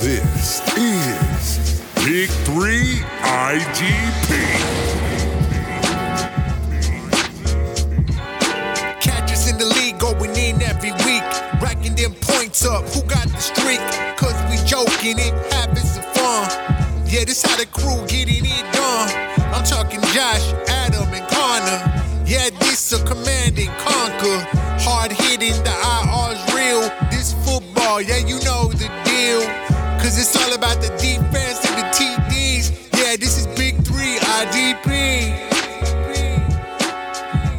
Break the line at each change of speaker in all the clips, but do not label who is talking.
This is Big Three IGP.
Catch us in the league going in every week. Racking them points up. Who got the streak? Cause we joking it, having some fun. Yeah, this how the crew getting it done. I'm talking Josh, Adam, and Connor. Yeah, this a command and conquer. Hard hitting, the IR's real. This football, yeah, you know the deal. Cause it's all about the defense and the TDs. Yeah, this is Big Three IDP.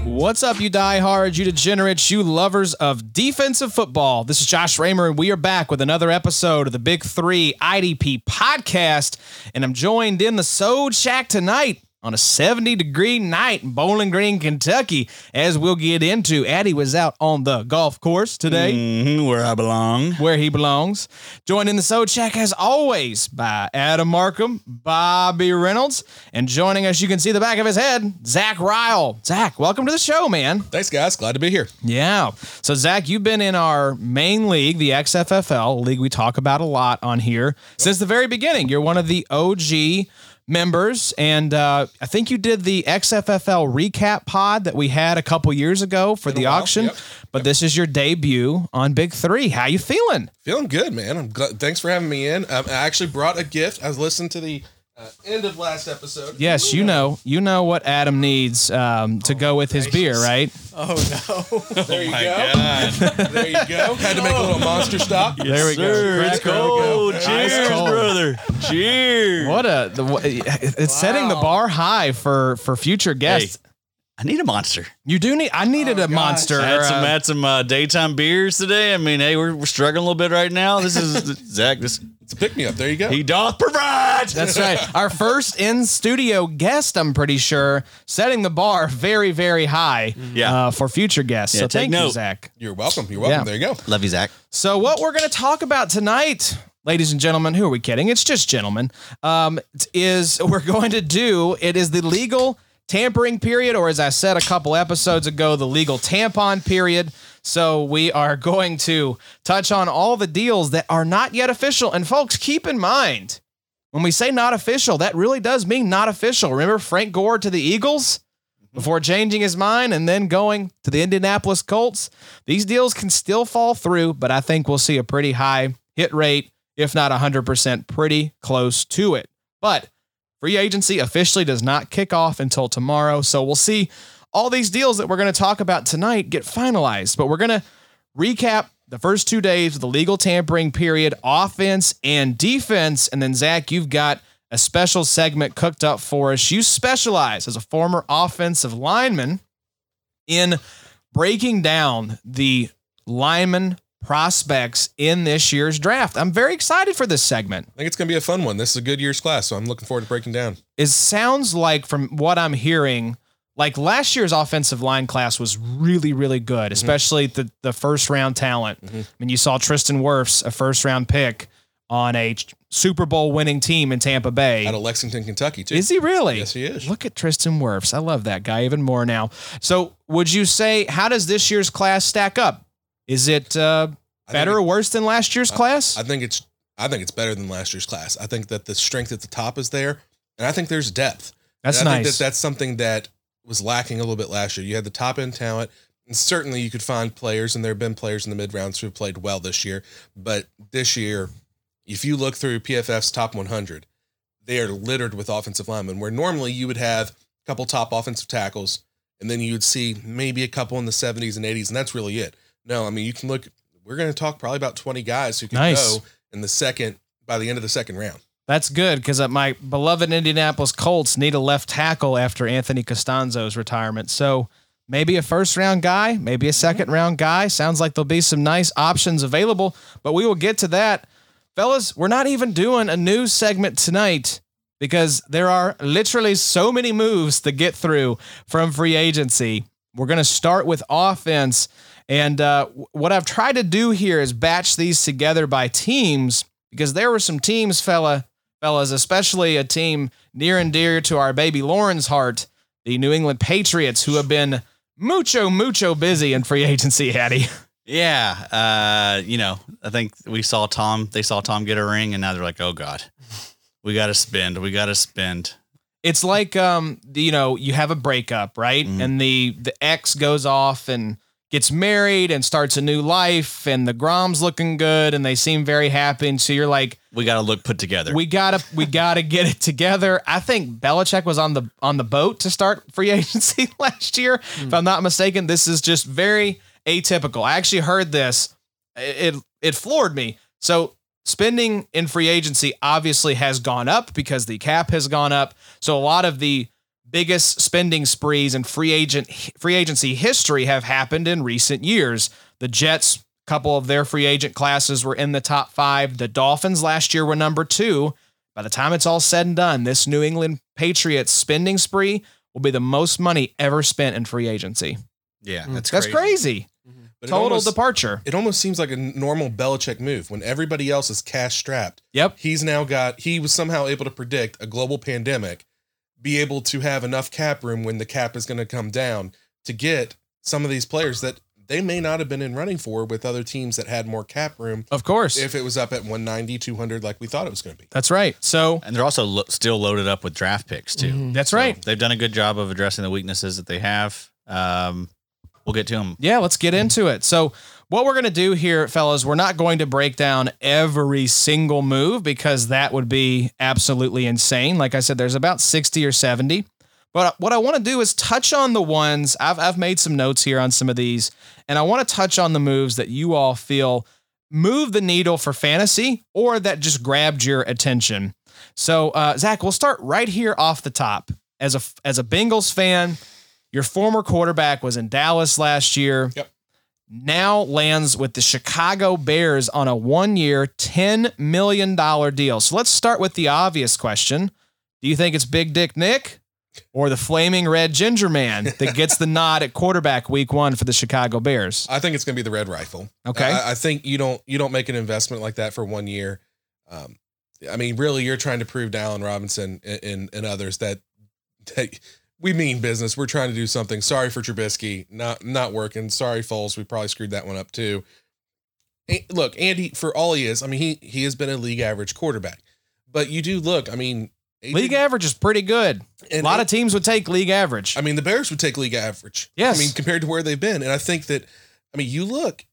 What's up, you diehards, you degenerates, you lovers of defensive football? This is Josh Raymer, and we are back with another episode of the Big Three IDP podcast. And I'm joined in the Sode Shack tonight on a 70 degree night in Bowling Green, Kentucky, as we'll get into. Addy was out on the golf course today,
mm-hmm, where I belong,
where he belongs. Joined in the Soul Check, as always, by Adam Markham, Bobby Reynolds, and joining us, you can see the back of his head, Zach Ryle. Zach, welcome to the show, man.
Thanks, guys. Glad to be here.
Yeah. So, Zach, you've been in our main league, the XFFL league we talk about a lot on here since the very beginning. You're one of the OG members, and uh, I think you did the XFFL recap pod that we had a couple years ago for the auction. Yep. But yep. this is your debut on Big Three. How you feeling?
Feeling good, man. I'm glad. Thanks for having me in. Um, I actually brought a gift. I was listening to the. Uh, end of last episode.
Yes, Ooh. you know, you know what Adam needs um, to oh, go with gracious. his beer, right?
Oh no! there you oh, go. there you go. Had to make a little monster stop.
Yes, there we sir.
go. It's cold. Cheers, Ice cold. brother. Cheers.
What a the, it's wow. setting the bar high for for future guests. Hey.
I need a monster.
You do need. I needed oh, a gosh. monster. I
had some, uh, had some uh, daytime beers today. I mean, hey, we're, we're struggling a little bit right now. This is Zach. This
it's a pick me up. There you go.
He doth provide.
That's right. Our first in studio guest. I'm pretty sure setting the bar very very high. Yeah. Uh, for future guests. Yeah, so thank note. you, Zach.
You're welcome. You're welcome. Yeah. There you go.
Love you, Zach.
So what we're gonna talk about tonight ladies and gentlemen, who are we kidding? It's just gentlemen. Um, is we're going to do it is the legal tampering period, or as I said a couple episodes ago, the legal tampon period. So we are going to touch on all the deals that are not yet official. And folks, keep in mind when we say not official, that really does mean not official. Remember Frank Gore to the Eagles? before changing his mind and then going to the Indianapolis Colts. These deals can still fall through, but I think we'll see a pretty high hit rate, if not 100%, pretty close to it. But free agency officially does not kick off until tomorrow. So we'll see all these deals that we're going to talk about tonight get finalized. But we're going to recap the first two days of the legal tampering period, offense and defense. And then, Zach, you've got a special segment cooked up for us. You specialize as a former offensive lineman in breaking down the lineman prospects in this year's draft. I'm very excited for this segment.
I think it's going to be a fun one. This is a good year's class, so I'm looking forward to breaking down.
It sounds like, from what I'm hearing, like last year's offensive line class was really, really good, especially mm-hmm. the, the first round talent. Mm-hmm. I mean, you saw Tristan Wirfs, a first round pick on a Super Bowl winning team in Tampa Bay.
Out of Lexington, Kentucky, too.
Is he really?
Yes, he is.
Look at Tristan Wirfs. I love that guy even more now. So, would you say, how does this year's class stack up? Is it uh, better it, or worse than last year's
I,
class?
I think it's I think it's better than last year's class. I think that the strength at the top is there, and I think there's depth.
That's
and
I
nice. Think that that's something that was lacking a little bit last year. You had the top end talent, and certainly you could find players, and there have been players in the mid rounds who have played well this year. But this year, if you look through PFF's top 100, they are littered with offensive linemen. Where normally you would have a couple top offensive tackles, and then you would see maybe a couple in the 70s and 80s, and that's really it. No, I mean you can look. We're going to talk probably about 20 guys who can nice. go in the second by the end of the second round.
That's good because my beloved Indianapolis Colts need a left tackle after Anthony Costanzo's retirement. So maybe a first round guy, maybe a second round guy. Sounds like there'll be some nice options available, but we will get to that. Fellas, we're not even doing a news segment tonight because there are literally so many moves to get through from free agency. We're going to start with offense. And uh, what I've tried to do here is batch these together by teams because there were some teams, fella, fellas, especially a team near and dear to our baby Lauren's heart, the New England Patriots, who have been mucho, mucho busy in free agency, Hattie.
Yeah, uh, you know, I think we saw Tom. They saw Tom get a ring, and now they're like, "Oh God, we got to spend. We got to spend."
It's like um, the- you know, you have a breakup, right?
Mhm.
And the the ex goes off and gets married and starts a new life, and the Grom's looking good, and they seem very happy, and so you're like,
We got to look put together.
we gotta we gotta get it together. I think Belichick was on the on the boat to start free agency last year, if I'm not mistaken. This is just very atypical. I actually heard this. It it, it floored me. So spending in free agency obviously has gone up because the cap has gone up. So a lot of the biggest spending sprees in free agent free agency history have happened in recent years. The Jets, couple of their free agent classes were in the top 5. The Dolphins last year were number 2. By the time it's all said and done, this New England Patriots spending spree will be the most money ever spent in free agency.
yeah,
Mm, That's crazy.
But it
Total
almost-
departure.
it almost seems like a n- normal Belichick move when everybody else is cash strapped.
Yep.
He's now got he was somehow able to predict a global pandemic, be able to have enough cap room when the cap is going to come down to get some of these players that they may not have been in running for with other teams that had more cap room
Of course.
if it was up at 190 200 like we thought it was going to be.
That's right. So
and they're also lo- still loaded up with draft picks too.
Hmm.
that's right.
They've done a good job of addressing the weaknesses that they have. Um, we'll get to them.
Yeah, let's get into it. So, what we're going to do here, fellas, we're not going to break down every single move because that would be absolutely insane. Like I said, there's about 60 or 70. But what I want to do is touch on the ones I've, I've made some notes here on some of these, and I want to touch on the moves that you all feel move the needle for fantasy or that just grabbed your attention. So, uh, Zach, we'll start right here off the top. As a as a Bengals fan, your former quarterback was in Dallas last year.
Yep.
Now lands with the Chicago Bears on a one year, $10 million deal. So let's start with the obvious question Do you think it's Big Dick Nick or the Flaming Red Ginger Man that gets the nod at quarterback week one for the Chicago Bears?
I think it's going to be the red rifle.
Okay.
I, I think you don't you don't make an investment like that for one year. Um, I mean, really, you're trying to prove to Allen Robinson and, and, and others that that we mean business. We're trying to do something. Sorry for Trubisky, not not working. Sorry, Foles, we probably screwed that one up too. A- look, Andy, for all he is, I mean, he he has been a league average quarterback, but you do look. I mean,
League average is pretty good. A
and
lot of teams would take league average.
I mean, the Bears would take league average.
Yes.
I mean, compared to where they've been. And I think that, I mean, you look,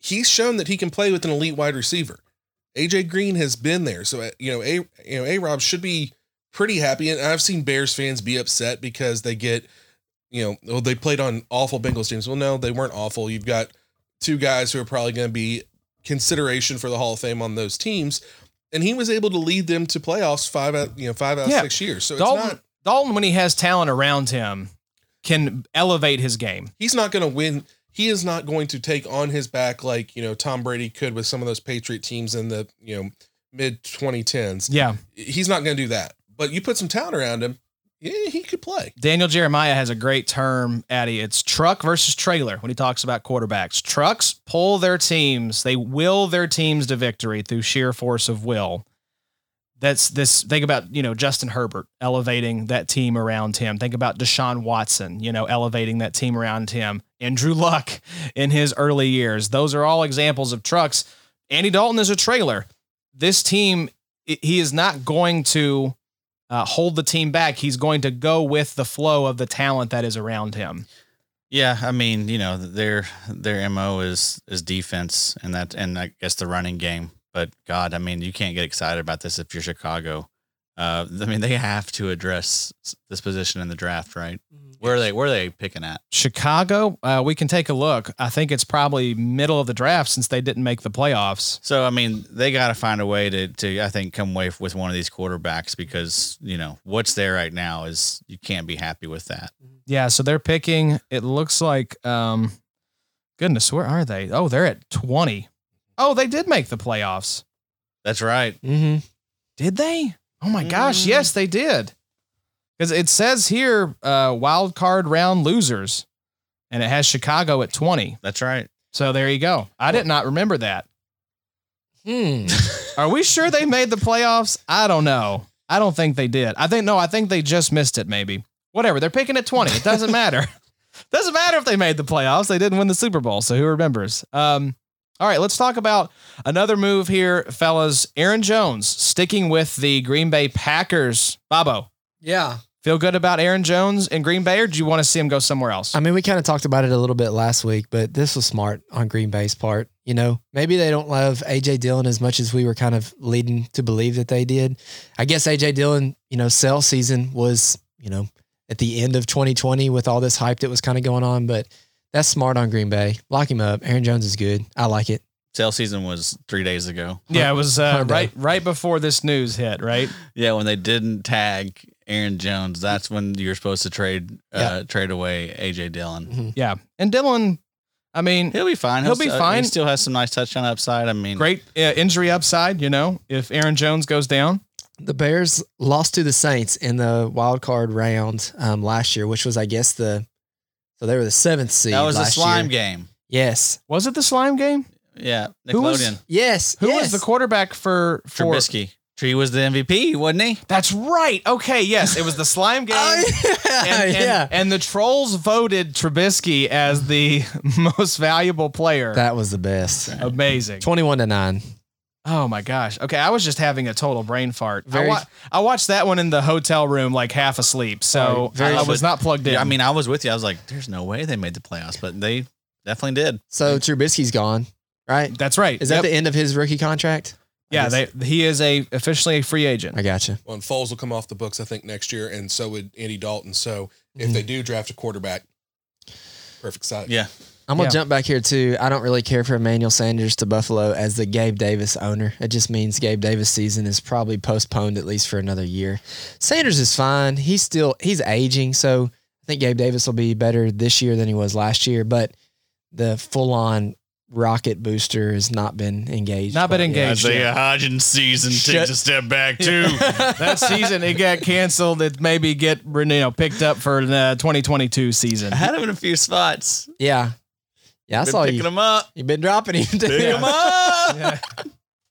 he's shown that he can play with an elite wide receiver. AJ Green has been there. So, uh, you know, A, you know, A Rob should be pretty happy. And I've seen Bears fans be upset because they get, you know, well, they played on awful Bengals teams. Well, no, they weren't awful. You've got two guys who are probably going to be consideration for the Hall of Fame on those teams. And he was able to lead them to playoffs five out, you know, five out of
Yeah.
six years. So it's
Dalton,
not,
Dalton, when he has talent around him, can elevate his game.
he's not going to win. He is not going to take on his back like you know Tom Brady could with some of those Patriot teams in the you know mid 2010s.
Yeah.
He's not going to do that. But you put some talent around him, yeah, he could play.
Daniel Jeremiah has a great term, Addy. It's truck versus trailer when he talks about quarterbacks. Trucks pull their teams, they will their teams to victory through sheer force of will. That's this think about, you know, Justin Herbert elevating that team around him. Think about Deshaun Watson, you know, elevating that team around him. And Drew Luck in his early years. Those are all examples of trucks. Andy Dalton is a trailer. This team, i- he is not going to uh, hold the team back. He's going to go with the flow of the talent that is around him.
Yeah, I mean, you know, their their mo is is defense, and that, and I guess the running game. But God, I mean, you can't get excited about this if you're Chicago. Uh, I mean, they have to address this position in the draft, right? Where are they? Where are they picking at?
Chicago, uh, we can take a look. I think it's probably middle of the draft since they didn't make the playoffs.
So I mean, they got to find a way to to I think come away with one of these quarterbacks because you know what's there right now is you can't be happy with that.
Yeah, so they're picking. It looks like, um, goodness, where are they? Oh, they're at twenty. Oh, they did make the playoffs.
That's right.
Mm-hmm.
Did they? Oh my gosh, yes, they did. Because it says here, uh, wild card round losers, and it has Chicago at twenty.
That's right.
So there you go. I did not remember that.
Hmm.
Are we sure they made the playoffs? I don't know. I don't think they did. I think no, I think they just missed it maybe. Whatever. They're picking at 20. It doesn't matter. Doesn't matter if they made the playoffs. They didn't win the Super Bowl, so who remembers? Um, all right, let's talk about another move here, fellas. Aaron Jones sticking with the Green Bay Packers. Bobo,
Yeah.
feel good about Aaron Jones in Green Bay, or do you want to see him go somewhere else?
I mean, we kind of talked about it a little bit last week, but this was smart on Green Bay's part. You know, maybe they don't love AJ Dillon as much as we were kind of leading to believe that they did. I guess AJ Dillon, you know, sell season was, you know, at the end of 2020 with all this hype that was kind of going on, but that's smart on Green Bay. Lock him up. Aaron Jones is good. I like it.
Sale season was three days ago.
yeah, it was uh,
Hyundai.
right right before this news hit, right?
Yeah, when they didn't tag Aaron Jones, that's when you're supposed to trade uh, trade away AJ Dillon.
Yeah, and Dylan, I mean,
He'll be fine.
He'll be
st-
fine.
He still has some nice touchdown upside. I mean,
great uh, injury upside. You know, if Aaron Jones goes down,
The Bears lost to the Saints in the wild card round um, last year, which was, I guess, the so they were the seventh seed.
That was a
last
slime
year.
game.
Yes,
was it the slime game?
Yeah,
Who was-
Nickelodeon.
yes.
Who
yes.
was the quarterback for for?
Trubisky. Tree was the MVP, wasn't he?
That's right. Okay, yes, it was the slime game.
Oh, yeah,
and, and-
yeah.
and the trolls voted Trubisky as the most valuable player.
That was the best.
Amazing.
21 to 9.
Oh my gosh. Okay, I was just having a total brain fart. I,
Very-
wa- I watched that one in the hotel room, like half asleep. So
Sorry, very-
I was not plugged in.
Yeah, I mean, I was with you. I was like, there's no way they made the playoffs, but they definitely did.
So Trubisky's gone, right?
that's right.
Is that
Yep.
the end of his rookie contract?
yeah,
I
they,
guess-
he is a officially a free agent.
I gotcha.
Well, and Foles will come off the books, I think, next year, and so would Andy Dalton. So if
Mhm.
they do draft a quarterback, perfect side.
Yeah.
I'm going
Yeah.
to jump back here, too. I don't really care for Emmanuel Sanders to Buffalo as the Gabe Davis owner. It just means Gabe Davis' season is probably postponed at least for another year. Sanders is fine. He's still, he's aging. So I think Gabe Davis will be better this year than he was last year, but the full on rocket booster has not been engaged.
Not been
quite yet.
engaged. yet.
Hodgins season
Shut-
step back too.
that season it got canceled. It maybe get you know picked up for the 2022 season.
I had him in a few spots.
Yeah. Yeah, I
Been
saw
picking
you.
him up.
You've been dropping him. dude.
Pick 'em up.
Yeah.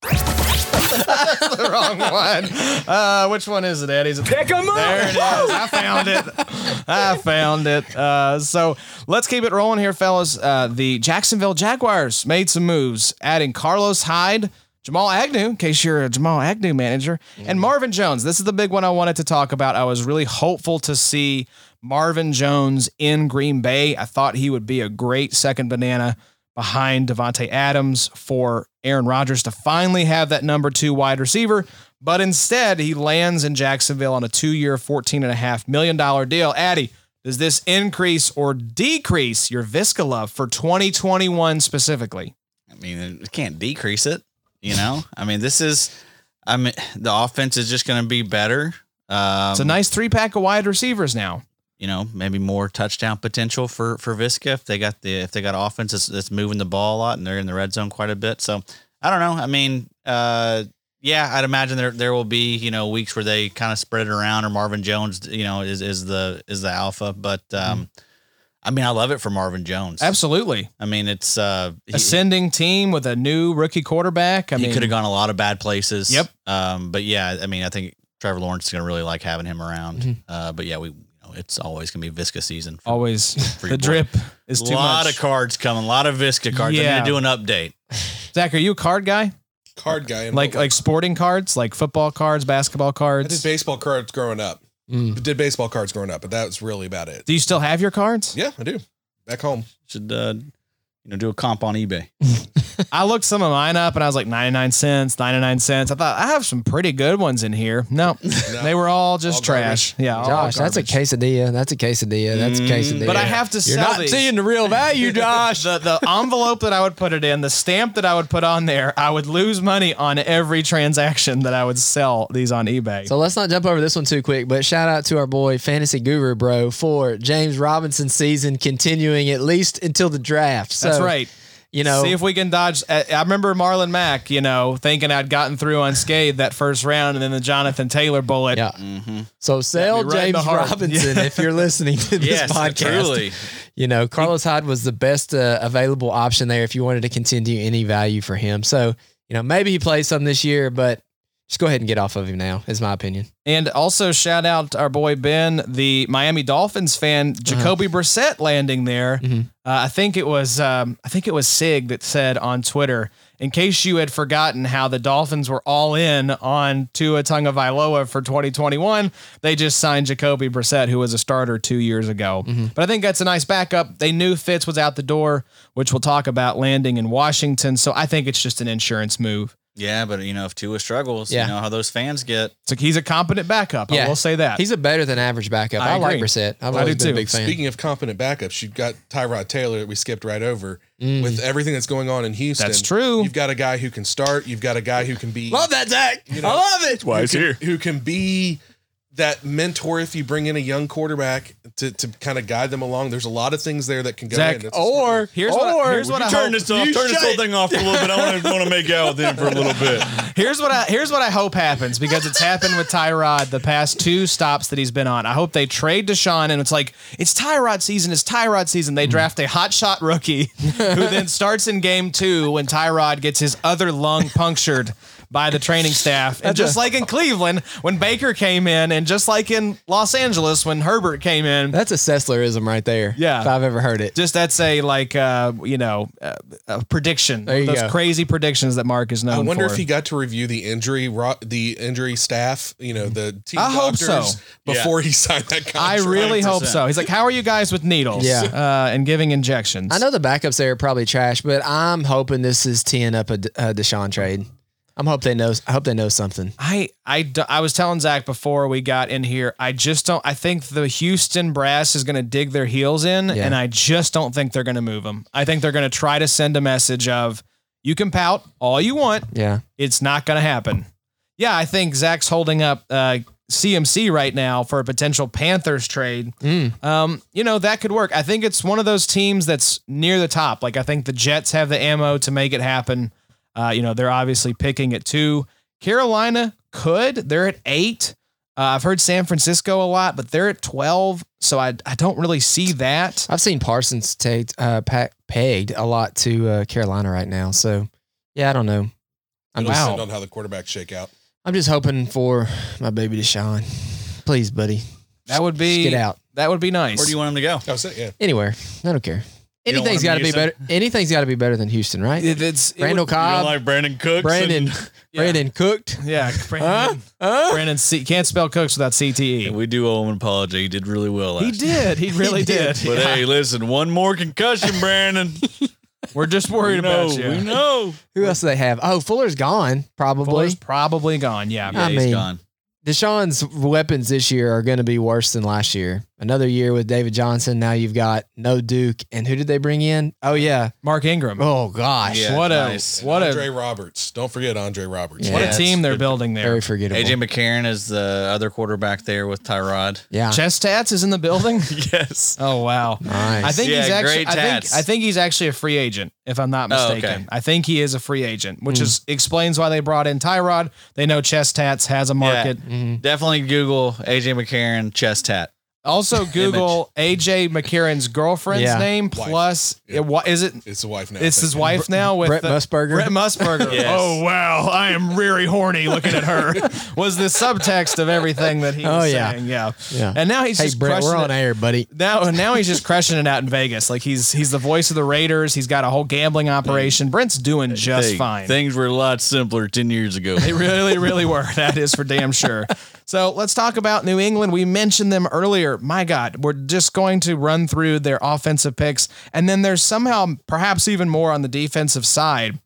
That's the wrong one. Uh, which one is it, Eddie? Is it- There it is. I found it. I found it. Uh, so let's keep it rolling here, fellas. Uh, the Jacksonville Jaguars made some moves, adding Carlos Hyde, Jamal Agnew, in case you're a Jamal Agnew manager, and Marvin Jones. This is the big one I wanted to talk about. I was really hopeful to see Marvin Jones in Green Bay. I thought he would be a great second banana behind Devontae Adams for Aaron Rodgers to finally have that number two wide receiver. But instead, he lands in Jacksonville on a two year, $14.5 million deal. Addy, does this increase or decrease your Visca love for 2021 specifically?
I mean, it can't decrease it. You know, I mean, this is, I mean, the offense is just going to be better. Um,
It's a nice three pack of wide receivers now.
you know, maybe more touchdown potential for for Visca if they got the if they got offense that's, that's moving the ball a lot and they're in the red zone quite a bit. So I don't know. I mean, uh, yeah, I'd imagine there there will be you know weeks where they kind of spread it around or Marvin Jones you know is is the is the alpha. But um, I mean, I love it for Marvin Jones.
Absolutely.
I mean, it's uh, he,
Ascending team with a new rookie quarterback. I
he
mean,
could have gone a lot of bad places.
Yep.
Um, but yeah, I mean, I think Trevor Lawrence is gonna really like having him around. Uh, but yeah, we. you know, It's always gonna be Visca season. For,
Mm-hmm. always
Free
the
boy.
drip is
a
too
lot
much.
of cards coming, a lot of Visca cards. I
Yeah.
need to do an update.
Zach, are you a card guy?
Card guy. in
Like
Portland.
like sporting cards, like football cards, basketball
I did
cards.
baseball cards growing up.
Mm.
Did baseball cards growing up, but that was really about it.
Do you still have your cards?
Yeah, I do. Back home.
Should uh, you know do a comp on eBay?
I looked some of mine up and I was like 99 cents, 99 cents. I thought I have some pretty good ones in here. No, they were all just
All
trash.
garbage.
Yeah. all
Josh, that's a
Oh, garbage.
quesadilla. That's a quesadilla. That's a
Mm,
quesadilla.
But I have to
You're
sell
not
these.
seeing the real value, Josh.
the, the envelope that I would put it in, the stamp that I would put on there, I would lose money on every transaction that I would sell these on eBay.
So let's not jump over this one too quick, but shout out to our boy Fantasy Guru Bro for James Robinson's season continuing at least until the draft. So,
that's right.
You know,
see if we can dodge. uh, I I remember Marlon Mack, you know, thinking I'd gotten through unscathed that first round, and then the Jonathan Taylor bullet.
yeah. So sell
Got me right in the
James
heart.
Robinson if you're listening to this
Yes,
podcast.
truly.
You know, Carlos Hyde was the best uh, available option there if you wanted to continue any value for him. So, you know, maybe he plays some this year, but Just go ahead and get off of him now, is my opinion.
And also shout out our boy Ben, the Miami Dolphins
Uh-huh.
fan, Jacoby Brissett landing there.
Mhm.
Uh, I think it was um, I think it was Sig that said on Twitter, in case you had forgotten how the Dolphins were all in on Tua Tagovailoa for 2021, they just signed Jacoby Brissett, who was a starter two years ago.
Mm-hmm.
But I think that's a nice backup. They knew Fitz was out the door, which we'll talk about landing in Washington. So I think it's just an insurance move.
Yeah, but you know, if Tua struggles,
Yeah.
you know how those fans get.
So he's a competent backup. I
Yeah.
will say that.
He's a better than average backup.
I
I, like
agree.
Brissett. I've
I
always
do
been
too.
a big fan.
Speaking of competent backups, you've got Tyrod Taylor that we skipped right over.
Mm.
With everything that's going on in Houston,
That's true.
You've got a guy who can start. You've got a guy who can be
love that, Zach. I love it.
who can, who can be that mentor if you bring in a young quarterback to, to kind of guide them along. There's a lot of things there that can go
Zach,
in. That's a smart
or
move.
here's what I, here's what I hope,
off.
turn this whole
thing off for a little bit. I want to want to make out with him for a little bit.
here's what I here's what I hope happens because it's happened with Tyrod the past two stops that he's been on. I hope they trade Deshaun and it's like it's Tyrod season, it's Tyrod season. They draft a hotshot rookie who then starts in game two when Tyrod gets his other lung punctured by the training staff. And just like in Cleveland when Baker came in, and just like in Los Angeles when Herbert came in,
That's a Sesslerism right there.
Yeah.
If I've ever heard it.
just that's a like uh you know uh, a prediction
There you
those
go.
crazy predictions that Mark is known
I wonder
for.
if he got to review the injury ro- the injury staff, you know, the team
I hope
doctors
so.
before he signed that
I
contract.
really hope
100%.
so. He's like, "How are you guys with needles?
Yeah.
uh, and giving injections."
I know the backups there are probably trash, but I'm hoping this is ten up a, D- a Deshaun trade. I'm hope they know. I hope they know something.
I, I, d- I was telling Zach before we got in here. I just don't. I think the Houston brass is going to dig their heels in,
Yeah.
and I just don't think they're going to move them. I think they're going to try to send a message of, "You can pout all you want.
Yeah.
It's not going to happen." Yeah, I think Zach's holding up uh, CMC right now for a potential Panthers trade.
Mm.
Um, you know, that could work. I think it's one of those teams that's near the top. Like I think the Jets have the ammo to make it happen. Uh, you know, they're obviously picking at two. Carolina could. They're at eight. Uh, I've heard San Francisco a lot, but they're at twelve. So I I don't really see that.
I've seen Parsons take uh, pa- pegged a lot to uh, Carolina right now. So yeah, I don't know. I'm
It'll
just,
depend on how the quarterbacks shake out.
I'm just hoping for my baby Deshaun. Please, buddy,
That would be
just get out
That would be nice.
Where do you want him to go?
I was Oh, yeah.
anywhere. I don't care.
You don't want him
Anything's
to
got to be
use him?
better. Anything's got to be better than Houston, right?
It- it's it
Randall
would-
Cobb,
like Brandon Cooks?
Brandon, Brandon cooked.
yeah, Brandon. Brandon C- can't spell cooks without CTE.
we do owe him an apology. He did really well.
He
last year.
did. He really did.
But hey, listen, one more concussion, Brandon.
We're just worried
we know.
about you.
We know.
Who else do they have? Oh, Fuller's gone probably.
Fuller's probably gone. Yeah.
Yeah,
I
he's
mean-
gone.
Deshaun's weapons this year are going to be worse than last year. Another year with David Johnson. Now you've got no Duke. And who did they bring in? Oh, yeah.
Mark Ingram.
Oh, gosh.
Yeah,
what a
nice.
what a
Andre Roberts. Don't forget Andre Roberts.
Yeah.
what a
it's
team they're
good.
building there.
Very forgettable.
AJ McCarron is the other quarterback there with Tyrod.
Yeah.
Chess Tats is in the building.
yes.
oh wow.
Nice.
I think
Yeah,
he's actually
great
I think,
tats.
I think he's actually a free agent, if I'm not
Oh, okay. Hmm.
mistaken. I think he is a free agent, which is explains why they brought in Tyrod. They know Chess Tats has a market.
Mhm.
Definitely Google AJ McCarron chest hat.
Also Google AJ McCarron's girlfriend's
Yeah.
name
Wife.
plus
Yeah.
it, what is it
It's the wife now.
it's
thank
his
you.
wife now with
Brett
the-
Musburger.
Brett Musburger.
Yes.
Oh wow, I am really horny looking at her. was the subtext of everything that he was
Oh, yeah.
saying. Yeah.
Yeah.
And now he's
hey,
just
Brett,
crushing
we're on
it.
air, buddy.
Now, now he's just crushing it out in Vegas. Like he's he's the voice of the Raiders. He's got a whole gambling operation. Brent's doing just
Hey,
fine.
Things were a lot simpler 10 years ago.
They really, really were. That is for damn sure. So let's talk about New England. We mentioned them earlier. My God, we're just going to run through their offensive picks. And then there's somehow perhaps even more on the defensive side.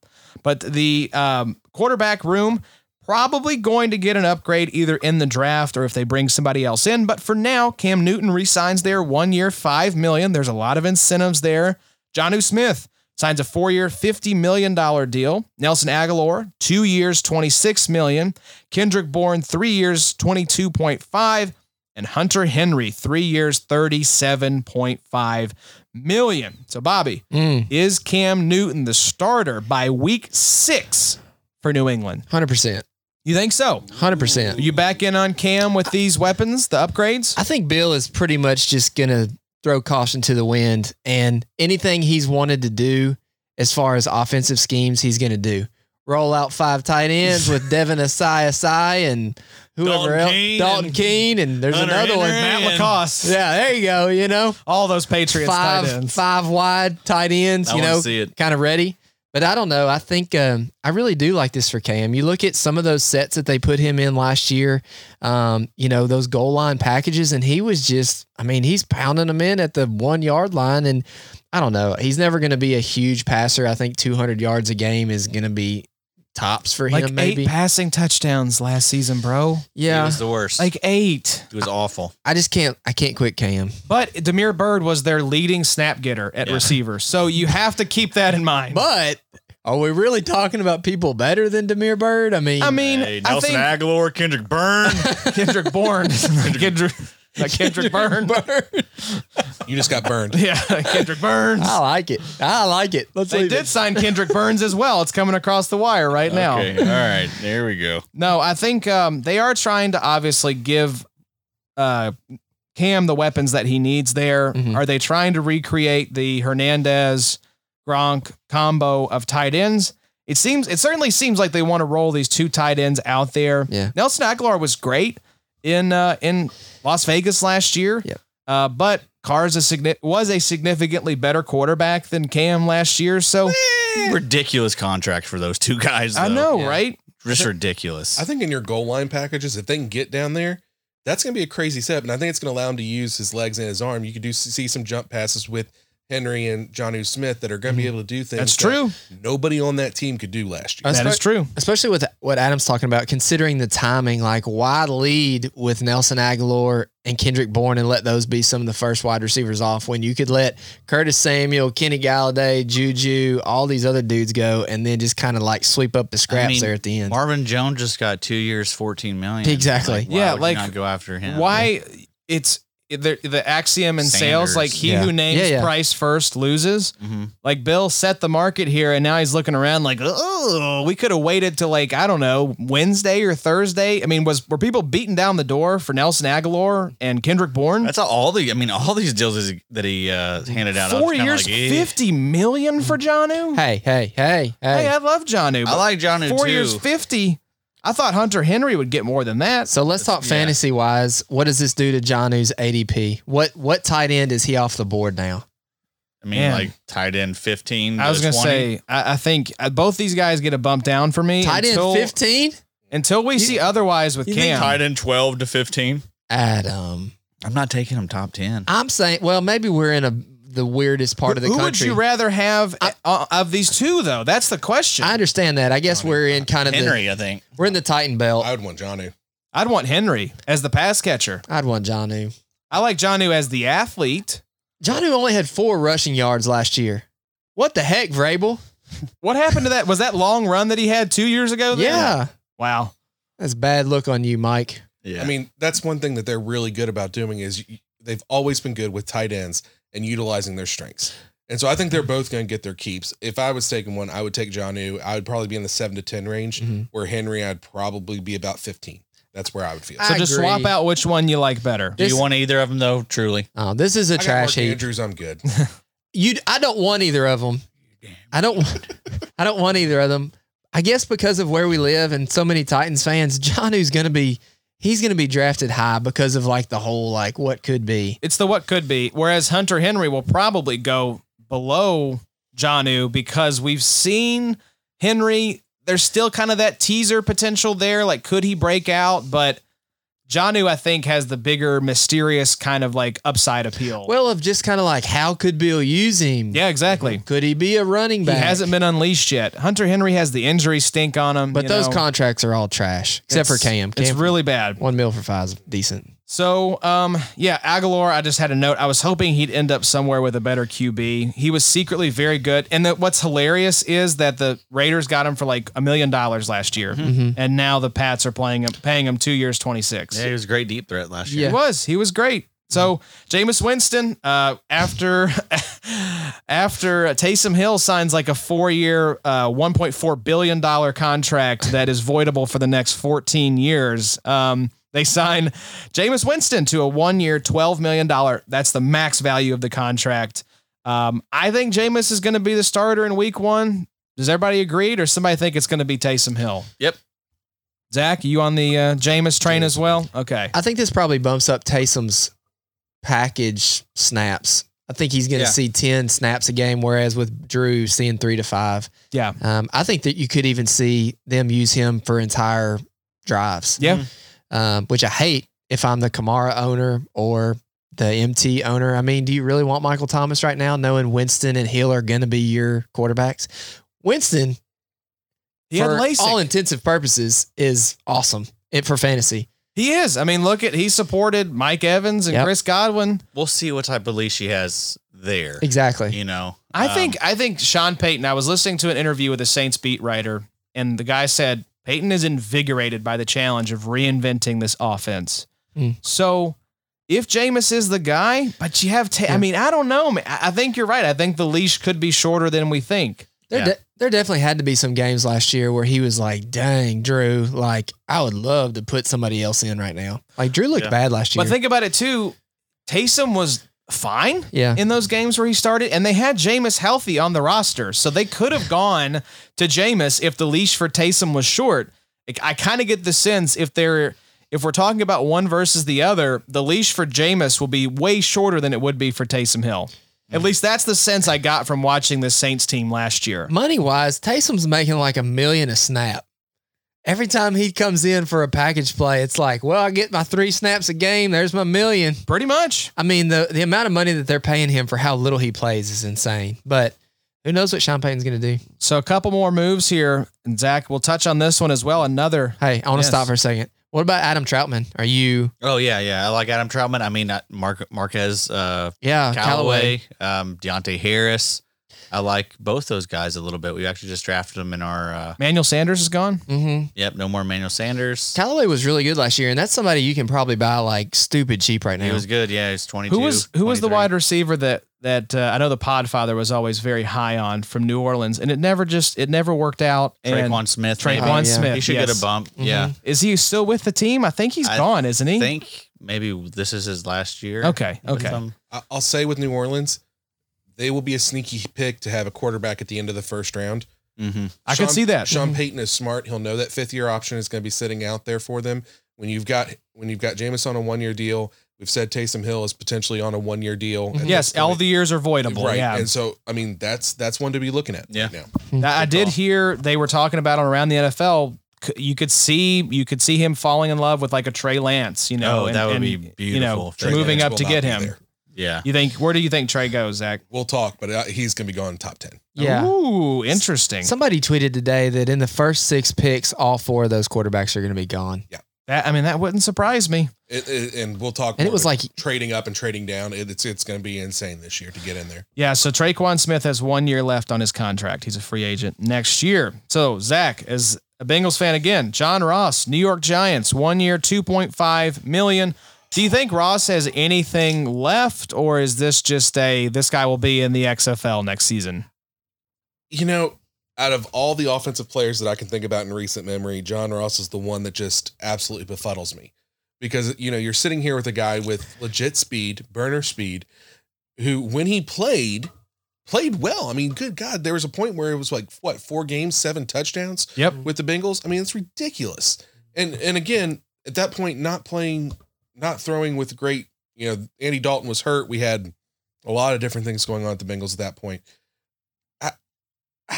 But the um, quarterback room probably going to get an upgrade either in the draft or if they bring somebody else in. But for now, Cam Newton re-signs there one year, five million. There's a lot of incentives there. Johnu Smith signs a four-year, fifty million dollar deal. Nelson Aguilar, two years, twenty-six million. Kendrick Bourne, three years, twenty-two point five, and Hunter Henry, three years, thirty-seven point five million. So, Bobby,
Mm,
is Cam Newton the starter by week six for New England?
100%.
You think so?
100%.
Are you back in on Cam with these weapons, the upgrades?
I think Bill is pretty much just going to throw caution to the wind and anything he's wanted to do as far as offensive schemes, he's going to do. roll out five tight ends with Devin Asai Asai and whoever
Dalton
else,
Keene
Dalton
and
Keene, and there's
Hunter
another one.
Henry
Matt
and-
Lacoste.
Yeah, there you go. You know,
All those Patriots tight
five
ends.
five wide tight ends.
I
you
wanna
know,
see it.
kind of ready. But I don't know. I think um, I really do like this for Cam. You look at some of those sets that they put him in last year. Um, you know those goal line packages, and he was just. I mean, he's pounding them in at the one yard line, and I don't know. He's never going to be a huge passer. I think 200 yards a game is going to be tops for
like
him. Maybe.
eight passing touchdowns last season, bro.
He
yeah,
was the worst.
Like eight.
he was awful.
I just can't. I can't quit Cam.
But Demir Bird was their leading snap getter at
Yeah.
receiver. So you have to keep that in mind.
But are we really talking about people better than Demir Bird? I mean,
I mean,
Hey,
I
Nelson
think
Aguilar, Kendrick Byrne.
Kendrick Bourne, Kendrick, not Kendrick Byrne.
Bird.
You just got burned.
Yeah, Kendrick Burns.
I like it. I like it. Let's
They
leave
did
it.
sign Kendrick Burns as well. It's coming across the wire right now.
Okay, all right, there we go.
No, I think um, they are trying to obviously give uh, Cam the weapons that he needs there.
Mhm.
Are they trying to recreate the Hernandez Gronk combo of tight ends? It seems it certainly seems like they want to roll these two tight ends out there.
Yeah.
Nelson Aguilar was great in uh, in Las Vegas last year.
Yep.
Uh, but Carr's a signi- was a significantly better quarterback than Cam last year. So
Ridiculous contract for those two guys.
Eh. I
though.
know,
Yeah.
right?
just ridiculous.
I think in your goal line packages, if they can get down there, that's going to be a crazy step. And I think it's going to allow him to use his legs and his arm. You could do see some jump passes with Henry and Johnu Smith that are going to be able to do things.
Mm-hmm. That's
that
true.
Nobody on that team could do last year.
That's
That is
right.
true.
Especially with what Adam's talking about, considering the timing, like why lead with Nelson Aguilar and Kendrick Bourne and let those be some of the first wide receivers off when you could let Curtis Samuel, Kenny Galladay, Juju, all these other dudes go and then just kind of like sweep up the scraps
mean,
there at the end.
Marvin Jones just got two years, fourteen million.
Exactly.
Like, why
Yeah,
would you
like,
not go after him.
why it's the, the axiom in
Sanders.
sales like he
Yeah.
who names
Yeah, yeah.
price first loses
Mhm.
like bill set the market here and now he's looking around like oh we could have waited till like i don't know wednesday or thursday i mean was were people beating down the door for nelson aguilar and kendrick bourne
That's all the. I mean, all these deals is- that he uh, handed out. I was
four
kinda
years
like, eh.
50 million for johnu hey,
hey, hey, hey, hey.
i love johnu
I
but
like Johnny
four
too.
years 50 i thought hunter henry would get more than that
So let's talk
yeah.
fantasy wise. What does this do to Johnny's ADP? What what tight end is he off the board now?
I mean,
Man.
like tight end fifteen.
I was
to
gonna
20.
say, I, I think uh, both these guys get a bump down for me.
Tight end
until-
fifteen?
Until we see otherwise with
You think
Cam,
tight end twelve to fifteen.
Adam.
I'm not taking him top ten.
I'm saying well, maybe we're in a the weirdest part of the
who
country.
would you rather have uh, of these two? Though that's the question.
I
I'd,
understand that. I guess we're in kind of the
Henry, I think.
we're in the Titan belt.
I would want Johnu.
want Henry as the pass catcher.
I'd want Johnny.
I like Johnu as the athlete.
Johnny only had four rushing yards last year. What the heck, Vrabel?
What happened to that? Was that long run that he had two years ago? Oh, there?
Yeah.
Wow.
That's bad look on you, Mike.
Yeah.
I mean, that's one thing that they're really good about doing is y- they've always been good with tight ends and utilizing their strengths. And so I think they're both going to get their keeps. If I was taking one, I would take Johnu. I would probably be in the seven to ten range.
Mhm.
Where Henry, I'd probably be about fifteen. That's where I would feel.
So
I
just
agree.
swap out which one you like better.
do
this-
you want either of them though? Truly,
Oh, this is a
I got
trash
Mark
heap.
Andrews, I'm good.
you I don't want either of them. I don't want I don't want either of them. I guess because of where we live and so many Titans fans, Johnny's going to be he's going to be drafted high because of like the whole like what could be.
It's the what could be. Whereas Hunter Henry will probably go below Janu because we've seen Henry. There's still kind of that teaser potential there. Like, could he break out? But Janu, I think, has the bigger, mysterious kind of like upside appeal.
Well, of just kind of like how could Bill use him?
yeah, exactly.
Could he be a running
He
back?
hasn't been unleashed yet. Hunter Henry has the injury stink on him.
but
you
those
know.
contracts are all trash except for
It's-
Cam. Cam
It's really bad.
1 mil for 5 is decent.
So, um, yeah, Aguilar, I just had a note. I was hoping he'd end up somewhere with a better QB. He was secretly very good. And that what's hilarious is that the Raiders got him for like a million dollars last year. And now the Pats are playing him, paying him two years, 26.
yeah, he was a great deep threat last year.
He was, he was great. So Jameis Winston, uh, after after Taysom Hill signs like a four year, uh, one point four billion dollar contract that is voidable for the next fourteen years, um, they sign Jameis Winston to a one year, twelve million dollar. That's the max value of the contract. Um, I think Jameis is going to be the starter in Week One. Does everybody agree, or somebody think it's going to be Taysom Hill?
Yep.
Zach, you on the uh, Jameis train as well? Okay.
I think this probably bumps up Taysom's package snaps. I think he's going to
Yeah.
see 10 snaps a game, whereas with Drew seeing three to five.
Yeah.
Um, I think that you could even see them use him for entire drives,
Yeah.
um, which I hate if I'm the Kamara owner or the MT owner. I mean, do you really want Michael Thomas right now, knowing Winston and Hill are going to be your quarterbacks? Winston
He had
for
LASIK.
all intensive purposes, is awesome it, for fantasy.
he is. I mean, look at he supported Mike Evans and
Yep.
Chris Godwin.
We'll see what type of leash she has there.
Exactly.
You know,
I
Um,
think I think Sean Payton. I was listening to an interview with a Saints beat writer, and the guy said Payton is invigorated by the challenge of reinventing this offense.
Mm.
So, if Jameis is the guy, but you have, ta- I
Yeah.
mean, I don't know. man. I I think you're right. I think the leash could be shorter than we think.
There,
Yeah.
de- there definitely had to be some games last year where he was like, "Dang, Drew, like I would love to put somebody else in right now." Like Drew looked
Yeah.
bad last year.
But think about it too. Taysom was fine.
yeah,
in those games where he started, and they had Jameis healthy on the roster, so they could have gone to Jameis if the leash for Taysom was short. Like, I kind of get the sense if they're if we're talking about one versus the other, the leash for Jameis will be way shorter than it would be for Taysom Hill. At least that's the sense I got from watching this Saints team last year.
money wise, Taysom's making like a million a snap. Every time he comes in for a package play, it's like, "Well, I get my three snaps a game. There's my million.
Pretty much.
I mean, the the amount of money that they're paying him for how little he plays is insane. But who knows what Sean Payton's going to do?
So a couple more moves here, and Zach, we'll touch on this one as well. Another
Hey, I want to
Yes.
stop for a second. What about Adam Troutman? Are you?
Oh yeah, yeah. I like Adam Troutman. I mean, uh, Mark Marquez, uh,
Yeah, Callaway.
Callaway, um, Deontay Harris. I like both those guys a little bit. We actually just drafted them in our. Uh,
Manuel Sanders is gone.
Mm-hmm.
yep, no more Manuel Sanders.
Callaway was really good last year, and that's somebody you can probably buy like stupid cheap right
He
now.
was good. Yeah, he's twenty two.
Who was who was the wide receiver that that uh, I know the Podfather was always very high on from New Orleans, and it never just it never worked out. And
Traquan Smith. maybe.
Traquan
yeah.
Smith,
He should
yes.
get a bump. Yeah,
Is he still with the team? I think he's
I
gone, isn't he?
I think maybe this is his last year.
okay,
with
okay.
them.
I- I'll say with New Orleans, they will be a sneaky pick to have a quarterback at the end of the first round.
Mhm.
I could
Sean-
see that. Mm-hmm.
Sean Payton is smart. He'll know that fifth year option is going to be sitting out there for them. When you've got when you've got Jameis on a one year deal, we've said Taysom Hill is potentially on a one year deal. at
Mm-hmm. Yes,
this point.
all the years are voidable.
right.
Yeah,
And so I mean that's that's one to be looking at.
Yeah.
Right now.
I I
Good
did
call.
hear they were talking about on around the NFL. c- You could see you could see him falling in love with like a Trey Lance. You know,
Oh, that would be
You know,
beautiful if Trey
moving
Lance
up
will
to
not
get
be
him.
there.
Yeah.
You think where do you think Trey goes, Zach?
We'll talk, but uh, he's going to be going top ten.
yeah.
Ooh, interesting.
Somebody tweeted today that in the first six picks, all four of those quarterbacks are going to be gone.
that I mean, that wouldn't surprise me.
It, it- and we'll talk.
And it
more
was
about
like-
trading up and trading down. It, it's it's going to be insane this year to get in there.
Yeah, so Traquan Smith has one year left on his contract. He's a free agent next year. So Zach, as a Bengals fan again, John Ross, New York Giants, one year, two point five million. Do you think Ross has anything left, or is this just a this guy will be in the XFL next season?
you know, out of all the offensive players that I can think about in recent memory, John Ross is the one that just absolutely befuddles me. Because, you know, you're sitting here with a guy with legit speed, burner speed, who, when he played, played well. I mean, good God, there was a point where it was like, what, four games, seven touchdowns
Yep.
with the Bengals? I mean, it's ridiculous. And, and again, at that point, not playing, not throwing with great, you know, Andy Dalton was hurt. We had a lot of different things going on at the Bengals at that point. I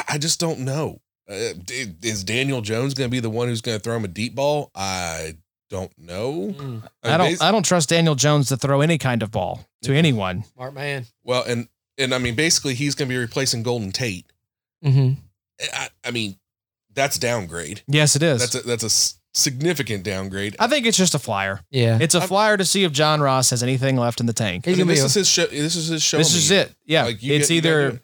I just don't know. Uh, d- is Daniel Jones going to be the one who's going to throw him a deep ball? I don't know.
I
mean,
don't
basi-
I don't trust Daniel Jones to throw any kind of ball to anyone.
Smart man.
well, and and I mean, basically, he's going to be replacing Golden Tate.
hmm
I, I mean, that's downgrade.
Yes, it is.
That's a, that's a s- significant downgrade.
I think it's just a flyer.
Yeah.
It's a
I'm-
flyer to see if John Ross has anything left in the tank.
I
He's
mean,
gonna be
this
a-
is his show. This is his show.
This is
me.
it. Yeah.
Like, you
it's
get- you gotta do
either
it.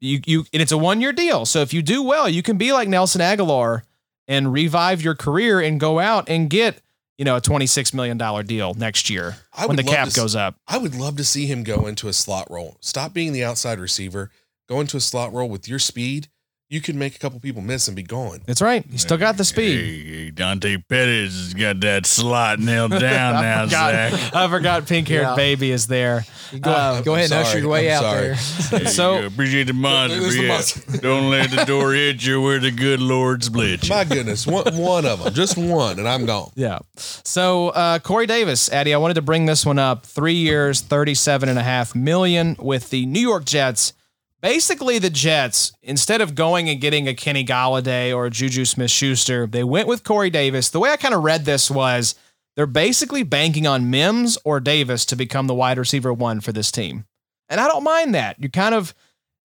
you you and it's a one year deal. So if you do well, you can be like Nelson Aguilar and revive your career and go out and get, you know, a twenty six million dollar deal next year
I
when
would
the
love
cap
to s-
goes up.
I would love to see him go into a slot role. Stop being the outside receiver. Go into a slot role with your speed. you could make a couple people miss and be gone.
That's right. He still got the speed.
Hey, Dante Pettis has got that slot nailed down now,
God,
Zach.
I forgot pink haired
Yeah.
baby is there.
Go,
Uh,
Oh, go ahead
I'm
and usher
sorry.
your way
I'm
out
sorry.
there.
Hey,
So-
you appreciate the monster.
There's the
yeah.
monster.
Don't let the door hit you where the good Lord split you.
My goodness, one one of them, just one, and I'm gone.
Yeah. So uh, Corey Davis, Addy, I wanted to bring this one up. Three years, thirty-seven and a half million with the New York Jets. Basically, the Jets, instead of going and getting a Kenny Galladay or a Juju Smith Schuster, they went with Corey Davis. The way I kind of read this was they're basically banking on Mims or Davis to become the wide receiver one for this team. And I don't mind that. You're kind of,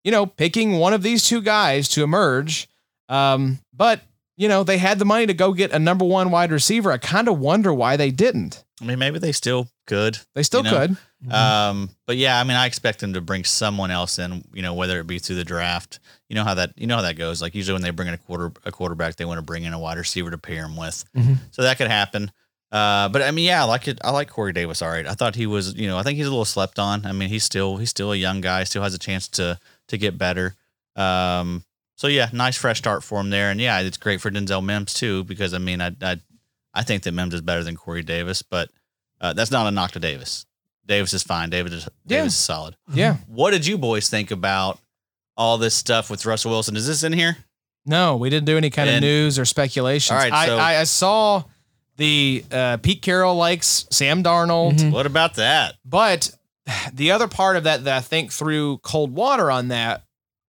you know, picking one of these two guys to emerge. Um, but you know, they had the money to go get a number one wide receiver. I kind of wonder why they didn't.
I mean, maybe they still could.
They still
You know,
could.
Um, but yeah, I mean, I expect them to bring someone else in. You know, whether it be through the draft. You know how that you know how that goes. Like usually when they bring in a quarter a quarterback, they want to bring in a wide receiver to pair him with.
Mhm.
So that could happen. Uh, but I mean, yeah, I like it. I like Corey Davis. All right, I thought he was. You know, I think he's a little slept on. I mean, he's still he's still a young guy. Still has a chance to to get better. Um, so yeah, nice fresh start for him there, and yeah, it's great for Denzel Mims too because I mean, I I, I think that Mims is better than Corey Davis, but uh, that's not a knock to Davis. Davis is fine. Davis is,
Yeah.
Davis is solid.
Yeah.
What did you boys think about all this stuff with Russell Wilson? Is this in here?
No, we didn't do any kind of
And-
news or speculation.
All right,
I,
so-
I, I saw the uh, Pete Carroll likes Sam Darnold,
Mhm.
What about that?
but the other part of that that I think threw cold water on that,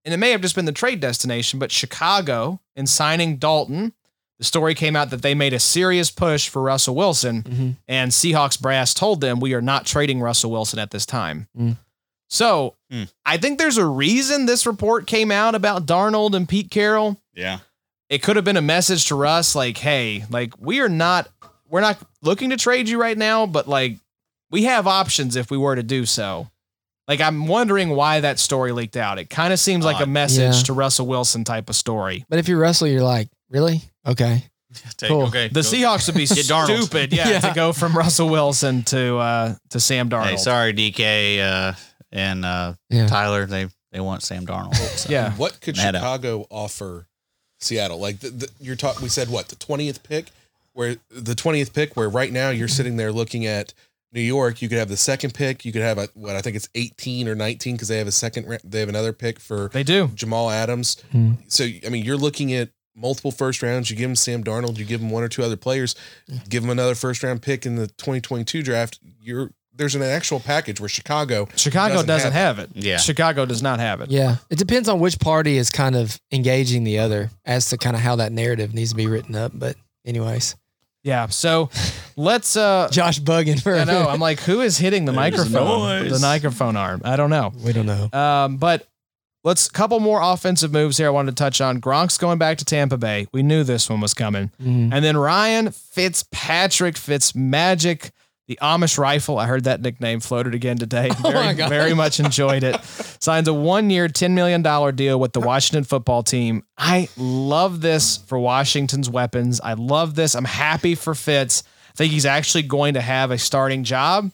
and it may have just been the trade destination, but Chicago in signing Dalton, the story came out that they made a serious push for Russell Wilson.
Mhm.
and Seahawks brass told them we are not trading Russell Wilson at this time.
Mm.
So
Mm.
I think there's a reason this report came out about Darnold and Pete Carroll.
Yeah.
It could have been a message to Russ, like, hey, like we are not, we're not looking to trade you right now, but like we have options if we were to do so. Like I'm wondering why that story leaked out. It kind of seems like a
Odd.
message
Yeah.
to Russell Wilson type of story.
But if you're Russell, you're like, really? Okay.
Take,
Cool.
Okay.
The
go-
Seahawks would be
Get Darnold.
stupid, yeah,
Oh. Yeah.
to go from Russell Wilson to uh to Sam Darnold.
Hey, sorry, DK uh, and uh,
Yeah.
Tyler. They they want Sam Darnold. so.
Yeah.
What could
Meta.
Chicago offer Seattle? Like the, the, you're talking, we said what the twentieth pick, where the twentieth pick, where right now you're sitting there looking at New York. You could have the second pick. You could have a, what I think it's eighteen or nineteen because they have a second. ra- They have another pick for
They do.
Jamal Adams.
Hmm.
So I mean, you're looking at multiple first rounds. You give him Sam Darnold. You give him one or two other players. Give him another first round pick in the 2022 draft. You're there's an actual package where Chicago.
Chicago doesn't,
Doesn't
have, it.
Yeah.
Chicago does not have it.
Yeah. It depends on which party is kind of engaging the other as to kind of how that narrative needs to be written up. But, anyways,
Yeah. So let's uh
Josh bugging for
I know. I'm like, who is hitting the
There's
microphone?
noise.
The microphone arm. I don't know.
we don't know.
Um, but let's couple more offensive moves here I wanted to touch on. Gronk's going back to Tampa Bay. We knew this one was coming.
Mhm.
And then Ryan Fitzpatrick Fitzmagic, the Amish rifle. I heard that nickname floated again today.
Oh
Very,
my God.
very much enjoyed it. Signs a one year, $10 million deal with the Washington football team. I love this for Washington's weapons. I love this. I'm happy for Fitz. I think he's actually going to have a starting job.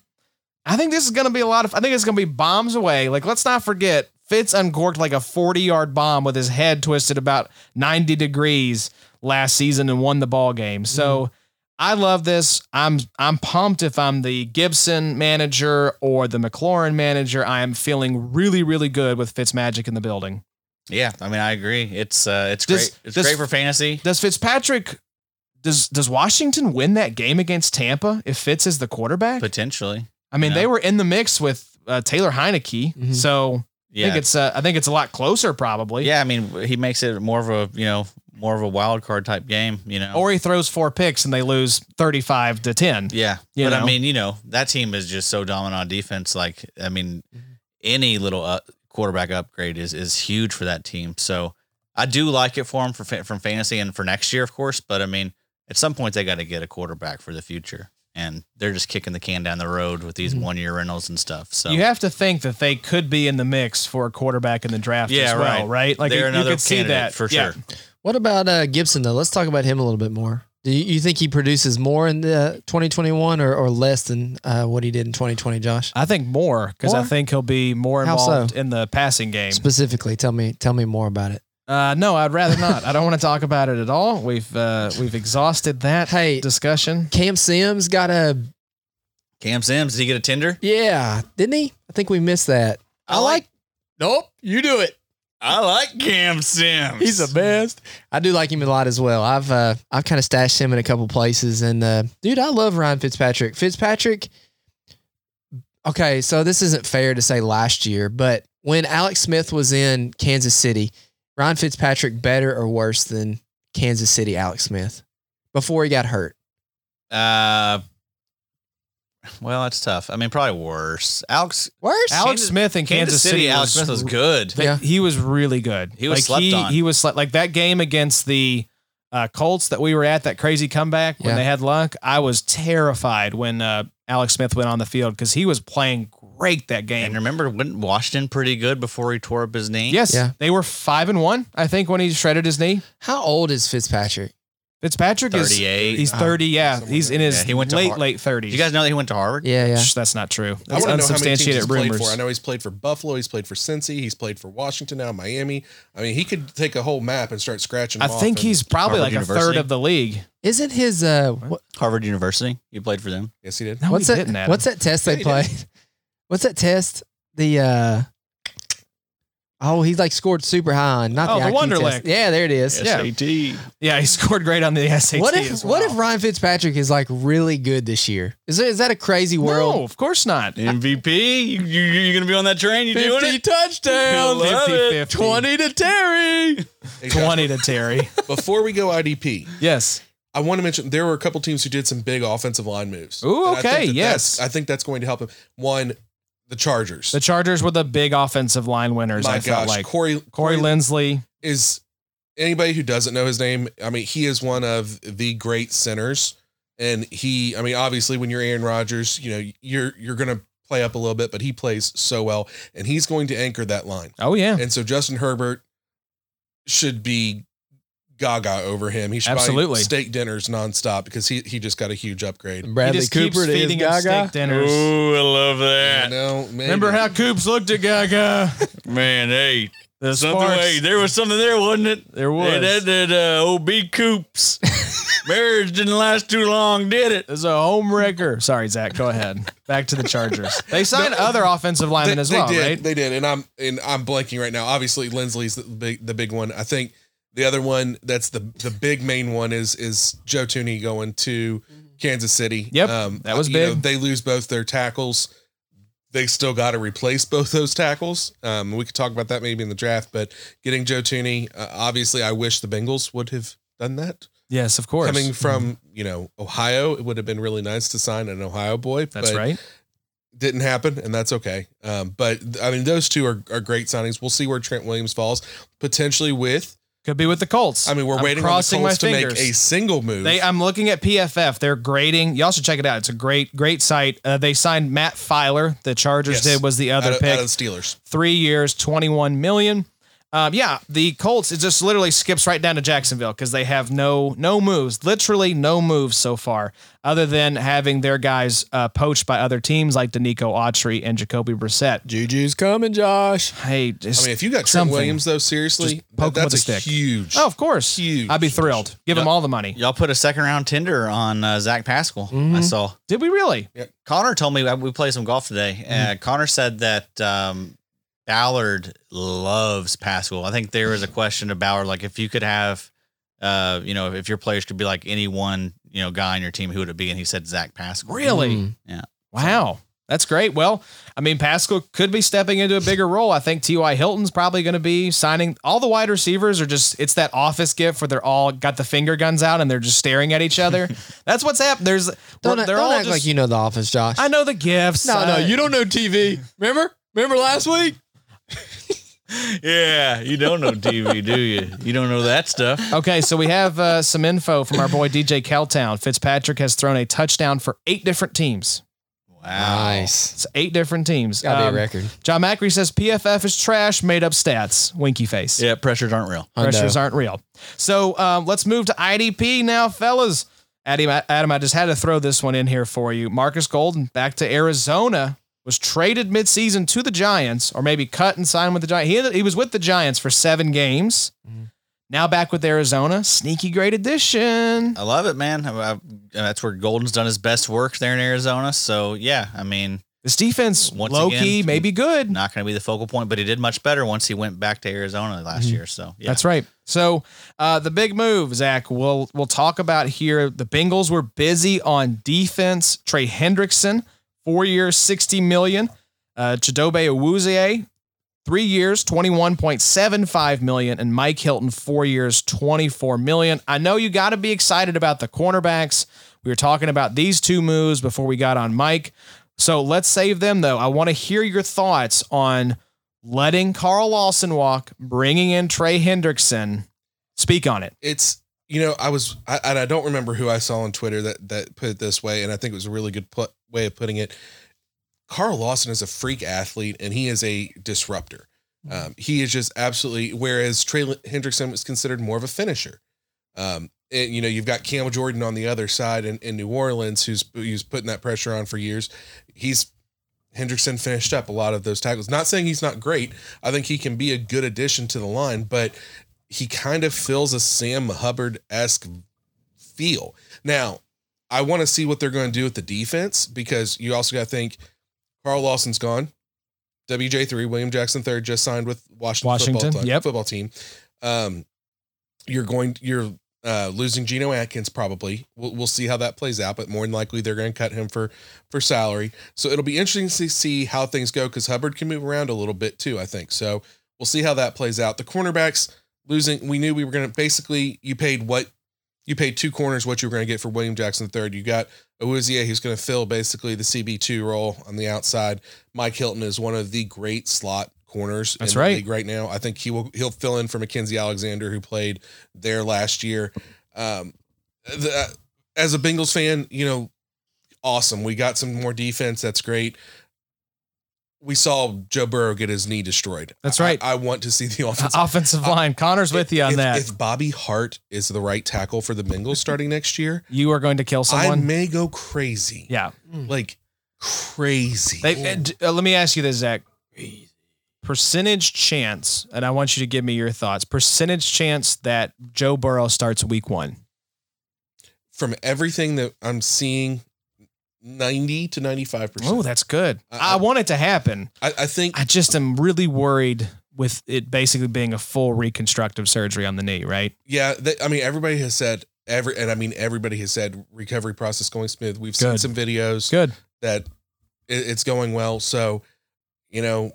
I think this is going to be a lot of, I think it's going to be bombs away. Like, let's not forget, Fitz uncorked like a 40 yard bomb with his head twisted about 90 degrees last season and won the ball game. So I love this. I'm, I'm pumped if I'm the Gibson manager or the McLaurin manager. I am feeling really, really good with Fitz Magic in the building.
Yeah. I mean, I agree. It's uh, it's
Does-
great. It's
does-
great for fantasy.
Does Fitzpatrick, does, does Washington win that game against Tampa if Fitz is the quarterback?
Potentially.
I mean,
Yeah.
they were in the mix with uh, Taylor Heineke.
Mhm.
So I
Yeah.
think it's uh, I think it's a lot closer probably.
Yeah. I mean, he makes it more of a you know more of a wild card type game. You know.
Or he throws four picks and they lose thirty-five to ten.
Yeah.
You
but
know?
I mean, you know, that team is just so dominant on defense. Like, I mean,
Mm-hmm.
any little uh, quarterback upgrade is is huge for that team. So I do like it for them for, fa- from fantasy and for next year, of course. But I mean, at some point, they got to get a quarterback for the future. And they're just kicking the can down the road with these one year rentals and stuff. So
Mm-hmm. You have to think that they could be in the mix for a quarterback in the draft
Yeah,
as well, right?
right.
Like
they're
you, you
another
could see
candidate
that
for
Yeah.
sure.
What about uh, Gibson, though? Let's talk about him a little bit more. Do you, you think he produces more in the 2021 or, or less than uh, what he did in 2020, Josh?
I think more because I
More?
think he'll be more
How so?
involved in the passing game.
Specifically, tell me tell me more about it.
Uh, no, I'd rather not. I don't want to talk about it at all. We've uh, we've exhausted that
Hey.
discussion.
Cam Sims got a
Cam Sims, did he get a Tinder?
yeah, didn't he? I think we missed that. I like. Nope, you do it.
I like Cam Sims.
He's the best. I do like him a lot as well. I've uh, I've kind of stashed him in a couple places, and uh, dude, I love Ryan Fitzpatrick. Fitzpatrick. Okay, so this isn't fair to say last year, but when Alex Smith was in Kansas City, Ryan Fitzpatrick better or worse than Kansas City Alex Smith before he got hurt.
Uh, well, that's tough. I mean, probably worse. Alex
Worse.
Alex
Kansas-
Smith in
Kansas, City, Alex
was-
Smith was good.
They-
Yeah.
He was really good.
He was
like,
slept
he,
on.
He was sle- like that game against the uh, Colts that we were at that crazy comeback when
Yeah.
they had luck. I was terrified when uh, Alex Smith went on the field because he was playing great that
And
game.
remember, wasn't Washington pretty good before he tore up his knee?
Yes,
Yeah.
they were five and one. I think when he shredded his knee.
How old is Fitzpatrick?
Fitzpatrick is
38.
Uh-huh.
he's thirty. Yeah, he's in his
Yeah, he went to
late
Har-
late
Did
thirties.
you guys know that he went to Harvard?
Yeah, yeah.
Shh, That's not true.
I
That's
want to know how many teams he's
unsubstantiated
played
rumors.
for. I know he's played for Buffalo. He's played for Cincy. He's played for Washington now, Miami. I mean, he could take a whole map and start scratching.
I
them off
think
and-
he's probably
Harvard
like a third
University?
of the league.
Isn't his uh what,
Harvard University. You played for them.
Yes, he did.
No,
what's
he
that?
didn't, Adam.
What's that test
Yeah,
they
he
played? What's that test? The uh oh, he like scored super high on not
Oh,
the,
the
IQ
Wonderlick.
test. Yeah, there it is.
Yeah. Yeah, he scored great on the SAT.
What if
as
what
well.
if Ryan Fitzpatrick is like really good this year? Is there, is that a crazy
No,
world?
of course not.
MVP. You, you, you gonna be on that train? You doing it?
touchdowns,
I love it.
50.
to Terry.
Hey, guys,
20 to Terry.
Before we go IDP,
yes.
I want to mention there were a couple teams who did some big offensive line moves.
Ooh,
And I think
okay,
that
yes.
that's- I think that's going to help him. One, the Chargers.
The Chargers were the big offensive line winners,
My
I felt
gosh,
like.
Corey
Corey Lindsley.
is anybody who doesn't know his name, I mean, he is one of the great centers. And he, I mean, obviously when you're Aaron Rodgers, you know, you're you're gonna play up a little bit, but he plays so well. And he's going to anchor that line.
Oh, yeah.
And so Justin Herbert should be gaga over him. He should
Absolutely.
buy steak dinners nonstop because he he just got a huge upgrade.
he
Bradley
just
Cooper
keeps
to his
feeding him
Gaga.
steak dinners.
Ooh, I love
You
that.
know, maybe.
Remember how Coops looked at Gaga?
Man, hey,
The
something.
sparks.
Hey, there was something there, wasn't it?
There was.
Hey, that did uh, OB Coops. Marriage didn't last too long, did it?
There's a home wrecker. Sorry, Zach. Go ahead. Back to the Chargers. They signed other offensive linemen as well,
did.
right?
They did, and I'm and I'm blanking right now. Obviously, Lindsley's the big the big one. I think the other one that's the the big main one is is Joe Tooney going to Kansas City. Um,
Yep, that was
you know,
big.
they lose both their tackles. They still got to replace both those tackles. Um, we could talk about that maybe in the draft, but getting Joe Tooney, uh, obviously, I wish the Bengals would have done that.
yes, of course. Mm-hmm.
Coming from you know Ohio, it would have been really nice to sign an Ohio boy.
That's
but
right.
didn't happen, and that's okay. Um, but th- I mean, those two are, are great signings. We'll see where Trent Williams falls potentially with.
Could be with the Colts.
I mean, we're
I'm
waiting on the
crossing my
Colts to make
fingers.
a single move.
They, I'm looking at PFF. They're grading. Y'all should check it out. It's a great, great site. Uh, they signed Matt Filer. The Chargers
Yes.
did was the
out,
other
of,
pick.
out of the Steelers.
Three years, 21 million. Um, yeah, the Colts. It just literally skips right down to Jacksonville because they have no no moves. Literally no moves so far, other than having their guys uh, poached by other teams like Danico Autry and Jacoby Brissett.
Juju's coming, Josh.
Hey, just,
I mean, if you got Trent
something.
Williams though, seriously,
Just poke
that-
him with
that's a
a stick.
huge.
oh, of course,
Huge.
I'd be thrilled. Give them all the money.
Y'all put a second round tender on uh, Zach Pascal.
Mm-hmm.
I saw.
Did we really?
Connor told me uh, we played some golf today.
Mm-hmm.
Uh, Connor said that um, Ballard loves Pascal. I think there was a question to Ballard, like if you could have, uh, you know, if your players could be like any one, you know, guy on your team, who would it be? And he said Zach Pascal.
Really?
Mm.
Yeah.
Wow. That's great. Well, I mean, Pascal could be stepping into a bigger role. I think T.Y. Hilton's probably going to be signing. All the wide receivers are just, it's that office gift where they're all got the finger guns out and they're just staring at each other. That's what's happened. There's,
Don't,
they're
don't
all
act
just,
like you know the office, Josh.
I know the gifts.
no, no,
I-
you don't know TV. Remember? Remember last week?
Yeah. You don't know TV, do you? You don't know that stuff.
Okay, so we have uh, some info from our boy DJ Caltown. Fitzpatrick has thrown a touchdown for eight different teams.
Wow.
It's eight different teams.
Gotta
Um,
be a record.
John Macri says PFF is trash, made up stats. Winky face.
Yeah. Pressures aren't real.
Hundo.
pressures aren't real. So um, let's move to IDP now, fellas. Adam, Adam, I just had to throw this one in here for you. Marcus Golden back to Arizona. was traded midseason to the Giants, or maybe cut and signed with the Giants. He, ended, he was with the Giants for seven games.
Mm-hmm.
Now back with Arizona. Sneaky great addition.
I love it, man. I- I- that's where Golden's done his best work there in Arizona. So yeah, I mean,
This defense,
Once
low
again,
key, maybe good.
not going to be the focal point, but he did much better once he went back to Arizona last year. So yeah,
Mm-hmm. That's right. So uh, the big move, Zach, we'll we'll talk about here. The Bengals were busy on defense. Trey Hendrickson, four years, sixty million. Uh, Chidobe Awuzie, three years, twenty-one point seven five million, and Mike Hilton, four years, twenty-four million. I know you got to be excited about the cornerbacks. We were talking about these two moves before we got on Mike. So let's save them though. I want to hear your thoughts on letting Carl Lawson walk, bringing in Trey Hendrickson. Speak on it.
it's you know I was I, and I don't remember who I saw on Twitter that that put it this way, and I think it was a really good put, way of putting it. Carl Lawson is a freak athlete, and he is a disruptor. Um, he is just absolutely. Whereas Trey Hendrickson was considered more of a finisher. Um, and you know you've got Cam Jordan on the other side in, in New Orleans, who's who's putting that pressure on for years. He's Hendrickson finished up a lot of those tackles. Not saying he's not great. I think he can be a good addition to the line, but he kind of fills a Sam Hubbard esque feel. Now, I want to see what they're going to do with the defense because you also got to think Carl Lawson's gone. WJ3, William Jackson III just signed with Washington,
Washington,
football, Club-
yep.
football team. Um, you're going, you're uh, losing Geno Atkins probably. We'll, we'll see how that plays out, but more than likely they're going to cut him for for salary. So it'll be interesting to see how things go because Hubbard can move around a little bit too. I think so. We'll see how that plays out. The cornerbacks losing. We knew we were going to basically you paid what you paid two corners what you were going to get for William Jackson III. You got Awuzie, who's going to fill basically the CB two role on the outside. Mike Hilton is one of the great slot corners.
That's
in the
right.
league right now. I think he will he'll fill in for Mackenzie Alexander who played there last year. Um, the, as a Bengals fan, you know, awesome. We got some more defense. That's great. We saw Joe Burrow get his knee destroyed.
That's
I-
right.
I, want to see the offense.
Offensive line. Connor's with you on
if,
that.
If Bobby Hart is the right tackle for the Bengals starting next year,
you are going to kill
I
someone.
may go crazy.
yeah.
Like crazy.
They, uh, d- uh, let me ask you this, Zach. Percentage chance, and I want you to give me your thoughts. Percentage chance that Joe Burrow starts week one.
From everything that I'm seeing, 90 to 95%.
Oh, that's good.
I-
I,
I-
want it to happen.
I, I think
I just am really worried with it basically being a full reconstructive surgery on the knee, right?
Yeah, they, I mean, everybody has said every, and I mean, everybody has said recovery process going smooth. We've seen
Good.
some videos
Good.
that it, it's going well. So, you know,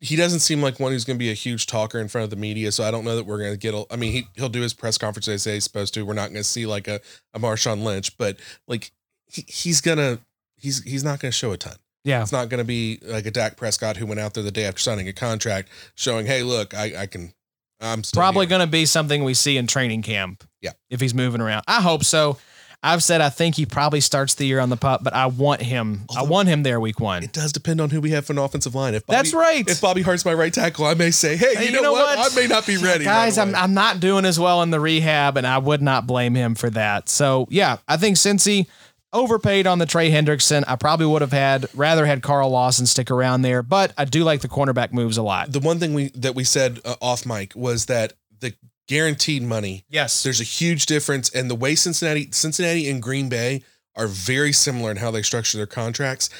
he doesn't seem like one who's going to be a huge talker in front of the media. So I don't know that we're going to get. A, I mean, he he'll do his press conference they say he's supposed to. We're not going to see like a a Marshawn Lynch, but like he, he's gonna he's he's not going to show a ton.
Yeah.
It's not going to be like a Dak Prescott who went out there the day after signing a contract, showing, "Hey, look, I, I can, I'm still
probably
here."
going to be something we see in training camp.
Yeah.
If he's moving around. I hope so. I've said I think he probably starts the year on the pup, but I want him. I
Although-
want him there week one.
It does depend on who we have for an offensive line. If Bobby,
That's right.
If Bobby Hart's my right tackle, I may say, "Hey,
Hey,
you, know, what? I may not be ready,
Guys,
right
I'm,
away."
I'm not doing as well in the rehab, and I would not blame him for that. So, yeah, I think Cincy overpaid on the Trey Hendrickson. I probably would have had rather had Carl Lawson stick around there, but I do like the cornerback moves a lot.
the one thing we that we said uh, off mic was that the guaranteed money.
Yes.
There's a huge difference, and the way Cincinnati, Cincinnati and Green Bay are very similar in how they structure their contracts.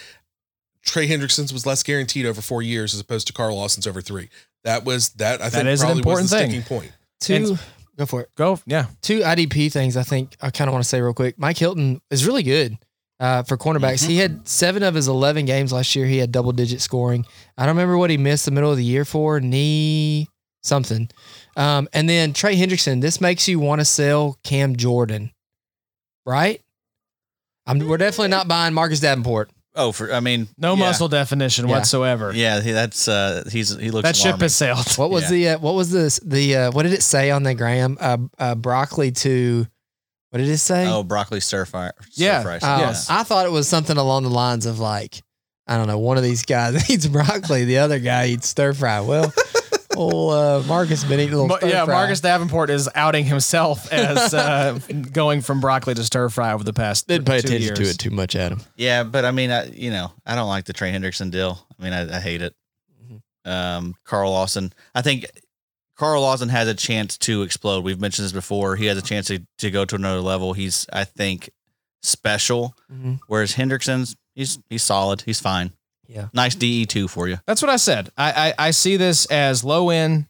Trey Hendrickson's was less guaranteed over four years as opposed to Carl Lawson's over three. That was that I think
is an
probably
important
was the
thing.
sticking point.
Two,
And-
go for it.
Go. Yeah.
Two IDP things I think I kind of want to say real quick. Mike Hilton is really good uh, for cornerbacks.
Mm-hmm.
He had seven of his 11 games last year. He had double digit scoring. I don't remember what he missed the middle of the year for knee something. Um, and then Trey Hendrickson, this makes you want to sell Cam Jordan, right? I'm, we're definitely not buying Marcus Davenport.
oh, for I mean,
No
yeah.
muscle definition
Yeah.
whatsoever.
Yeah, he, that's uh, he's he looks
That ship
alarming.
has sailed.
What was
Yeah.
the uh, what was this the uh, what did it say on the gram? Uh, uh, broccoli to what did it say?
oh broccoli stir fry. stir
Yeah.
fries.
Oh,
Yes.
I thought it was something along the lines of like, I don't know, one of these guys eats broccoli, the other guy eats stir fry. Well, Oh, uh, Marcus been eating a little.
Mar-
stir
yeah,
fry.
Marcus Davenport is outing himself as uh, going from broccoli to stir fry over the past.
Didn't pay
two
attention to
years.
it too much, Adam.
Yeah, but I mean, I you know, I don't like the Trey Hendrickson deal. I mean, I, I hate it.
Mm-hmm.
Um, Carl Lawson. I think Carl Lawson has a chance to explode. We've mentioned this before. He has a chance to, to go to another level. He's, I think, special.
Mm-hmm.
Mhm.
Whereas Hendrickson's, he's he's solid. He's fine.
Yeah.
Nice DE two for you.
That's what I said. I, I, I see this as low end,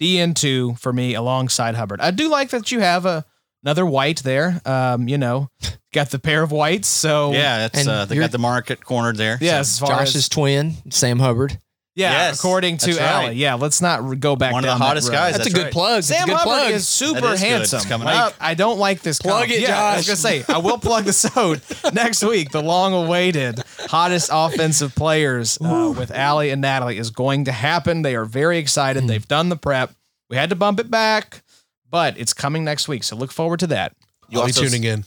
DN two for me alongside Hubbard. I do like that you have a another white there. Um, you know, got the pair of whites. So
yeah, that's
and
uh, they
you're-
got the market cornered there.
Oh, yeah.
So
As far
Josh's
as
twin, Sam Hubbard.
yeah,
Yes,
according to
that's right.
Allie. Yeah, let's not re- go back.
One of the
down that
hottest
road.
guys.
That's,
That's
a good
right.
plug. That's
Sam
a good
Hubbard
plug.
is super
That is good. It's
handsome.
coming
Like,
up.
I don't like this.
Plug
combo.
it,
yeah, I was gonna
Josh.
say I will plug this out next week. The long-awaited hottest offensive players uh, with Allie and Natalie is going to happen. They are very excited. They've done the prep. We had to bump it back, but it's coming next week. So look forward to that.
You
I'll be
also-
tuning in.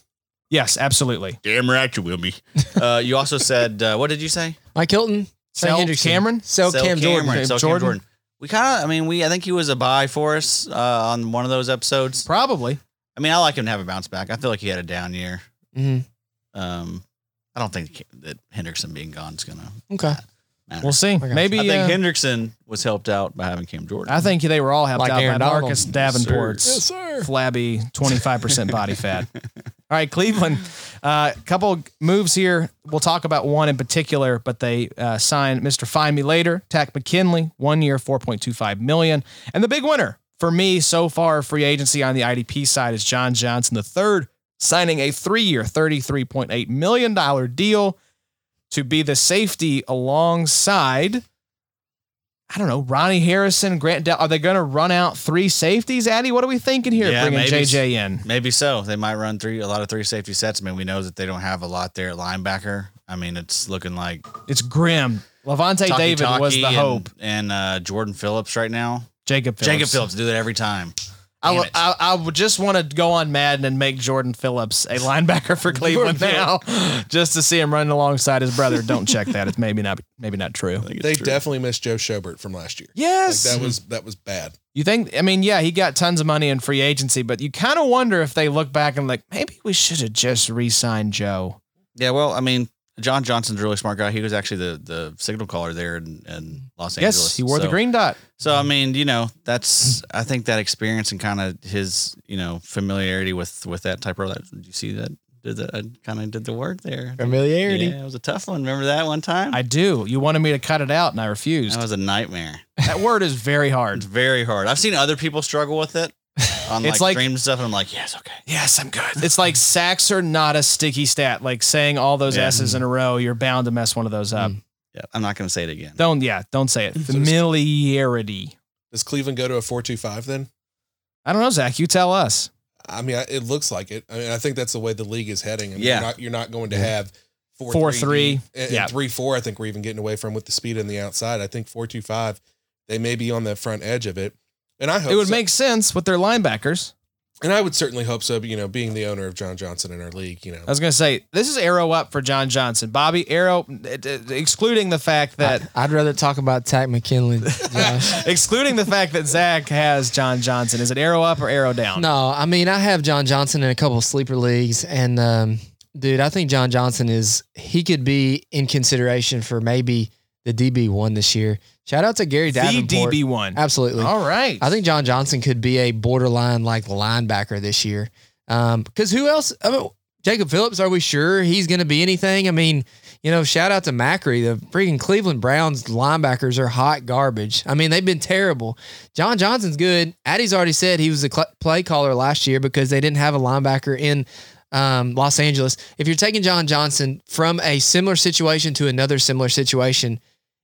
Yes, absolutely.
Damn right you will be. uh, you also said, uh, what did you say?
Mike Hilton,
Sell
Sam Hendrickson,
Cameron?
Sell
Sell
Cam Jordan.
Cameron, sell Cam
Oh, Jordan.
Jordan. We kind of, I mean, we I think he was a buy for us uh, on one of those episodes.
Probably.
I mean, I like him to have a bounce back. I feel like he had a down year.
Mhm.
Um, I don't think that Hendrickson being gone is gonna
Mm-hmm. Okay,
matter.
We'll see.
gosh.
Maybe.
I
uh,
think Hendrickson was helped out by having Cam Jordan.
I think they were all helped
Like
out
Aaron
by
Donald.
Marcus
Yes,
Davenport's
sir.
flabby 25% body fat. All right, Cleveland. A uh, couple moves here. We'll talk about one in particular, but they uh, signed Mr. Find Me Later, Tack McKinley, one year, 4.25 million. And the big winner for me so far, free agency on the IDP side is John Johnson, the third, signing a three-year, 33.8 million dollar deal to be the safety alongside. I don't know, Ronnie Harrison, Grant. Del- are they going to run out three safeties, Addy? What are we thinking here?
Yeah,
bringing
maybe.
JJ in.
Maybe so. They might run three a lot of three safety sets. I mean, we know that they don't have a lot there at linebacker. I mean, it's looking like
It's grim. Levante
Taki
David was
Taki
the
and,
hope.
and uh, Jordan Phillips right now.
Jacob Phillips.
Jacob Phillips do that every time.
I,
Damn
w-
it.
I, I would just want to go on Madden and make Jordan Phillips a linebacker for Cleveland now, just to see him running alongside his brother. Don't check that; it's maybe not maybe not true.
I think it's
They
true.
definitely missed Joe Schobert from last year. Like,
Yes,
that was that was bad.
you think? I mean, yeah, he got tons of money in free agency, but you kind of wonder if they look back and like maybe we should have just re-signed Joe.
Yeah, well, I mean, John Johnson's a really smart guy. He was actually the the signal caller there in, in Los Angeles.
Yes, he wore the
So-
green dot.
So I mean, you know, that's I think that experience and kind of his you know familiarity with with that type of that. Did you see that? Did that? I kind of did the work there.
familiarity.
Yeah, it was a tough one. Remember that one time?
I do. You wanted me to cut it out, and I refused.
that was a nightmare.
that word is very hard.
It's very hard. I've seen other people struggle with it on like,
It's like-
streams and stuff. And I'm like, yes, okay.
Yes, I'm good. It's like sacks are not a sticky stat. Like saying all those
Yeah. Mm.
S's in a row, you're bound to mess one of those up.
Yeah, I'm not gonna say it again.
Don't yeah, don't say it.
So does-
Familiarity.
Does Cleveland go to a four two five then?
I don't know, Zach. You tell us.
I mean, I, it looks like it. I mean, I think that's the way the league is heading. I mean,
Yeah.
you're not, you're not going to have four,
Mm-hmm.
E,
Four, three,
and,
yeah.
three, four. I think we're even getting away from with the speed and the outside. I think four, two, five. They may be on the front edge of it, and I hope
It would
Oh, so.
make sense with their linebackers.
And I would certainly hope so. But, you know, being the owner of John Johnson in our league, you know,
I was gonna say this is arrow up for John Johnson, Bobby Arrow, eh, eh, excluding the fact that
I, would rather talk about Tack McKinley. Josh.
excluding the fact that Zach has John Johnson. Is it arrow up or arrow down?
no, I mean I have John Johnson in a couple of sleeper leagues, and um, dude, I think John Johnson is he could be in consideration for maybe the DB one this year. Shout out to Gary
the
Davenport.
DB one.
Absolutely.
All right.
I think John Johnson could be a borderline like linebacker this year. Um, because who else? I mean, Jacob Phillips, are we sure he's going to be anything? I mean, you know, shout out to Macri. The freaking Cleveland Browns linebackers are hot garbage. I mean, they've been terrible. John Johnson's good. Addy's already said he was a cl- play caller last year because they didn't have a linebacker in um, Los Angeles. If you're taking John Johnson from a similar situation to another similar situation,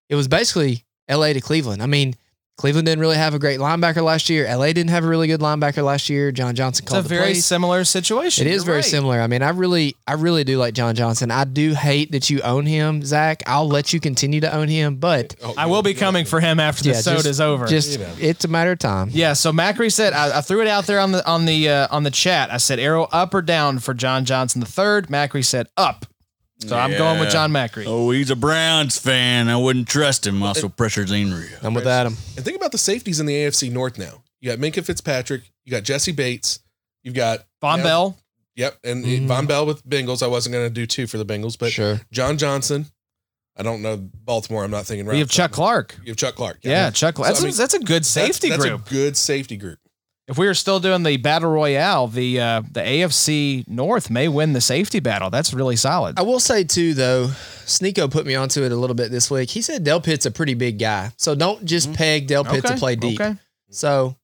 it was basically LA to Cleveland. I mean, Cleveland didn't really have a great linebacker last year. LA didn't have a really good linebacker last year. John Johnson
it's a
called the
very
plays.
similar situation.
It is
You're
very
right.
similar. I mean, I really, I really do like John Johnson. I do hate that you own him, Zach. I'll let you continue to own him, but
Oh,
I will be
no,
coming for him after the
Yeah,
soda's
just-
over.
just
You know.
it's a matter of time.
Yeah, so Macri said I, I threw it out there on the on the uh, on the chat. I said arrow up or down for John Johnson the third. Macri said up. So I'm going with
Yeah.
John Macri.
Oh, he's a Browns fan. I wouldn't trust him. Also, pressure's unreal.
I'm with Adam.
And think about the safeties in the AFC North now. You got Minka Fitzpatrick, you got Jesse Bates, you've got
Von
Yeah.
Bell.
yep, and
Mm-hmm.
Mhm.
Von Bell with Bengals. I wasn't going to do two for the Bengals, but
sure.
John Johnson. I don't know Baltimore. I'm not thinking right.
We have Chuck Clark.
You have Chuck Clark.
Yeah, Chuck. Clark. That's,
So, I mean,
a, that's a good
That's-
safety
that's,
group.
A good safety group.
if we were still doing the battle royale, the uh, the AFC North may win the safety battle. That's really solid.
I will say too, though, Sneeko put me onto it a little bit this week. He said Del Pitt's a pretty big guy, so don't just peg Del Pitt to play deep.
Mm-hmm. Okay.
So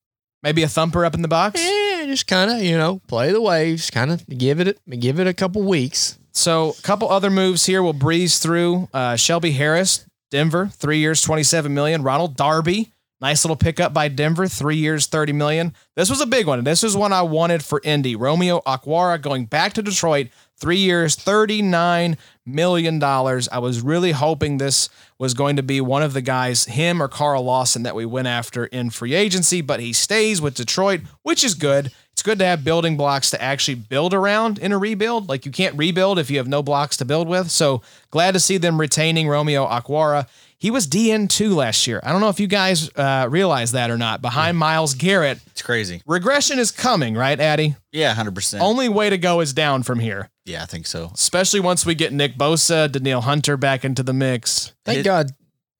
Maybe a thumper up in the box.
eh, just kind of you know play the waves, kind of give it give it a couple weeks.
So, a couple other moves here. We'll breeze through. Uh, Shelby Harris, Denver, three years, twenty-seven million. Ronald Darby, nice little pickup by Denver, three years, thirty million. This was a big one. This is one I wanted for Indy. Romeo Aquara going back to Detroit, three years, thirty-nine million dollars. I was really hoping this was going to be one of the guys, him or Carl Lawson, that we went after in free agency, but he stays with Detroit, which is good. It's good to have building blocks to actually build around in a rebuild. Like you can't rebuild if you have no blocks to build with. So glad to see them retaining Romeo Aquara. He was DN2 last year. I don't know if you guys uh, realize that or not. Behind Miles Garrett,
It's crazy.
regression is coming, right, Addy?
Yeah, hundred percent.
Only way to go is down from here,
Yeah, I think so.
especially once we get Nick Bosa, Daniil Hunter back into the mix.
Thank
It-
God,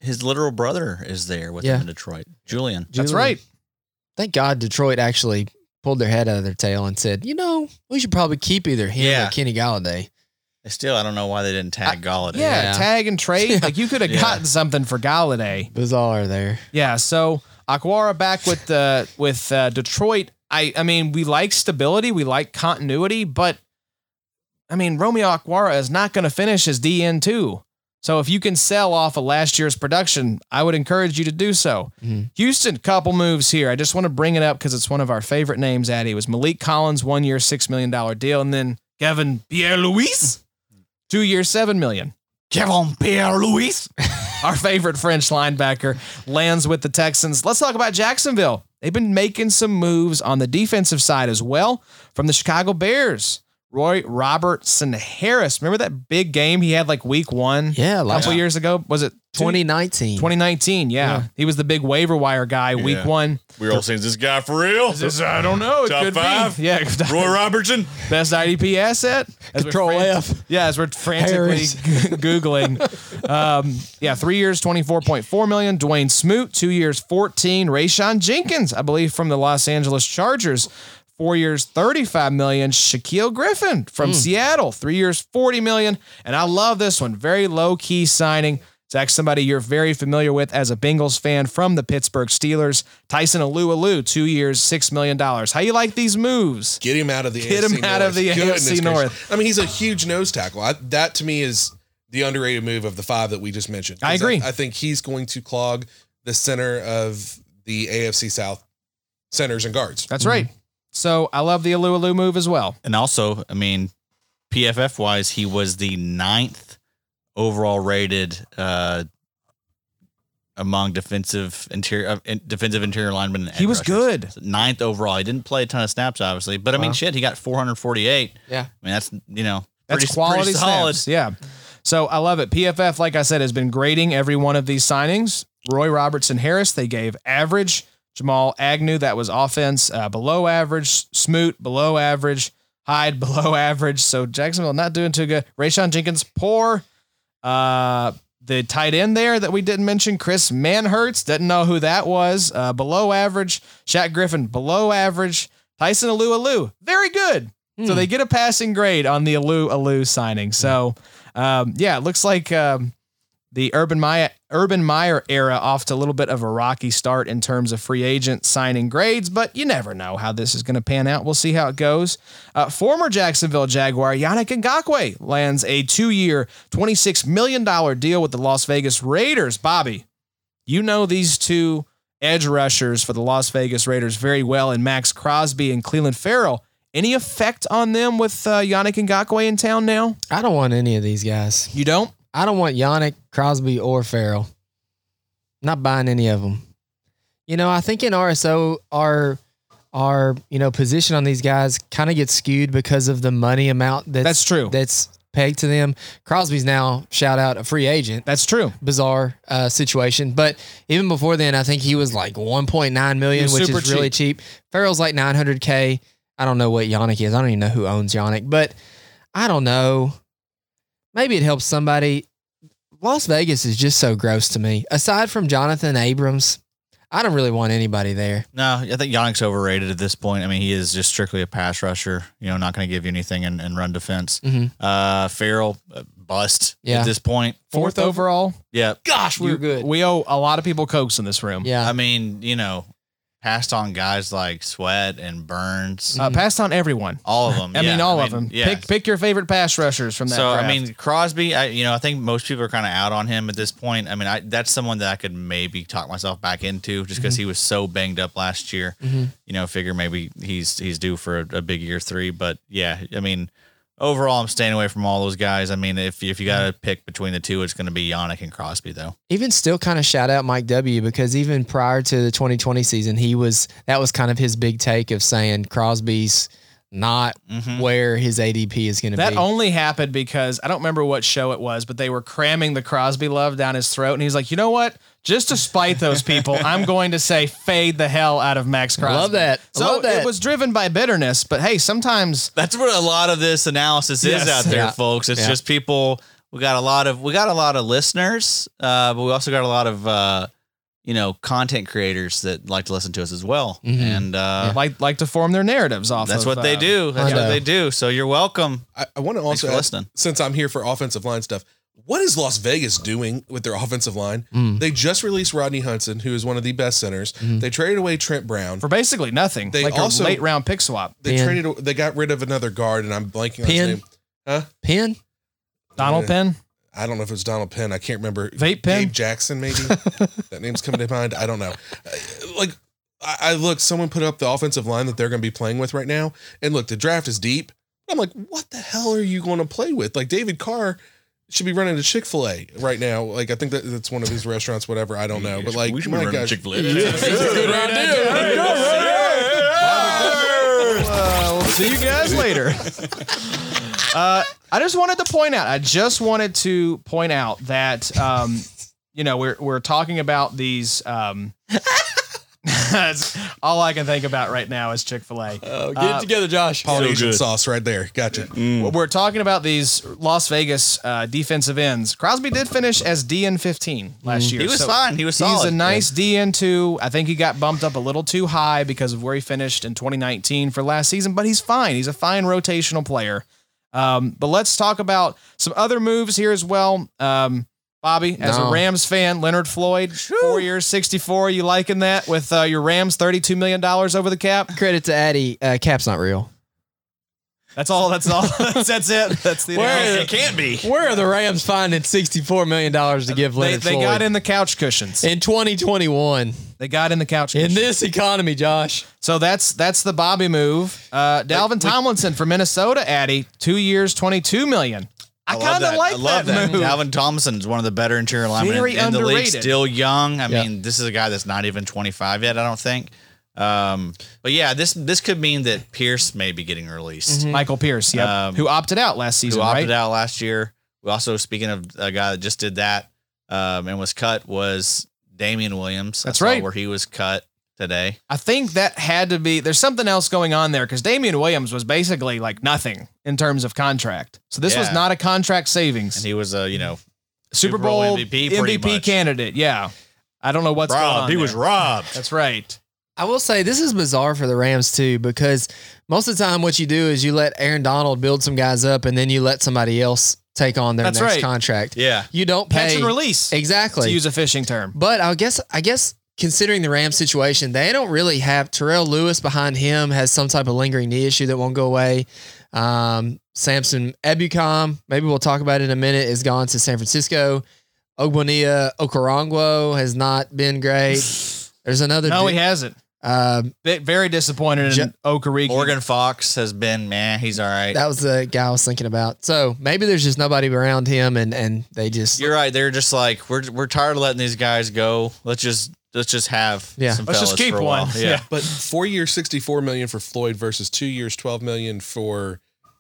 His literal brother is there with
Yeah.
him in Detroit. Julian.
That's
Julian-
right.
Thank God, Detroit actually pulled their head out of their tail and said, you know, we should probably keep either him
Yeah.
or Kenny Galladay.
Still, I don't know why they didn't tag Galladay.
Yeah,
Yeah.
tag and trade.
Yeah.
Like you could have
Yeah.
gotten something for Galladay.
Bizarre there.
Yeah. So Aquara back with uh, with uh, Detroit. I I mean we like stability, we like continuity, but I mean Romeo Aquara is not going to finish as DN two. So if you can sell off of last year's production, I would encourage you to do so.
Mhm.
Houston, couple moves here. I just want to bring it up because it's one of our favorite names. Addy It was Malik Collins, one year, six million dollar deal, and then Kevin Pierre Louis, two year, seven million.
Kevin Pierre Louis.
our favorite French linebacker, lands with the Texans. Let's talk about Jacksonville. They've been making some moves on the defensive side as well from the Chicago Bears. Roy Robertson Harris. Remember that big game he had like week one a
Yeah,
couple
last
years ago? Was it two-
2019.
2019? Yeah.
Yeah.
He was the big waiver wire guy week
Yeah.
one.
We were all saying, is this guy for real?
I don't know. It
Top
could
five?
be. Yeah.
Roy Robertson?
Best IDP asset. As we're
Control
fran-
F.
Yeah, as we're frantically
Harris.
googling. Um, yeah, three years, twenty four point four million. Dwayne Smoot, two years, fourteen. Rayshon Jenkins, I believe, from the Los Angeles Chargers, four years, thirty five million. Shaquille Griffin
Hmm.
from Seattle, three years, forty million. And I love this one. Very low key signing. Zach, somebody you're very familiar with as a Bengals fan from the Pittsburgh Steelers, Tyson Alualu, two years, six million dollars. How you like these moves?
Get him out of the
Get
AFC
him out of
North.
the
Goodness
AFC North.
gracious. I mean, he's a huge nose tackle. I, that to me is the underrated move of the five that we just mentioned. 'Cause
I agree.
I, think he's going to clog the center of the AFC South centers and guards.
That's right. So I love the Alualu move as well.
And also, I mean, PFF wise, he was the ninth overall rated uh, among defensive interior uh, in- defensive interior linemen. and
He was
rushers.
good.
Ninth overall. He didn't play a ton of snaps, obviously, but I mean,
Wow.
shit, he got 448.
Yeah.
I mean, that's you know,
That's
pretty-
quality
pretty solid.
snaps. Yeah. So I love it. PFF, like I said, has been grading every one of these signings. Roy Robertson Harris, they gave average. Jamal Agnew, that was offense, uh, below average. Smoot, below average. Hyde, below average. So Jacksonville not doing too good. Rayshon Jenkins, poor. Uh, the tight end there that we didn't mention, Chris Manhertz, didn't know who that was. Uh, below average. Shaq Griffin, below average. Tyson Alualu, very good. So they get a passing grade on the Alu Alu signing. So um, yeah, it looks like um, the Urban Meyer Urban Meyer era off to a little bit of a rocky start in terms of free agent signing grades, but you never know how this is going to pan out. We'll see how it goes. Uh, former Jacksonville Jaguar Yannick Ngakwe lands a two-year, twenty-six million dollar deal with the Las Vegas Raiders. Bobby, you know these two edge rushers for the Las Vegas Raiders very well, and Max Crosby and Cleveland Farrell. Any effect on them with uh, Yannick Ngakwe in town now?
I don't want any of these guys.
You don't.
I don't want Yannick, Crosby, or Farrell. Not buying any of them. You know, I think in RSO, our our you know position on these guys kind of gets skewed because of the money amount that's
That's true.
Oh. that's pegged to them. Crosby's now shout out a free agent
That's true.
bizarre uh, situation. But even before then, I think he was like 1.9
He
million,
was
which is
super
really cheap. Farrell's like 900k. I don't know what Yannick is. I don't even know who owns Yannick, but I don't know. Maybe it helps somebody. Las Vegas is just so gross to me. Aside from Jonathan Abrams, I don't really want anybody there.
No, I think Yannick's overrated at this point. I mean, he is just strictly a pass rusher. You know, not going to give you anything and, and run defense.
Mm-hmm.
Mhm.
Uh, Farrell uh, bust
Yeah.
at this point.
Fourth, overall.
Yeah,
Gosh, we
You-
were good.
We owe a lot of people cokes in this room.
yeah.
I mean, you know, passed on guys like Sweat and Burns,
Uh, passed on everyone.
all of them.
I
yeah.
mean, all of them.
Yeah.
Pick pick your favorite pass rushers from that.
so I
draft.
mean, Crosby. I you know, I think most people are kind of out on him at this point. I mean, I that's someone that I could maybe talk myself back into just because he
Mm-hmm.
was so banged up last year.
Mhm.
You know, figure maybe he's he's due for a, a big year three. But yeah, I mean. Overall, I'm staying away from all those guys. I mean, if if you got
Mm-hmm.
to pick between the two, it's going to be Yannick and Crosby, though.
even still kind of shout out Mike W because even prior to the 2020 season, he was that was kind of his big take of saying Crosby's not
Mhm.
where his ADP is going to
that
be.
only happened because I don't remember what show it was, but they were cramming the Crosby love down his throat, and he's like, you know what? Just to spite those people, I'm going to say fade the hell out of Max Crosby.
Love that.
So
Love that.
it was driven by bitterness, but hey, sometimes
That's what a lot of this analysis is
Yes.
out there,
Yeah.
folks. It's
Yeah.
just people. We got a lot of we got a lot of listeners, uh, but we also got a lot of uh, you know content creators that like to listen to us as well,
Mm-hmm.
Mhm.
and uh,
like like to form their narratives off.
that's
of,
what they
uh,
do. That's what
Hundo.
they do. So you're welcome.
I, I want to
Thanks
also
for
ask,
listening.
since I'm here for offensive line stuff, what is Las Vegas doing with their offensive line?
Hmm.
Mm.
They just released Rodney Hudson, who is one of the best centers. They traded away Trent Brown.
for basically nothing.
They
like
also-
a late round pick swap.
They
Penn.
traded. They got rid of another guard, and I'm blanking on
Penn?
his name.
Penn?
Donald
Yeah.
Penn,
I don't know if it was Donald Penn. I can't remember.
Vape Penn?
Gabe Jackson, maybe. that name's coming to mind. I don't know. Uh, Like, I, I look, someone put up the offensive line that they're going to be playing with right now. And look, the draft is deep. I'm like, what the hell are you going to play with? Like, David Carr should be running to Chick fil A right now. Like, I think that, that's one of his restaurants, whatever. I don't know. But, like, my gosh.
Fil
Uh, we'll see you guys later. Uh, I just wanted to point out. I just wanted to point out that um, you know we're we're talking about these. Um, that's all I can think about right now is Chick Fil A.
Uh,
Oh, get it together, Josh.
Polynesian sauce right there. Gotcha.
Mm.
We're talking about these Las Vegas uh, defensive ends. Crosby did finish as DN fifteen last year.
Mm. He was
so
fine. He was solid.
He's a nice DN two. I think he got bumped up a little too high because of where he finished in 2019 for last season, but he's fine. He's a fine rotational player. Um, but let's talk about some other moves here as well. Um, Bobby, as
No.
a Rams fan, Leonard Floyd, four years, 64. You liking that with uh, your Rams, $32 million over the cap?
Credit to Addy. Uh, cap's not real.
That's all. That's all. that's it. That's the.
Where-
It can't be.
Where are the Rams finding $64 million to give
They,
Leonard
they
Floyd?
got in the couch cushions.
in 2021.
They got in the couch
In
cushions.
this economy, Josh.
So that's that's the Bobby move. Uh, Dalvin Tomlinson for Minnesota, Addy, two years, twenty two million. I,
love
kind of like
I love
that, move.
Dalvin Thompson is one of the better interior linemen in-
Very
in, the league.
underrated.
Still young. I
Yeah.
mean, this is a guy that's not even 25 yet. I don't think. Um, but yeah, this this could mean that Pierce may be getting released,
Michael Pierce, yep,
Um,
who opted out last season,
who opted
right?
out last year. We also speaking of a guy that just did that um, and was cut was Damian Williams. I
That's
saw
right.
where he was cut today.
I think that had to be. There's something else going on there because Damian Williams was basically like nothing in terms of contract. So this was
Yeah.
not a contract
And
savings.
he was a you know
Super Bowl MVP,
MVP pretty much.
candidate. Yeah, I don't know what's going on.
robbed. He
there.
was robbed.
That's right.
I will say this is bizarre for the Rams too, because most of the time what you do is you let Aaron Donald build some guys up, and then you let somebody else take on their
That's
next
right.
contract.
yeah.
You don't pay
Catch and release, to
exactly.
use a fishing term.
but I guess I guess considering the Rams situation, they don't really have Terrell Lewis behind him has some type of lingering knee issue that won't go away. Um, Samson Ebucom, maybe we'll talk about it in a minute, is gone to San Francisco. Ogbonia Okorongwo has not been great. There's another.
No,
du-
he hasn't.
um,
Ve- Very disappointed in
Je-
Okariki.
Morgan Fox has been man. He's all right.
That was the guy I was thinking about. So maybe there's just nobody around him, and and they just
You're right. They're just like we're we're tired of letting these guys go. Let's just let's just have
Yeah.
some
Let's just
fellas
keep
for a while.
one.
Yeah.
Yeah.
But four years, 64 million for Floyd versus two years, 12 million for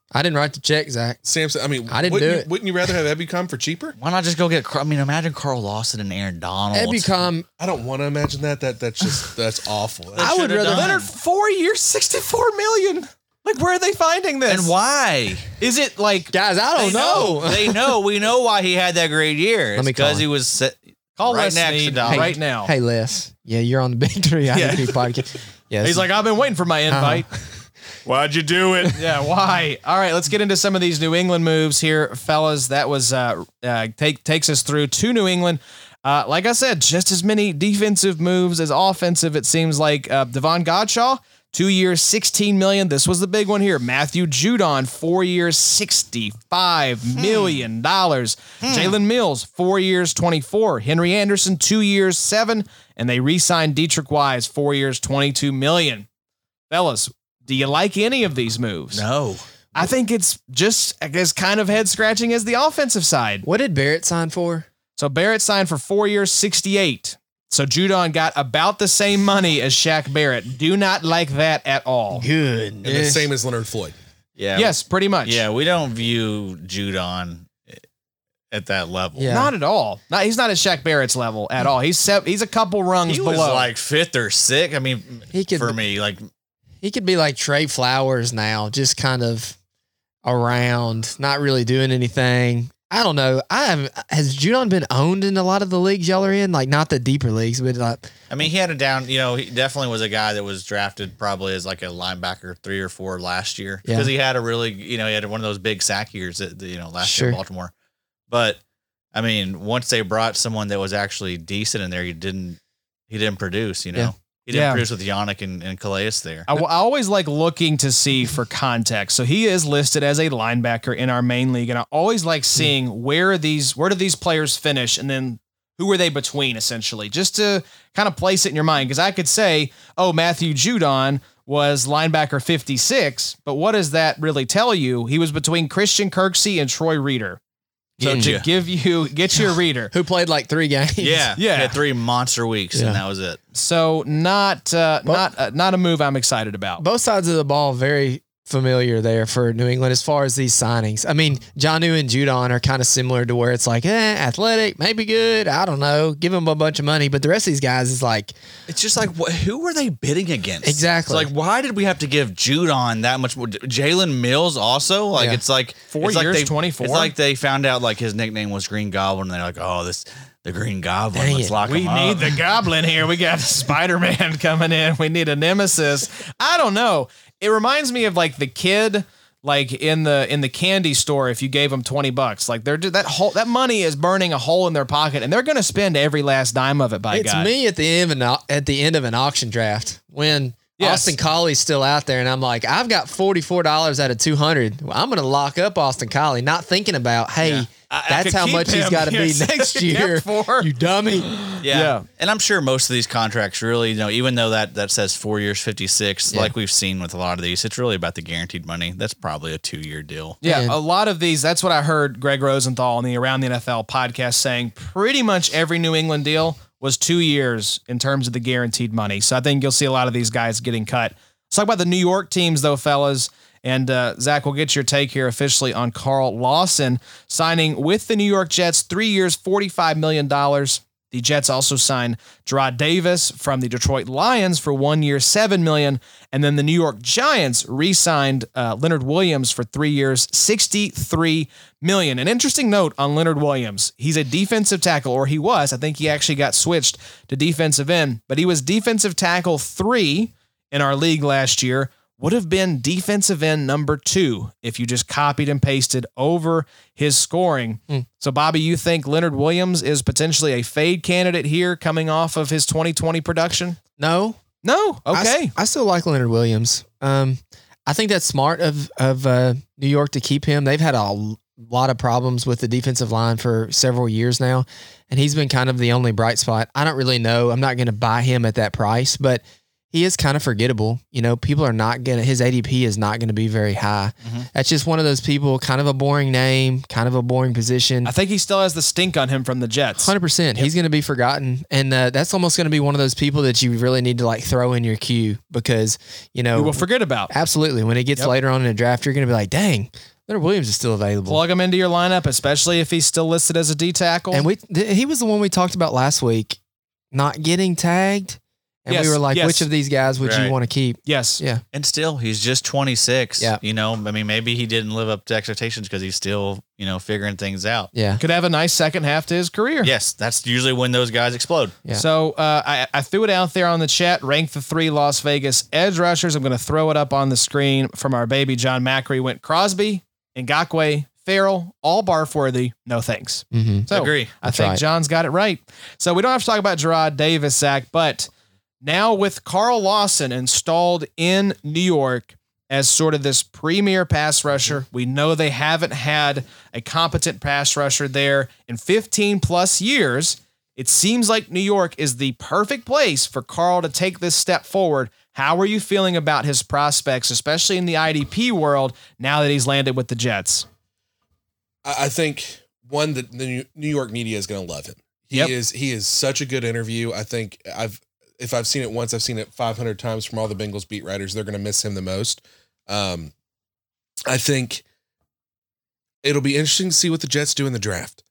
I didn't write the check, Zach.
Samson, I mean,
I didn't
wouldn't
do
you,
it.
Wouldn't you rather have Ebicom for cheaper?
Why not just go get? Car- I mean, imagine Carl Lawson and Aaron Donald.
Ebicom,
I don't want to imagine that. That that's just that's awful.
They
I would
should've
rather
done.
Leonard four years, sixty four million. Like, where are they finding this?
And why? Oh.
is it like?
guys, I don't know.
they know. We know why he had that great year.
Let me call
because
him.
he was set,
Call
right
Les
next to
Snead
Donald.
right now.
Hey, Les. Yeah, you're on the Big Three IDP podcast. Yeah,
He's
this-
like, I've been waiting for my invite. Why'd you do it? Yeah, why? All right, let's get into some of these New England moves here, fellas. That was uh, uh take takes us through to New England. Uh, like I said, just as many defensive moves as offensive. It seems like uh, Devon Godshaw, two years, sixteen million. This was the big one here. Matthew Judon, four years, sixty-five million dollars. Jalen Mills, four years, twenty-four. Henry Anderson, two years, seven. And they re-signed Dietrich Wise, four years, twenty-two million. Fellas, do you like any of these moves?
No.
I think it's just as kind of head scratching as the offensive side.
what did Barrett sign for?
So Barrett signed for four years, 68. So Judon got about the same money as Shaq Barrett. Do not like that at all.
Good.
and the same as Leonard Floyd.
Yeah.
Yes, pretty much.
Yeah, we don't view Judon eh, at that level.
Yeah.
Not at all. Not, he's not at Shaq Barrett's level at all. He's se- he's a couple rungs
He
below.
was like fifth or sixth. I mean,
He could-
for me, like
He could be like Trey Flowers now, just kind of around, not really doing anything. I don't know. I have has Judon been owned in a lot of the leagues y'all are in? Like not the deeper leagues, but like
I mean, he had a down. You know, he definitely was a guy that was drafted probably as like a linebacker three or four last year
Yeah.
because he had a really, you know, he had one of those big sack years that you know last year in
Sure.
Baltimore. But I mean, once they brought someone that was actually decent in there, he didn't, he didn't produce. You know,
Yeah.
he didn't
Yeah.
produce with Yannick and, and Calais there.
I, I always like looking to see for context. So he is listed as a linebacker in our main league, and I always like seeing where these where do these players finish, and then who are they between, essentially, just to kind of place it in your mind. Because I could say, oh, Matthew Judon was linebacker fifty six, but what does that really tell you? He was between Christian Kirksey and Troy Reader. So
Getting
to
ya.
give you get your reader.
who played like three games.
yeah,
Yeah.
He had three monster weeks,
Yeah.
and that was it.
So not uh,
But-
not uh, not a move I'm excited about.
both sides of the ball very familiar there for New England as far as these signings. I mean, Janu and Judon are kind of similar to where it's like, eh, athletic, maybe good. I don't know. Give them a bunch of money, but the rest of these guys is like,
It's just like wh- who were they bidding against?
Exactly.
It's like why did we have to give Judon that much more? Jalen Mills also like
Yeah.
it's like
Four
it's
years,
like they,
24?
It's like they found out like his nickname was Green Goblin. and They're like, oh, this the Green Goblin.
Dang
Let's
it.
lock
We
him
need
up.
the goblin here. We got Spider Man coming in. We need a nemesis. I don't know. It reminds me of like the kid, like in the in the candy store. If you gave them twenty bucks, like they're that hole that money is burning a hole in their pocket, and they're gonna spend every last dime of it. By
it's
God,
me at the end of an, au- at the end of an auction draft when
Yes.
Austin Colley's still out there, and I'm like, I've got forty four dollars out of two hundred. Well, I'm gonna lock up Austin Colley, not thinking about hey,
I- I
that's
could
how
keep
much he's
him.
got to be
Yes.
next
Yeah,
year.
for-
You dummy.
Yeah.
Yeah.
And I'm sure most of these contracts really, you know, even though that that says four years, fifty six,
Yeah.
like we've seen with a lot of these, it's really about the guaranteed money. That's probably a two year deal.
Yeah,
And-
a lot of these. That's what I heard Greg Rosenthal on the Around the NFL podcast saying. Pretty much every New England deal was two years in terms of the guaranteed money. So I think you'll see a lot of these guys getting cut. Let's talk about the New York teams, though, fellas. And uh, Zach, we'll get your take here officially on Carl Lawson signing with the New York Jets, three years, forty-five million dollars. The Jets also signed Gerard Davis from the Detroit Lions for one year, seven million, and then the New York Giants re-signed uh, Leonard Williams for three years, sixty-three million. An interesting note on Leonard Williams: he's a defensive tackle, or he was. I think he actually got switched to defensive end, but he was defensive tackle three in our league last year would have been defensive end number two if you just copied and pasted over his scoring.
Hmm.
So, Bobby, you think Leonard Williams is potentially a fade candidate here coming off of his 2020 production?
No,
No.
I s-
Okay.
I, still like Leonard Williams. Um, I think that's smart of of uh, New York to keep him. They've had a l- lot of problems with the defensive line for several years now, and he's been kind of the only bright spot. I don't really know. I'm not going to buy him at that price, but he is kind of forgettable. You know, people are not gonna his ADP is not gonna be very high.
Mm-hmm.
Mhm.
That's just one of those people, kind of a boring name, kind of a boring position.
I think he still has the stink on him from the Jets.
Hundred percent, he's going to be forgotten, and uh, that's almost going to be one of those people that you really need to like throw in your queue because you know
You will forget about.
absolutely when it gets
Yep.
later on in the draft, you're going to be like, dang, Leonard Williams is still available.
Plug him into your lineup, especially if he's still listed as a D tackle.
And we th- he was the one we talked about last week, not getting tagged. And
Yes,
we were like,
yes.
which of these guys would
Right.
you want to keep?
yes,
Yeah.
And still, he's just 26.
Yeah.
You know, I mean, maybe he didn't live up to expectations because he's still, you know, figuring things out.
Yeah.
could have a nice second half to his career.
Yes, that's usually when those guys explode.
Yeah.
So uh, I, I threw it out there on the chat. Rank the three Las Vegas edge rushers. I'm going to throw it up on the screen from our baby John Macri. Went Crosby, Ngakwe, Farrell, all barf worthy. No thanks.
Mm-hmm.
So
Agree.
I
That's
think
right.
John's got it right. So we don't have to talk about Gerard Davis, Zach, but now with Carl Lawson installed in New York as sort of this premier pass rusher, we know they haven't had a competent pass rusher there in 15 plus years. It seems like New York is the perfect place for Carl to take this step forward. How are you feeling about his prospects, especially in the IDP world, now that he's landed with the Jets?
I, I think one that the New- New York media is going to love him. He
Yep.
is he is such a good interview. I think I've if I've seen it once, I've seen it 500 times from all the Bengals beat writers. They're going to miss him the most. Um, I think it'll be interesting to see what the Jets do in the draft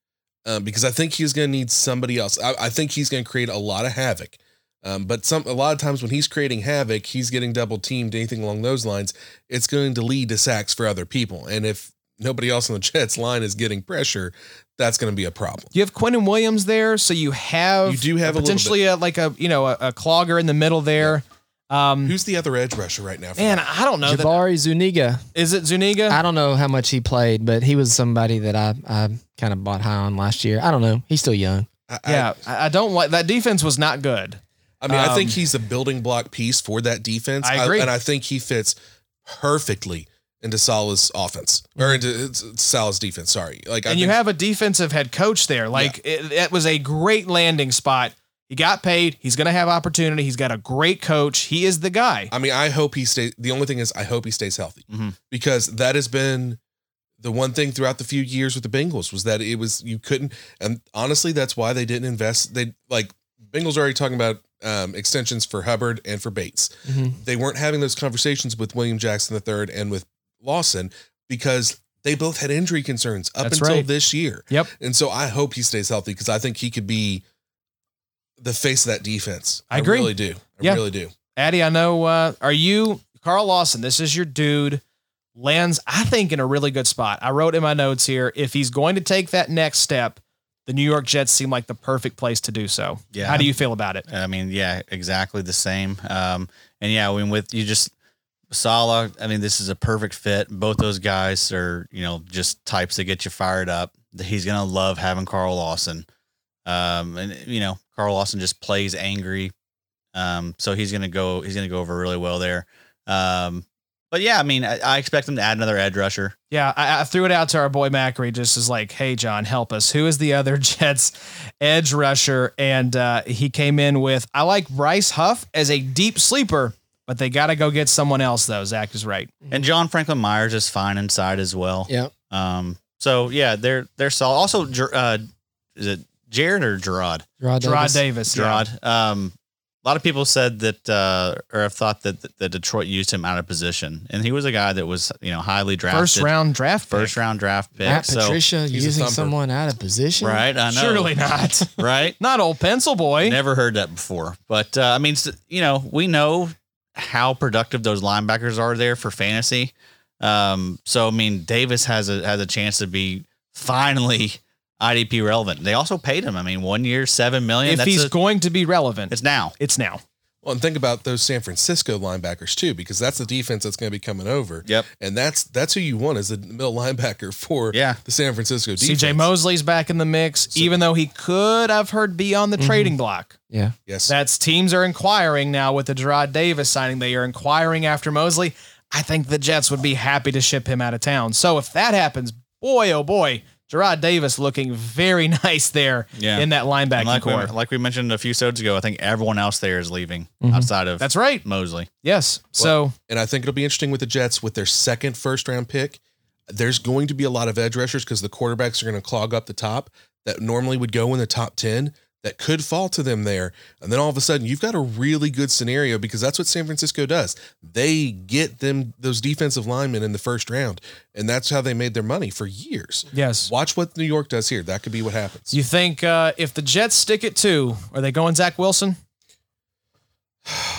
um, because I think he's going to need somebody else. I, I think he's going to create a lot of havoc. Um, but some a lot of times when he's creating havoc, he's getting double teamed. Anything along those lines, it's going to lead to sacks for other people. And if nobody else on the Jets line is getting pressure, that's going to be a problem.
You have Quinn and Williams there, so you have
You do have a little
potentially a, like a you know a, a clogger in the middle there. Um,
Who's the other edge rusher right now? for
man, I don't know. That,
Jabari Zuniga.
is it Zuniga?
I don't know how much he played, but he was somebody that I, I kind of bought high on last year. I don't know. He's still young.
I, I-
yeah, I, I don't like that defense was not good.
I mean, I think
Um,
he's a building block piece for that defense.
I agree.
and I think he fits perfectly into Salah's offense or into Salah's defense. Sorry, like
Mm-hmm.
I
and you
think-
have a defensive head coach there. Like it, that was a great landing spot. He got paid. He's going to have opportunity. He's got a great coach. He is the guy.
I mean, I hope he stays. The only thing is, I hope he stays healthy
Mm-hmm.
Mhm.
because that has been the one thing throughout the few years with the Bengals was that it was you couldn't. And honestly, that's why they didn't invest. They like Bengals are already talking about um, extensions for Hubbard and for Bates.
Mm-hmm.
They weren't having those conversations with William Jackson III and with Lawson because they both had injury concerns up
That's
until
right.
this year.
Yep.
And so I hope he stays healthy because I think he could be the face of that defense.
I agree.
really do. I
Yeah.
really do.
Addy, I know. Uh, are you Carl Lawson? This is your dude. Lands, I think, in a really good spot. I wrote in my notes here if he's going to take that next step, the New York Jets seem like the perfect place to do so.
Yeah.
How do you feel about it?
I mean, yeah, exactly the same. Um, and yeah, I mean, with you just Salah, I mean, this is a perfect fit. Both those guys are, you know, just types that get you fired up. He's gonna love having Carl Lawson. Um, and you know, Carl Lawson just plays angry. Um, so he's gonna go, he's gonna go over really well there. Um, but yeah, I mean, I, I expect him to add another edge rusher.
Yeah, I, I threw it out to our boy Macri just as like, hey, John, help us. Who is the other Jets edge rusher? And uh, he came in with, I like Bryce Huff as a deep sleeper, but they got to go get someone else, though. Zach is right.
And John Franklin Myers is fine inside as well.
Yeah.
Um, so yeah, they're they're solid. Also, Ger- uh, is it Jared or Gerard?
Gerard
Gerard
Davis.
Davis. yeah.
Gerard. Um, a lot of people said that, uh, or have thought that, that Detroit used him out of position, and he was a guy that was you know highly drafted,
First round draft. pick.
first round draft pick.
Matt
so
Patricia
he's a
using
thumper.
someone out of position.
right, I know,
Surely not.
right.
Not old pencil boy.
Never heard that before. But uh, I mean, s- you know, we know how productive those linebackers are there for fantasy. Um, so I mean, Davis has a has a chance to be finally IDP relevant. They also paid him. I mean, one year, seven million.
if
that's
he's
a-
going to be relevant, it's,
it's now.
now.
Well, and think about those San Francisco linebackers too, because that's the defense that's going to be coming over.
Yep.
And that's that's who you want as the middle linebacker for
Yeah.
the San Francisco defense.
CJ Mosley's back in the mix, even though he could, I've heard, be
Mm-hmm.
on the trading block.
Yeah.
Yes.
That's teams are inquiring now with the Gerard Davis signing. They are inquiring after Mosley. I think the Jets would be happy to ship him out of town. So if that happens, boy, oh boy, Gerard Davis looking very nice there
Yeah.
in that linebacking
And like we,
core.
like we mentioned a few episodes ago, I think everyone else there is leaving
Mhm.
outside of
Mm-hmm. That's right.
Mosley.
Yes. so
And I think it'll be interesting with the Jets with their second first round pick. There's going to be a lot of edge rushers because the quarterbacks are going to clog up the top that normally would go in the top 10 that could fall to them there. And then all of a sudden, you've got a really good scenario because that's what San Francisco does. They get them those defensive linemen in the first round, and that's how they made their money for years.
yes.
Watch what New York does here. That could be what happens.
You think uh, if the Jets stick it too, are they going Zach Wilson?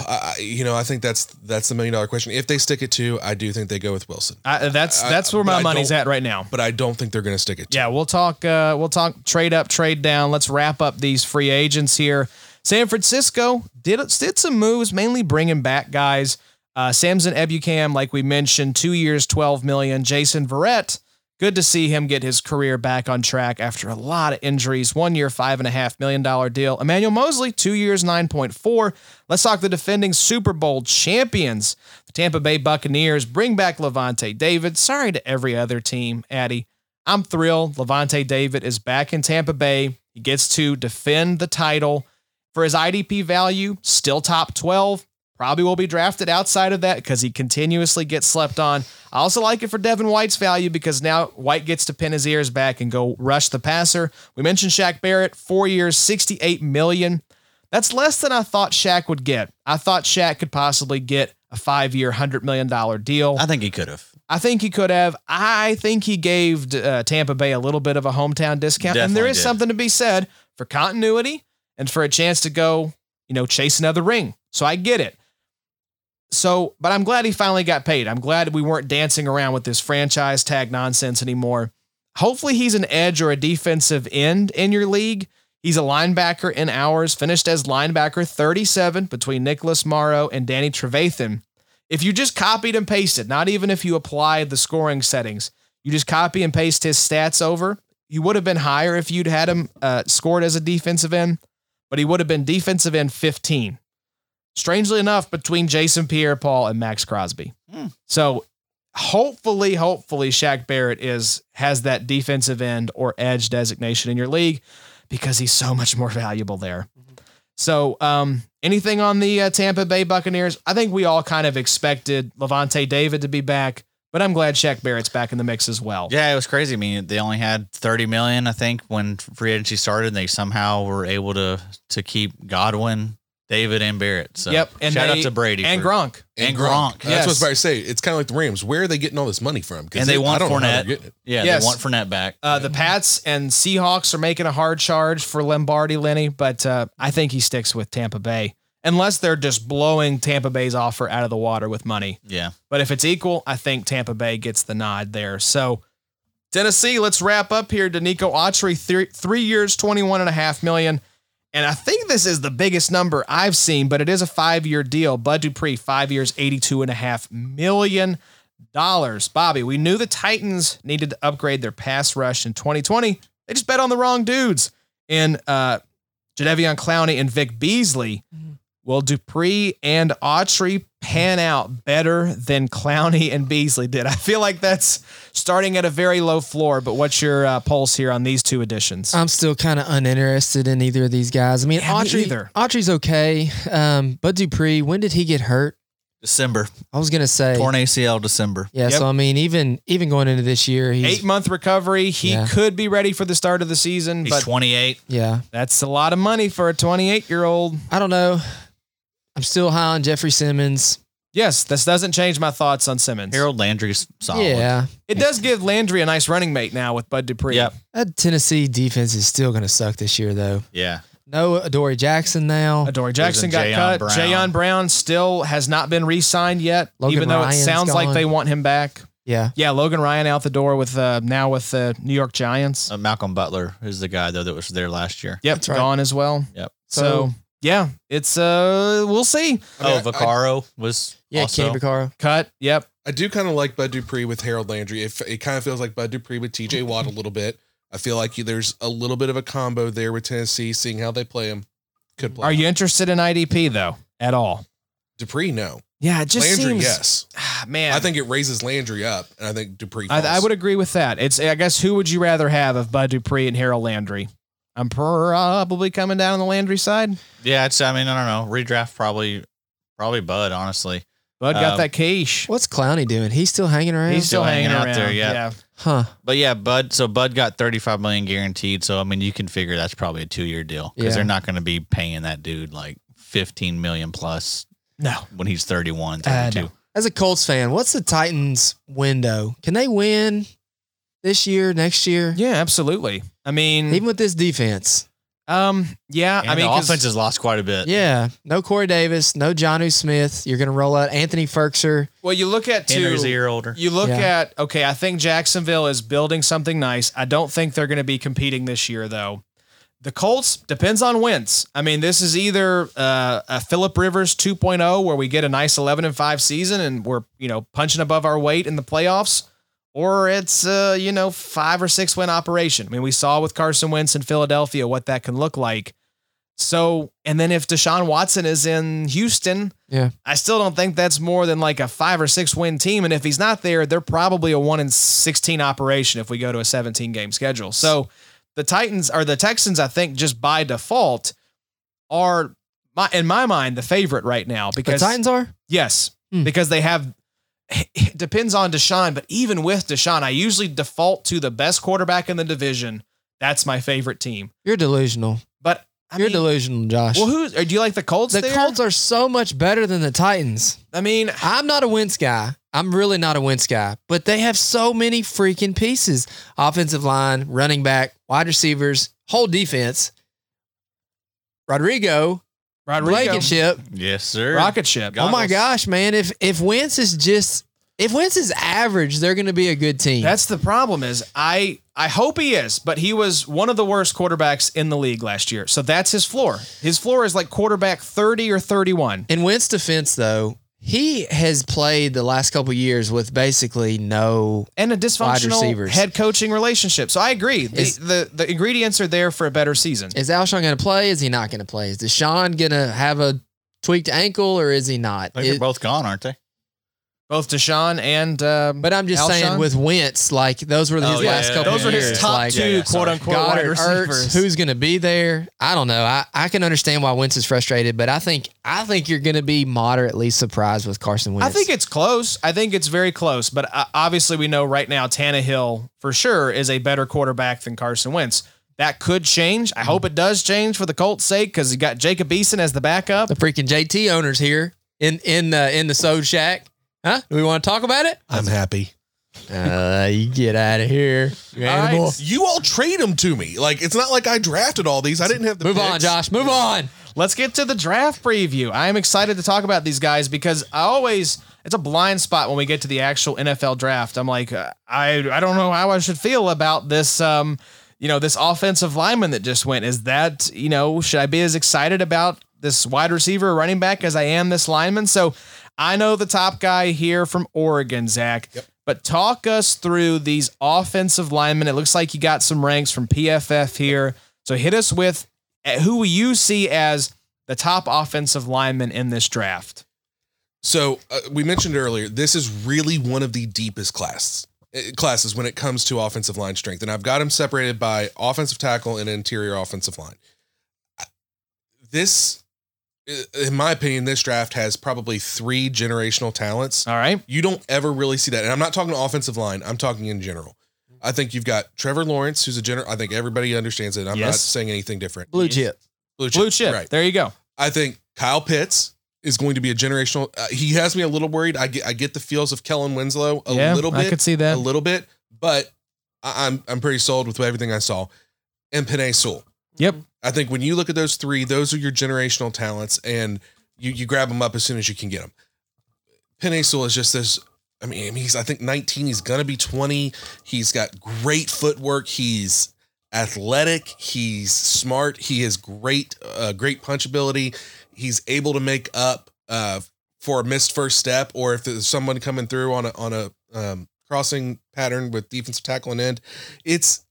I, I- you know, I think that's that's the million dollar question. If they stick it to, I do think they go with Wilson,
I, that's
I-
that's where my
I
money's
don't-
at right now.
but I don't think they're going to stick it. To.
Yeah, we'll talk. Uh, we'll talk trade up, trade down. Let's wrap up these free agents here. San Francisco did did some moves, mainly bringing back guys. Uh, Samson Ebucam, like we mentioned, two years, twelve million. Jason Verrett, good to see him get his career back on track after a lot of injuries. One year, five and a half million dollar deal. Emmanuel Mosley, two years, nine point four. Let's talk the defending Super Bowl champions, the Tampa Bay Buccaneers. Bring back Levante David. Sorry to every other team, Addy. I'm thrilled. Levante David is back in Tampa Bay. He gets to defend the title for his IDP value, still top 12. Probably will be drafted outside of that because he continuously gets slept on. I also like it for Devin White's value because now White gets to pin his ears back and go rush the passer. We mentioned Shaq Barrett, four years, 68 million. That's less than I thought Shaq would get. I thought Shaq could possibly get a five year, $100 million deal.
I think he could have.
I think he could have. I think he gave uh, Tampa Bay a little bit of a hometown discount, and there
Definitely
is
did.
something to be said for continuity and for a chance to go, you know, chase another ring. So I get it. So, but I'm glad he finally got paid. I'm glad we weren't dancing around with this franchise tag nonsense anymore. Hopefully, he's an edge or a defensive end in your league. He's a linebacker in ours, finished as linebacker 37 between Nicholas Morrow and Danny Trevathan. If you just copied and pasted, not even if you applied the scoring settings, you just copy and paste his stats over, you would have been higher if you'd had him uh, scored as a defensive end, but he would have been defensive end 15. Strangely enough, between Jason Pierre Paul and Max Crosby. So hopefully, hopefully Shaq Barrett is has that defensive end or edge designation in your league because he's so much more valuable there. So, um, anything on the uh, Tampa Bay Buccaneers? I think we all kind of expected Levante David to be back, but I'm glad Shaq Barrett's back in the mix as well.
Yeah, it was crazy. I mean, they only had 30 million, I think, when free agency started. And they somehow were able to to keep Godwin, David, and Barrett. So
Yep, and
and shout
they-
out to Brady
and
for-
Gronk.
and Gronk.
That's what I
Yes.
was about to say. It's kind of like the Rams. Where are they getting all this money from? 'Cause
And they want
know how they're
Fournette.
getting it.
Yeah,
Yes.
they want Fournette back.
Uh, the Pats and Seahawks are making a hard charge for Lombardi Lenny, but uh, I think he sticks with Tampa Bay unless they're just blowing Tampa Bay's offer out of the water with money.
yeah,
But if it's equal, I think Tampa Bay gets the nod there. So Tennessee, let's wrap up here. Danico Autry, three, three years, twenty-one and a half million, And I think this is the biggest number I've seen, but it is a five-year deal. Bud Dupree, five years, eighty-two and a half million dollars. Bobby, we knew the Titans needed to upgrade their pass rush in 2020. They just bet on the wrong dudes in uh Jadeveon Clowney and Vic Beasley. Will Dupree and Autry pan out better than Clowney and Beasley did? I feel like that's starting at a very low floor, but what's your uh, pulse here on these two additions?
I'm still kind of uninterested in either of these guys. I mean,
Yeah, me
Autry,
either.
Autry's okay, um, but Dupree, when did he get hurt?
December
I was gonna say,
torn ACL December.
yeah.
Yep.
So I mean, even even going into this year, he's
Eight month recovery. He
Yeah.
could be ready for the start of the season,
He's
but
28.
yeah.
that's a lot of money for a 28 year old.
I don't know. I'm still high on Jeffrey Simmons.
Yes, this doesn't change my thoughts on Simmons.
Harold Landry's solid.
Yeah,
It does give Landry a nice running mate now with Bud Dupree.
Yep.
that Tennessee defense is still gonna suck this year, though.
Yeah.
No Adoree Jackson now.
Adoree Uh, Jackson got
Jayon
cut.
Brown.
Jayon Brown still has not been re-signed yet,
Logan
even though it
Ryan's
sounds like
gone.
they want him back.
Yeah,
Yeah, Logan Ryan out the door with uh, now with the New York Giants.
Uh, Malcolm Butler is the guy though that was there last year.
yep,
that's right.
gone as well.
Yep.
So, yeah, it's uh, we'll see.
I mean,
oh, Vaccaro was
yeah.
also-
Kenny Vaccaro.
Cut. Yep.
I do kind of like Bud Dupree with Harold Landry. If it kind of feels like Bud Dupree with TJ Watt a little bit. I feel like you- there's a little bit of a combo there with Tennessee, seeing how they play him. Could play.
Are you interested in IDP though at all?
Dupree? No.
Yeah, it just
Landry,
seems.
yes.
Ah, man,
I think it raises Landry up, and I think Dupree. Falls.
I, I would agree with that. It's I guess who would you rather have of Bud Dupree and Harold Landry? I'm probably coming down on the Landry side.
Yeah, it's. I mean, I don't know. Redraft probably, probably Bud. Honestly,
Bud got
Um,
that quiche.
What's Clowney doing? He's still hanging around?
He's still
still
hanging,
hanging
out
out there,
there.
yeah.
yeah.
huh.
but yeah, Bud. So Bud got thirty five million guaranteed. So I mean, you can figure that's probably a two year deal because
Yeah.
they're not going to be paying that dude like fifteen million plus
No.
when he's 31,
Uh,
32.
no.
As a Colts fan, what's the Titans window? Can they win this year, next year?
Yeah, absolutely. I mean,
Even with this defense.
um, yeah.
And
I mean,
the
'cause-
offense has lost quite a bit.
Yeah. No Corey Davis, no Johnu Smith. You're going to roll out Anthony Ferkser.
well, you look at two.
Henry's a year older.
You look
Yeah.
at okay, I think Jacksonville is building something nice. I don't think they're going to be competing this year though. The Colts depends on wins. I mean, this is either uh, a Philip Rivers 2.0 where we get a nice 11 and 5 season and we're, you know, punching above our weight in the playoffs or it's uh, you know, 5 or 6 win operation. I mean, we saw with Carson Wentz in Philadelphia what that can look like. So, and then if Deshaun Watson is in Houston,
Yeah.
I still don't think that's more than like a five or six win team. And if he's not there, they're probably a one in 16 operation if we go to a 17 game schedule. So the Titans or the Texans, I think, just by default are, my, in my mind, the favorite right now
The
because
Titans are?
Yes,
Hmm.
because they have. It depends on Deshaun, but even with Deshaun, I usually default to the best quarterback in the division. That's my favorite team.
You're delusional.
But I
You're
mean,
delusional, Josh.
well, who do you like? The Colts.
the
there?
Colts are so much better than the Titans.
I mean,
I'm not a Wentz guy. I'm really not a Wentz guy, but they have so many freaking pieces: offensive line, running back, wide receivers, whole defense. Rodrigo,
Rodrigo,
Blankenship.
Yes, sir.
rocket ship.
Oh my
Goggles.
gosh, man! If if Wentz is just if Wentz is average, they're going to be a good team.
That's the problem. Is I I hope he is, but he was one of the worst quarterbacks in the league last year. So that's his floor. His floor is like quarterback thirty or thirty one.
In Wentz's defense, though, he has played the last couple years with basically no.
and a dysfunctional
receivers.
head coaching relationship. So I agree. The,
Is-
the the ingredients are there for a better season.
Is Alshon going to play? Is he not going to play? Is Deshaun going to have a tweaked ankle or is he not?
Like, They're
It-
both gone, aren't they?
Both Deshaun and um,
But I'm just
Alshon?
saying, with Wentz, like those were his
Oh, yeah,
last
yeah,
couple.
those were his
years.
top
like,
two
Yeah, yeah,
quote
sorry.
unquote wide
Goddard,
receivers.
Ertz, who's going to be there? I don't know. I, I can understand why Wentz is frustrated, but I think I think you're going to be moderately surprised with Carson Wentz.
I think it's close. I think it's very close. But uh, obviously, we know right now Tannehill for sure is a better quarterback than Carson Wentz. That could change. I hope it does change for the Colts' sake because you got Jacob Eason as the backup.
the freaking JT owners here in in uh, in the Sode Shack. Huh? Do we want to talk about it?
I'm happy.
Uh, you get out of here, you
All right.
animal.
You all trade them to me. Like it's not like I drafted all these. I didn't have the
Move on,
picks.
Josh. Move on.
Let's get to the draft preview. I am excited to talk about these guys because I always it's a blind spot when we get to the actual NFL draft. I'm like uh, I I don't know how I should feel about this um you know this offensive lineman that just went. Is that you know should I be as excited about this wide receiver or running back as I am this lineman? So I know the top guy here from Oregon, Zach. But talk us through these offensive linemen. It looks like you got some ranks from PFF here. So hit us with at who you see as the top offensive lineman in this draft.
So uh, we mentioned earlier, this is really one of the deepest classes classes when it comes to offensive line strength, and I've got them separated by offensive tackle and interior offensive line. This, uh, in my opinion, this draft has probably three generational talents
All right.
you don't ever really see that. And I'm not talking offensive line. I'm talking in general. I think you've got Trevor Lawrence, who's a general. I think everybody understands it. I'm not
Yes.
saying anything different.
Blue chip.
Blue chip.
Right.
There you go.
I think Kyle Pitts is going to be a generational. Uh, he has me a little worried. I get I get the feels of Kellen Winslow a
yeah,
little bit
I could see that.
a little bit, but I, I'm I'm pretty sold with everything I saw. And Panay Sewell.
Yep.
I think when you look at those three, those are your generational talents, and you you grab them up as soon as you can get them. Panay Sewell is just this. I mean, he's I think 19. He's gonna be 20. He's got great footwork. He's athletic. He's smart. He has great uh, great punch ability. He's able to make up uh, for a missed first step, or if there's someone coming through on a on a um, crossing pattern with defensive tackle and end, it's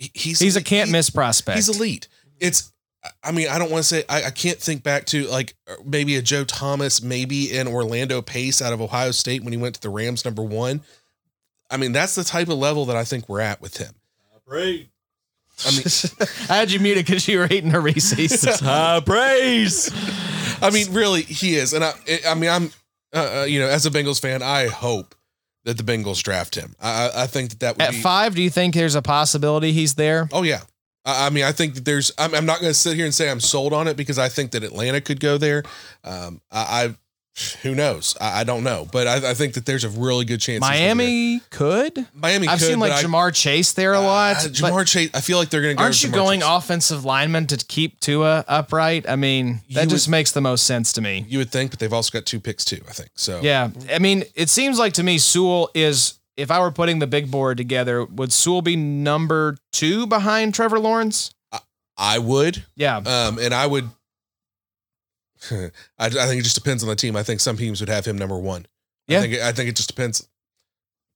he- he's
He's a can't
he-
miss prospect.
He's elite. It's I- I mean, I don't want to say I, I can't think back to like uh, maybe a Joe Thomas, maybe an Orlando Pace out of Ohio State when he went to the Rams number one. I mean, that's the type of level that I think we're at with him. I mean,
I had you muted because you were eating her Reese's.
High praise.
I mean, really, he is, and I, I mean, I'm, uh, uh, you know, as a Bengals fan, I hope that the Bengals draft him. I, I- I think that that would
At
be.
five, do you think there's a possibility he's there?
Oh yeah. I I mean, I think that there's. I'm, I'm not going to sit here and say I'm sold on it because I think that Atlanta could go there. Um, I, I who knows? I, I don't know, but I, I think that there's a really good chance. he's gonna be
Miami could.
there. Miami.
I've
could,
seen like
but I-
Jamar Chase there a lot.
uh,
but
Jamar Chase. I feel like they're going to. go
aren't
with
you
Jamar
going
Chase.
offensive lineman to keep Tua upright? I mean, that
You
just makes the most sense to me.
You would think, but they've also got two picks too. I think so.
Oh. Yeah. I mean, it seems like to me Sewell is if I were putting the big board together, would Sewell be number two behind Trevor Lawrence?
I would.
Yeah.
Um, and I would. I, I think it just depends on the team. I think some teams would have him number one.
Yeah.
I think, I think it just depends.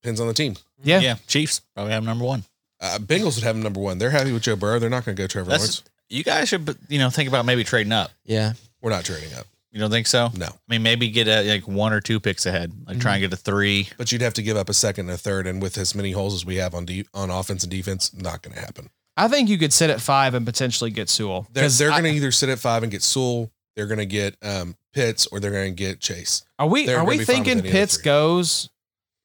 Depends on the team.
Yeah.
Yeah, Chiefs probably have number one.
Uh, Bengals would have him number one. They're happy with Joe Burrow. They're not going to go Trevor
That's
Lawrence.
you guys should you know think about maybe trading up.
Yeah.
We're not trading up.
You don't think so?
No,
I mean, maybe get a, like one or two picks ahead. Like try and
Mm-hmm.
get a three.
but you'd have to give up a second and a third, and with as many holes as we have on de- on offense and defense, not going to happen.
I think you could sit at five and potentially get Sewell.
They're
'Cause
they're
I-
going to either sit at five and get Sewell. They're going to get um, Pitts, or they're going to get Chase.
Are we
they're
are
gonna
we
be fine with
thinking
any of the
Pitts
three.
goes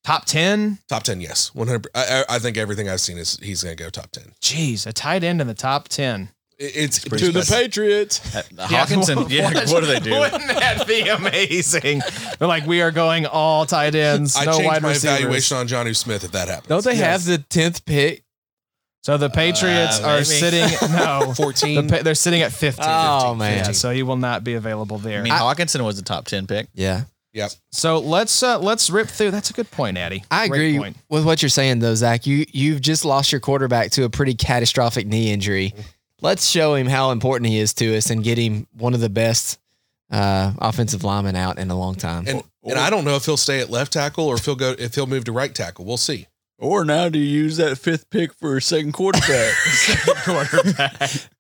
top ten?
Top ten, yes, one hundred. I, I I think everything I've seen is he's going to go top ten.
Jeez, a tight end in the top ten.
It- it's
pretty To the special.
Patriots.
Uh, Hawkins and yeah, what, do they do?
Wouldn't that be amazing? They're like, we are going all tight ends,
I
no
changed
wide
my
receivers.
evaluation on Johnny Smith if that happens.
Don't they have
Yes.
the tenth pick?
So the Patriots
Uh,
are
maybe.
sitting no, the
14.
pa- they're sitting at fifteen.
Oh, man.
yeah, so he will not be available there.
I mean, Hawkinson was a top ten pick.
Yeah.
so let's uh, let's rip through. That's a good point, Addy.
I
Great
agree
point.
with what you're saying though, Zach. You you've just lost your quarterback to a pretty catastrophic knee injury. Let's show him how important he is to us and get him one of the best uh, offensive linemen out in a long time.
and, and I don't know if he'll stay at left tackle or if he'll go if he'll move to right tackle. We'll see.
Or now do you use that fifth pick for a second quarterback? second quarterback.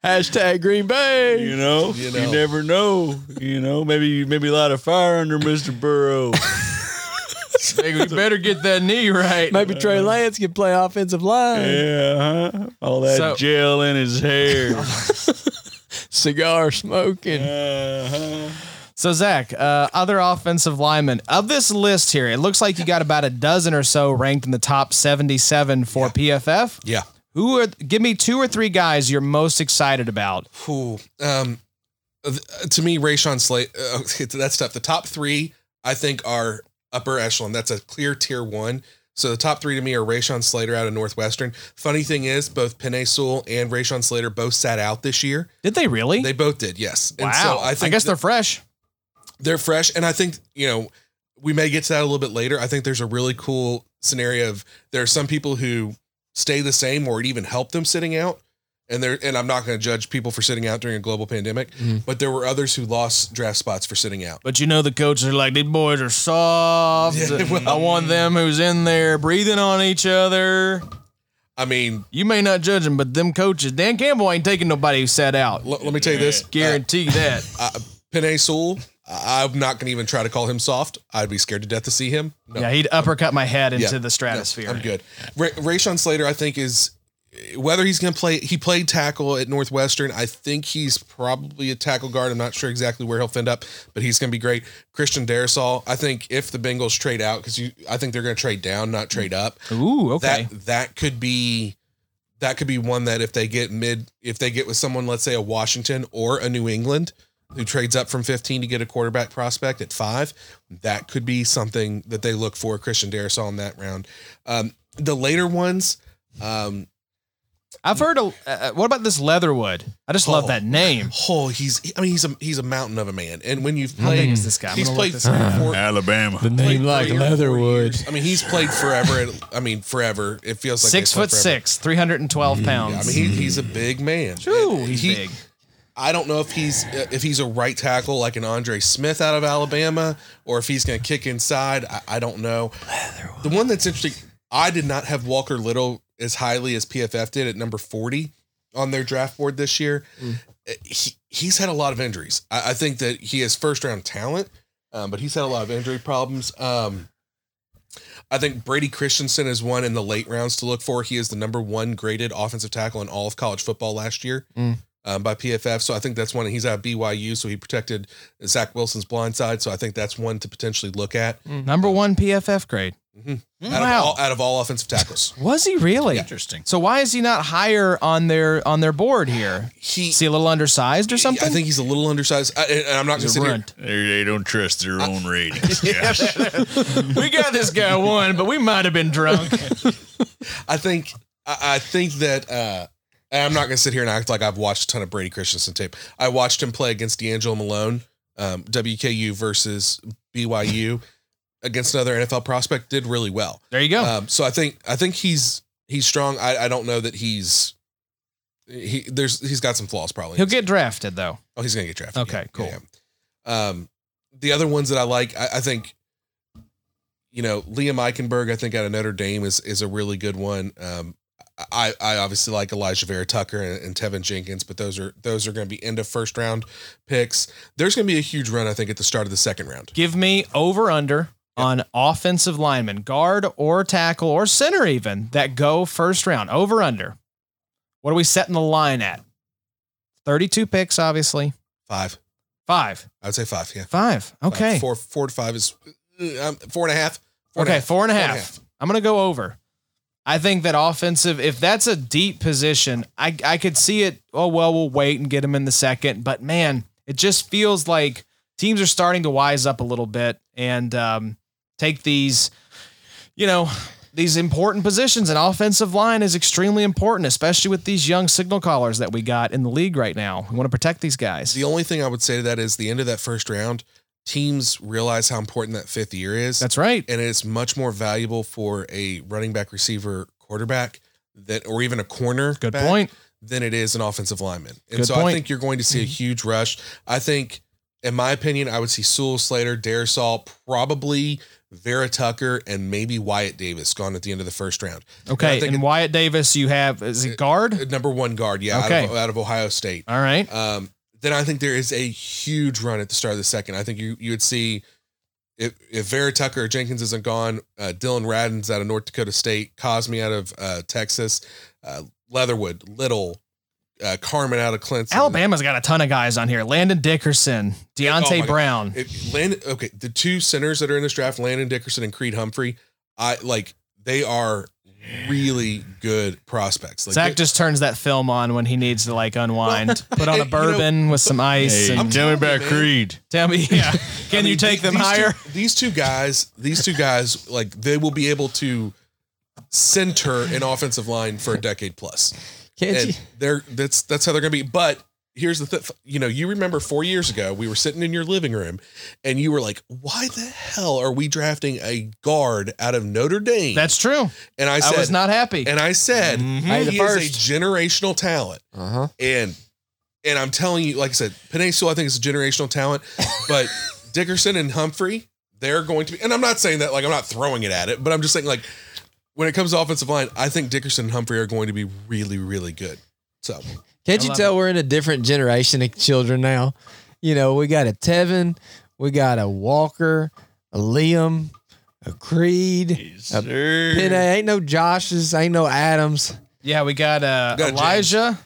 Hashtag Green Bay.
You know,
You
you,
know.
never know. You know, maybe maybe light a fire under Mr. Burrow.
we better get that knee right.
Maybe Trey Lance can play offensive line.
yeah, huh? all that
So-
gel in his hair.
Cigar smoking.
Uh-huh.
So Zach, uh, other offensive linemen of this list here, it looks like you got about a dozen or so ranked in the top seventy-seven for PFF.
Yeah.
Who are? Give me two or three guys you're most excited about.
Whew. Um, th- to me, Rayshon Slate. Uh, that's tough. The top three I think are upper echelon. That's a clear tier one. So the top three to me are Rayshon Slater out of Northwestern. Funny thing is, both Penny Sewell and Rayshon Slater both sat out this year.
Did they really?
They both did, yes.
wow.
And so I think
guess
th-
they're fresh.
they're fresh and i think you know we may get to that a little bit later i think there's a really cool scenario of there are some people who stay the same or it even helped them sitting out and there and i'm not going to judge people for sitting out during a global pandemic but there were others who lost draft spots for sitting out
But you know the coaches are like, these boys are soft.
Yeah, well-
I want them who's in there breathing on each other.
i mean
You may not judge them, but them coaches, Dan Campbell ain't taking nobody who sat out.
l- let me tell you this
Guarantee that.
Panay Sewell, I- i'm not going to even try to call him soft i'd be scared to death to see him no
Yeah, he'd uppercut my head into
Yeah.
the stratosphere.
I'm good. Ra- Rayshon Slater, I think is whether he's going to play. He played tackle at Northwestern. I think he's probably a tackle guard. I'm not sure exactly where he'll end up, but he's going to be great. Christian Darisol, I think if the Bengals trade out, because you, I think they're going to trade down, not trade up.
Ooh, okay.
That that could be. That could be one that if they get mid, if they get with someone, let's say a Washington or a New England, who trades up from 15 to get a quarterback prospect at five, that could be something that they look for. Christian Darisol in that round. Um, the later ones, um,
I've heard. A, uh, uh, what about this Leatherwood? I just love
Oh.
that name.
oh, he's I mean he's a he's a mountain of a man, and when you've
How big
played,
is this guy? I'm
he's
gonna look
played
this
three
up.
or four.
Alabama.
The name like
played three or four
Leatherwood.
years. I mean, he's played forever. I mean, forever. It feels like
six
they played
foot
forever.
six, three hundred and twelve
I
pounds.
mean, he, he's a big man.
Ooh,
And
he's
he-
big.
I don't know if he's uh, if he's a right tackle like an Andre Smith out of Alabama, or if he's going to kick inside. I, I don't know. The one that's interesting, I did not have Walker Little as highly as PFF did at number forty on their draft board this year, Uh, he, he's had a lot of injuries. I, I think that he has first round talent, um, but he's had a lot of injury problems. Um, I think Brady Christensen is one in the late rounds to look for. He is the number one graded offensive tackle in all of college football last year
Mm.
um, by PFF. So I think that's one. He's out of BYU, so he protected Zach Wilson's blind side. So I think that's one to potentially look at
Number one PFF grade.
out,
Mm. Wow.
of, all, out of all offensive tackles.
Was he really?
Interesting.
So why is he not higher on their on their board here?
He,
Is he a little undersized or something?
I think he's a little undersized. I, and I'm not going to
he's
sit
a
here.
runt.
They don't trust their own ratings.
we got this guy one, but we might have been drunk.
I think I, I think that uh and I'm not gonna sit here and act like I've watched a ton of Brady Christensen tape. I watched him play against D'Angelo Malone, um, WKU versus BYU against another NFL prospect, did really well.
There you go.
Um, so I think I think he's he's strong. I, I don't know that he's he there's he's got some flaws probably.
He'll get drafted though.
Oh, he's gonna get drafted.
Okay, cool.
yeah. Um, the other ones that I like, I, I think, you know, Liam Eichenberg, I think out of Notre Dame is is a really good one. Um, I I obviously like Elijah Vera Tucker and, and Tevin Jenkins, but those are those are going to be end of first round picks. There's going to be a huge run, I think, at the start of the second round.
Give me over under on offensive lineman, guard or tackle or center even that go first round. Over under. What are we setting the line at? 32 picks, obviously.
Five,
Five.
I'd say five. Yeah,
Five.
Five.
Okay.
four four to five is uh, um, four and a half. Four and a
Okay,
half.
four and a
Four
half. I'm gonna go over. I think that offensive, if that's a deep position, I I could see it. Oh well, we'll wait and get him in the second. But man, it just feels like teams are starting to wise up a little bit and um, take these, you know, these important positions. And offensive line is extremely important, especially with these young signal callers that we got in the league right now. We want to protect these guys.
The only thing I would say to that is the end of that first round, teams realize how important that fifth year is.
that's right.
and it's much more valuable for a running back, receiver, quarterback that, or even a corner.
Good
back
point.
Than it is an offensive lineman, and
Good
so I
point. Mm-hmm.
think you're going to see a huge rush. I think, in my opinion, I would see Sewell, Slater, Darisol, probably Vera Tucker, and maybe Wyatt Davis gone at the end of the first round. And I
Okay,
think
and, Wyatt Davis, you have is it guard?
it- number one guard, yeah, out, of,
Okay.
out of Ohio State.
All right.
Um, then I think there is a huge run at the start of the second. I think you you would see if if Vera Tucker or Jenkins isn't gone, uh, Dylan Radins out of North Dakota State, Cosme out of uh, Texas, uh, Leatherwood, Little, uh, Carmen out of Clemson,
Alabama's got a ton of guys on here. Landon Dickerson,
Oh
Deontay
my God.
Brown.
If Landon, okay, the two centers that are in this draft, Landon Dickerson and Creed Humphrey, I like they are really good prospects. Like
Zach
they-
just turns that film on when he needs to like unwind, put on
you
a
know-
bourbon with some ice, and
telling you, man.
Creed.
tell me, yeah,
I
can you
mean,
take
the-
them
these
higher?
Two, these two guys, these two guys, like they will be able to center an offensive line for a decade plus,
Can't you?
and they're that's that's how they're gonna be. But here's the thing, you know, you remember four years ago we were sitting in your living room, and you were like, "Why the hell are we drafting a guard out of Notre Dame?"
That's true.
and I
I,
said,
was not Mm-hmm. happy.
and I said,
Hey, the
he is
first.
a generational talent,
Uh huh.
and and I'm telling you, like I said, Panay Sewell, I think is a generational talent, but Dickerson and Humphrey, they're going to be. And I'm not saying that like I'm not throwing it at it, but I'm just saying like when it comes to offensive line, I think Dickerson and Humphrey are going to be really, really good. So
Can't
I
you
love
tell we're in a different generation of children now? You know, we got a Tevin, we got a Walker, a Liam, a Creed. Pin, ain't no Josh's, ain't no Adams.
yeah, we got, uh,
Got James.
Elijah.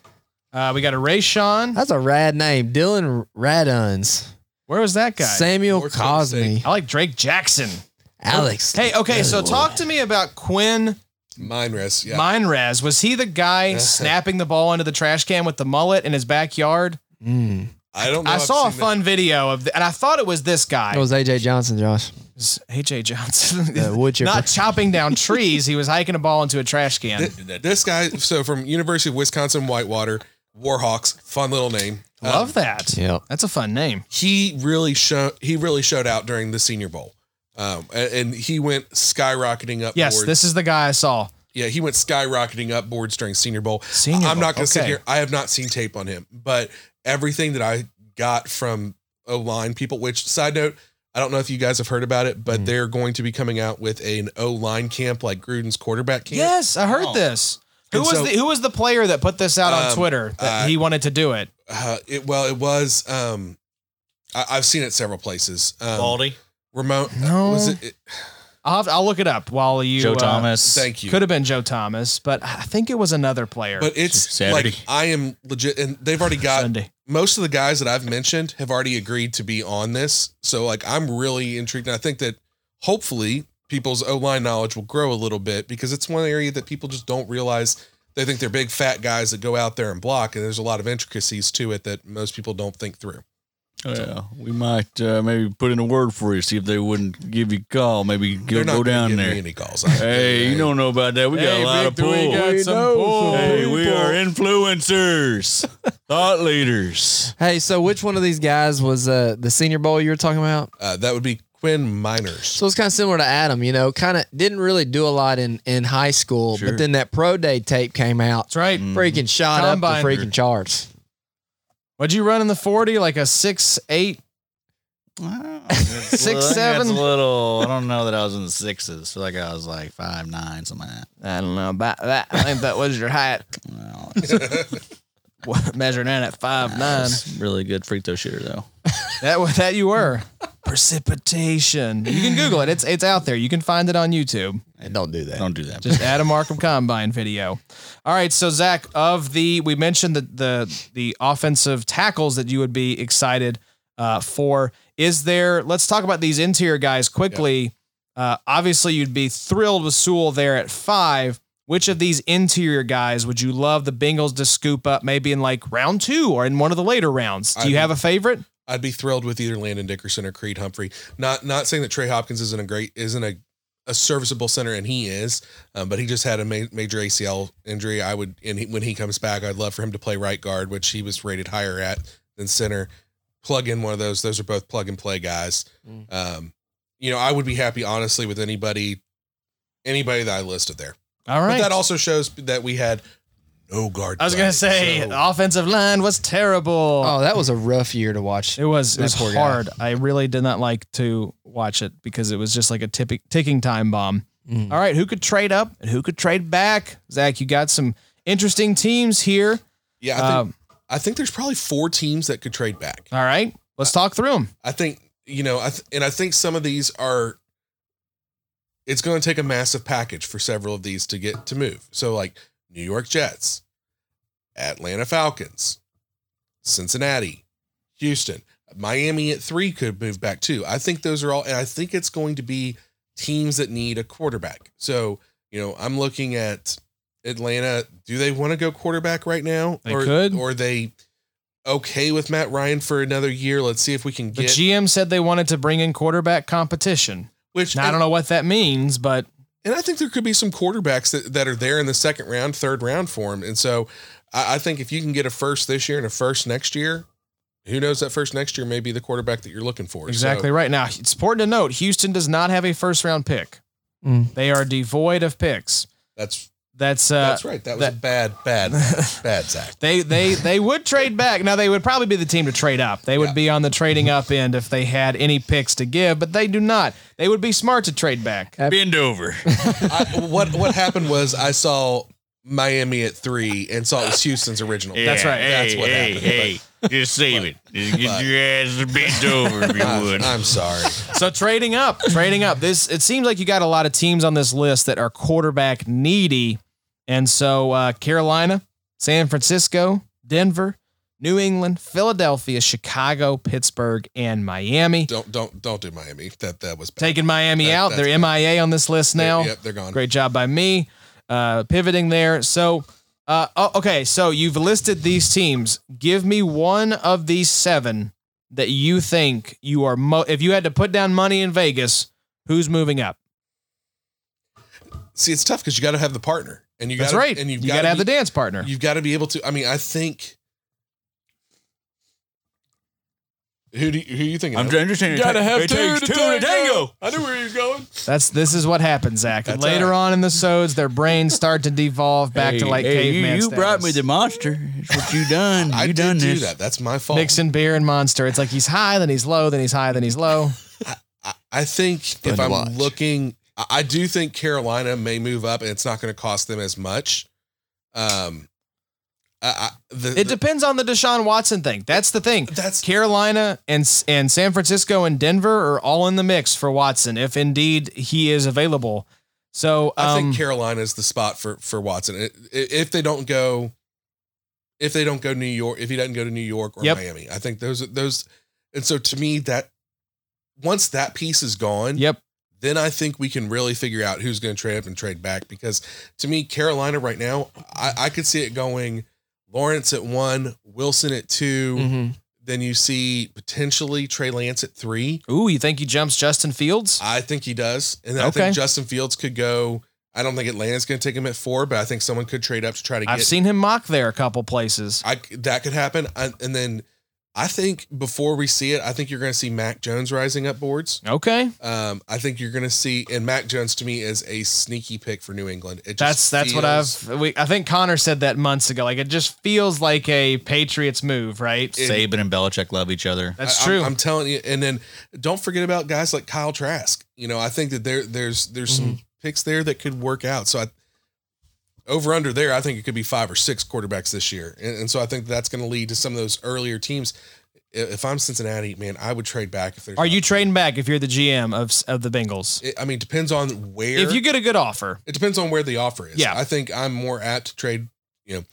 Uh, we got a Rayshon.
That's a rad name. Dylan Raduns,
Where was that guy?
Samuel
Lord
Cosme,
sake.
I like Drake Jackson.
Alex.
Hey, okay, so talk to me about Quinn
mine rest, yeah.
Meinrez. Was he the guy snapping the ball into the trash can with the mullet in his backyard?
Mm.
I don't. know
I
if I've
saw a
seen
fun video of, th- and I thought it was this guy.
That was AJ Johnson, Josh.
was AJ Johnson.
The wood chipper.
Not chopping down trees. He was hiking a ball into a trash
that.
can.
Th- This guy, so from University of Wisconsin Whitewater, Warhawks, fun little name. Um,
Love that.
Yeah.
That's a fun name.
he really showed he really showed out during the Senior Bowl, um, a- and, he went skyrocketing up.
Yes, this is the guy I saw.
Yeah, he went skyrocketing up boards during Senior Bowl.
Senior
I'm not
Bowl,
going to sit
okay.
here. I have not seen tape on him, but everything that I got from O line people. Which side note, I don't know if you guys have heard about it,
Mm.
but they're going to be coming out with an O line camp like Gruden's quarterback camp.
Yes, I heard
Oh.
this. Who
And
was
so-
the who was the player that put this out on
Um,
Twitter that
uh,
he wanted to do it?
Uh, it well, it was. Um, I, I've seen it several places. Um,
Baldy,
Ramon, uh,
No.
was it, it-
I'll, have, I'll look it up while you.
Joe
uh,
Thomas.
Thank you.
Could have been Joe Thomas, but I think it was another player.
But it's
Saturday.
like I am legit, and they've already got
Sunday.
most of the guys that I've mentioned have already agreed to be on this. So like I'm really intrigued. And I think that hopefully people's O line knowledge will grow a little bit because it's one area that people just don't realize they think they're big fat guys that go out there and block, and there's a lot of intricacies to it that most people don't think through.
Yeah, we might uh, maybe put in a word for you, see if they wouldn't give you a call. Maybe go,
They're not
go
gonna
down
give me
there.
any calls.
Hey, you don't know about that. We got a lot of pool. hey, we are influencers, thought leaders.
Hey, so which one of these guys was uh, the Senior Bowl you were talking about?
Uh, that would be Quinn Miners.
So it's kind of similar to Adam, you know, kind of didn't really do a lot in, in high school,
Sure.
but then that pro day tape came out,
That's right.
freaking shot
Mm-hmm. Combine.
up the freaking charts.
What'd you run in the 40? Like a six, eight?
Six,
seven?
a little. I don't know that I was in the sixes. feel like I was like five, nine, something like that.
I don't know about that. I think that was your height.
Well,
Measuring in at five
I
nine.
was really good free throw shooter though.
That wa- that you were. Precipitation. You can Google it. It's it's out there. You can find it on YouTube.
Don't do that.
Don't do that.
Just add a Markham Combine video. All right. So Zach, of the we mentioned the the the offensive tackles that you would be excited uh, for. Is there? Let's talk about these interior guys quickly. Uh, obviously, you'd be thrilled with Sewell there at five. Which of these interior guys would you love the Bengals to scoop up? Maybe in like round two or in one of the later rounds. Do you
I-
have a favorite?
I'd be thrilled with either Landon Dickerson or Creed Humphrey. Not not saying that Trey Hopkins isn't a great isn't a a serviceable center, and he is, um, but he just had a ma- major ACL injury. I would and he, when he comes back, I'd love for him to play right guard, which he was rated higher at than center. Plug in one of those; those are both plug and play guys.
Mm.
Um, you know, I would be happy honestly with anybody anybody that I listed there.
All right.
But that also shows that we had no guard.
I was gonna
play,
say uh,
so-
the offensive line was terrible.
Oh, that was a rough year to watch.
It was it
That
was
poor guy.
hard. I really did not like to watch it because it was just like a tipping, ticking time bomb.
Mm.
Hmm.
All right, who could trade up and who could trade back? Zach, you got some interesting teams here.
yeah, I think,
Um,
I think there's probably four teams that could trade back.
all right, let's talk through them.
I think you know, I th- and I think some of these are. It's going to take a massive package for several of these to get to move. So like New York Jets, Atlanta Falcons, Cincinnati, Houston, Miami at three could move back too. I think those are all, and I think it's going to be teams that need a quarterback. So you know, I'm looking at Atlanta. Do they want to go quarterback right now?
They
or,
could.
or they okay with Matt Ryan for another year? Let's see if we can
The
get
GM said they wanted to bring in quarterback competition.
which
Now, I don't know what that means, but
and I think there could be some quarterbacks that, that are there in the second round, third round for him. And so I, I think if you can get a first this year and a first next year, who knows that first next year may be the quarterback that you're looking for. So,
exactly right now, it's important to note Houston does not have a first round pick.
Hmm.
Mm.
They are devoid of picks.
that's
That's uh,
that's right. That was a bad, bad, bad Zach.
They they they would trade back. Now they would probably be the team to trade up. They would
Yeah.
be on the trading up end if they had any picks to give, but they do not. They would be smart to trade back.
Bend over.
I, what what happened was I saw Miami at three and saw it was Houston's original.
That's right.
That's what
hey,
happened.
Hey, just save it. Just get your ass to bent over if you
I'm,
would.
I'm sorry.
So trading up, trading up. This it seems like you got a lot of teams on this list that are quarterback needy, and so uh, Carolina, San Francisco, Denver, New England, Philadelphia, Chicago, Pittsburgh, and Miami.
Don't don't don't do Miami. That that was bad.
Taking Miami
That-
out,
that's
they're MIA on this list now.
Yep, they're gone.
Great job by me, uh, pivoting there. So, uh, oh, okay, so you've listed these teams. Give me one of these seven that you think you are. Mo- if you had to put down money in Vegas, who's moving up?
See, it's tough because you got to have the partner, and you got
That's right.
and you've
you got to
gotta
have
be-
the dance partner.
You've got to be able to. I mean, I think. Who do you, who you thinking?
I'm
of?
trying to
gotta have two to tango.
I knew where you were going.
That's this is what happens, Zach.
That's
Later
right.
on in the sods, their brains start to devolve back to like caveman
You,
status.
brought me the monster. It's what you done. You
I did
done
do
this.
that. That's my fault.
mixing beer and monster. It's like he's high, then he's low, then he's high, then he's low.
I, I think if
to
I'm
watch.
looking, I, I do think Carolina may move up, and it's not going to cost them as much. Um, I, I, the,
It
the-
depends on the Deshaun Watson thing. That's the thing.
That's-
Carolina and and San Francisco and Denver are all in the mix for Watson if indeed he is available. So
I
um,
think Carolina is the spot for for Watson. I- i- If they don't go, if they don't go New York, if he doesn't go to New York or
Yep.
Miami, I think those are- those. And so to me, that once that piece is gone,
Yep.
then I think we can really figure out who's going to trade up and trade back. Because to me, Carolina right now, I, I could see it going Lawrence at one, Wilson at 2
Mm-hmm.
Mhm.
Then you see potentially Trey Lance at three.
Ooh, you think he jumps Justin Fields?
I think he does. And I
Okay.
think Justin Fields could go. I don't think Atlanta's going to take him at four, but I think someone could trade up to try to get.
I've seen him mock there a couple places.
I, that could happen. I, and then I think before we see it, I think you're going to see Mac Jones rising up boards.
Okay,
Um, I think you're going to see, and Mac Jones to me is a sneaky pick for New England. It
that's
just
that's what
feels-
I've. We, I think Connor said that months ago. Like it just feels like a Patriots move, right?
Saban and Belichick love each other.
That's
I-
true.
I'm, I'm telling you. And then don't forget about guys like Kyle Trask. You know, I think that there there's there's some
Mm-hmm.
picks there that could work out. So I over under there, I think it could be five or six quarterbacks this year. And, and so I think that's going to lead to some of those earlier teams. I- If I'm Cincinnati, man, I would trade back if there's.
Are you trading back if you're the GM of s- of the Bengals?
I mean, it depends on where.
If you get a good offer,
it depends on where the offer is.
Yeah.
I think I'm more apt to trade. You know,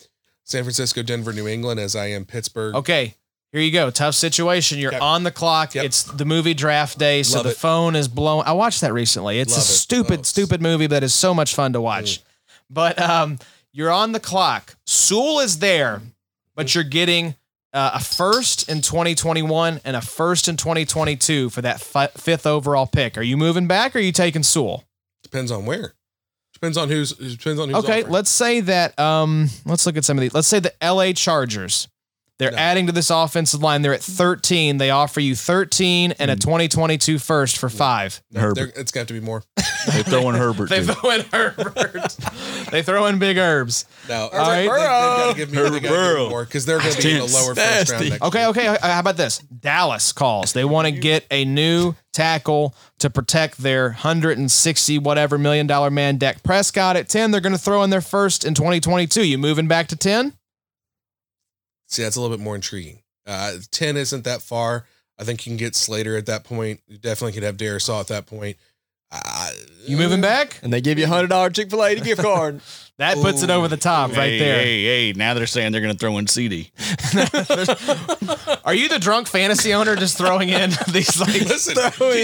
San Francisco, Denver, New England, as I am Pittsburgh.
okay, here you go. Tough situation. You're
Yep.
on the clock.
Yep.
It's the movie draft day, so
Love
the
it.
phone is blown. I watched that recently. It's a
Love it. Mm.
stupid,
Oh, it's-
stupid movie that is so much fun to watch. But um, you're on the clock. Sewell is there,
Mm.
but you're getting uh, a first in 2021 and a first in 2022 for that fi- fifth overall pick. Are you moving back? or Are you taking Sewell?
Depends on where. Depends on who's. Depends on who's.
okay,
offering.
let's say that um let's look at some of these. Let's say the LA Chargers. They're
No.
adding to this offensive line. They're at 13. They offer you 13 and a 2022 first for 5.
No, they're- it's got to be more.
They're throwing Herbert.
They
too.
throw in Herbert. they throw in Big Herbs.
No,
right.
they, have got to give me they
Burrow.
gotta give me more because they're going to be in the lower first round.
Nasty.
Next
Okay,
year.
okay. uh, How about this? Dallas calls. They want to get a new tackle to protect their 160 whatever million dollar man Dak Prescott at 10. They're going to throw in their first in 2022. You moving back to 10?
See, that's a little bit more intriguing. Uh, Ten isn't that far. I think you can get Slater at that point. You definitely could have Darisaw at that point. Uh,
You moving back?
and they give you a hundred dollar Chick Fil A gift card.
That puts it over the top right
Hey,
there.
Hey, hey, now they're saying they're going to throw in CD.
Are you the drunk fantasy owner just throwing in these like
Listen,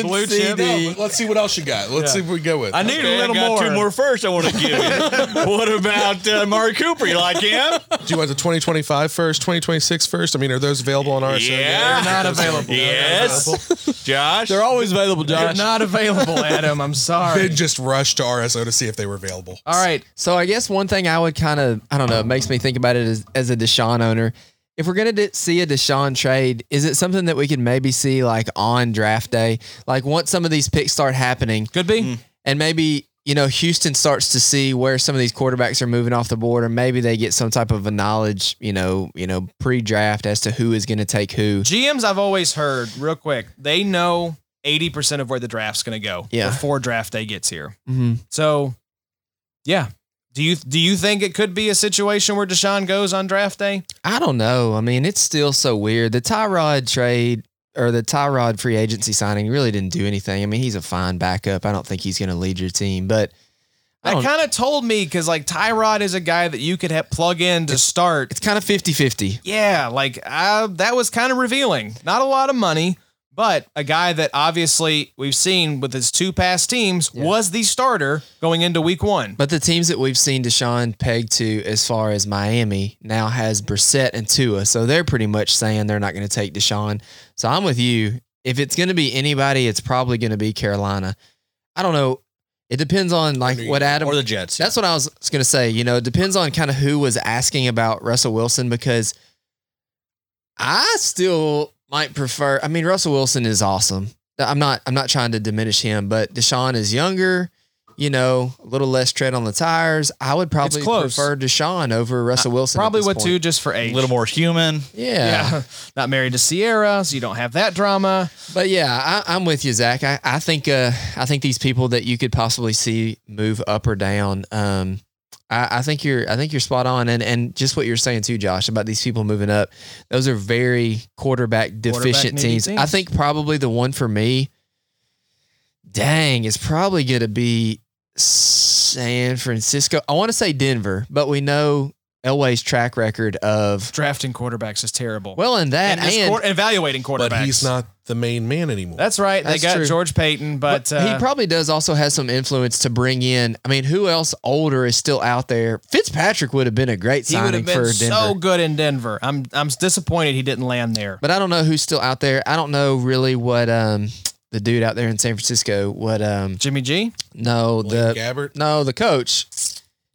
blue chip?
no, let's see what else you got. Let's see what we go with.
I need a little more.
Two more first I want to give you. what about uh, Mari Cooper? You like him?
Do you want the 2025 first, 2026 first? I mean, are those available on our show?
Yeah.
They're not available.
Yes. Josh.
They're always available,
They're
Josh.
not available, Adam. I'm
They
sorry.
just rushed to RSO to see if they were available.
All right.
So I guess one thing I would kind of I don't know it makes me think about it as, as a Deshaun owner. If we're gonna d- see a Deshaun trade, is it something that we could maybe see like on draft day? Like once some of these picks start happening,
Could be.
and maybe you know Houston starts to see where some of these quarterbacks are moving off the board, or maybe they get some type of a knowledge, you know, you know, pre-draft as to who is going to take who.
GMs I've always heard, real quick, they know 80% of where the draft's going to go
Yeah.
before draft day gets here.
Mm-hmm.
So, yeah. Do you do you think it could be a situation where Deshaun goes on draft day?
I don't know. I mean, it's still so weird. The Tyrod trade or the Tyrod free agency signing really didn't do anything. I mean, he's a fine backup. I don't think he's going to lead your team, but I
That
don't-
kind of told me because like Tyrod is a guy that you could have plug in to start
it's kind of 50 50.
Yeah, like uh, that was kind of revealing. Not a lot of money, but a guy that obviously we've seen with his two past teams was the starter going into week one.
But the teams that we've seen Deshaun pegged to as far as Miami now has Brissett and Tua. So they're pretty much saying they're not going to take Deshaun. So I'm with you. If it's going to be anybody, it's probably going to be Carolina. I don't know. It depends on like what Adam
or the Jets.
That's what I was going to say. You know, it depends on kind of who was asking about Russell Wilson because I still might prefer. I mean, Russell Wilson is awesome. I'm not. I'm not trying to diminish him, but Deshaun is younger. You know, a little less tread on the tires. I would probably
close.
prefer Deshaun over Russell Wilson. at
Probably
this
what
point.
two just for
a
age.
little more human.
yeah.
Yeah. Not married to Sierra, so you don't have that drama.
But yeah, I, I'm with you, Zach. I, I think uh, I think these people that you could possibly see move up or down. Um, I, I think you're I think you're spot on, and and just what you're saying too, Josh, about these people moving up. Those are very quarterback deficient
Quarterback-needy
teams. I
teams.
think probably the one for me, dang, is probably going to be San Francisco. I want to say Denver, but we know Elway's track record of
Drafting quarterbacks is terrible.
well, in that
and,
and,
it's quar- evaluating quarterbacks.
But he's not the main man anymore.
That's right.
That's
they got
true.
George Payton, but
Well,
uh,
he probably does also have some influence to bring in. I mean, who else older is still out there? Fitzpatrick would have been a great
he would
signing
have been
for Denver.
so good in Denver. I'm I'm disappointed he didn't land there.
But I don't know who's still out there. I don't know really what um the dude out there in San Francisco. What um
Jimmy G,
no
Blaine
the
Gabbert.
no the coach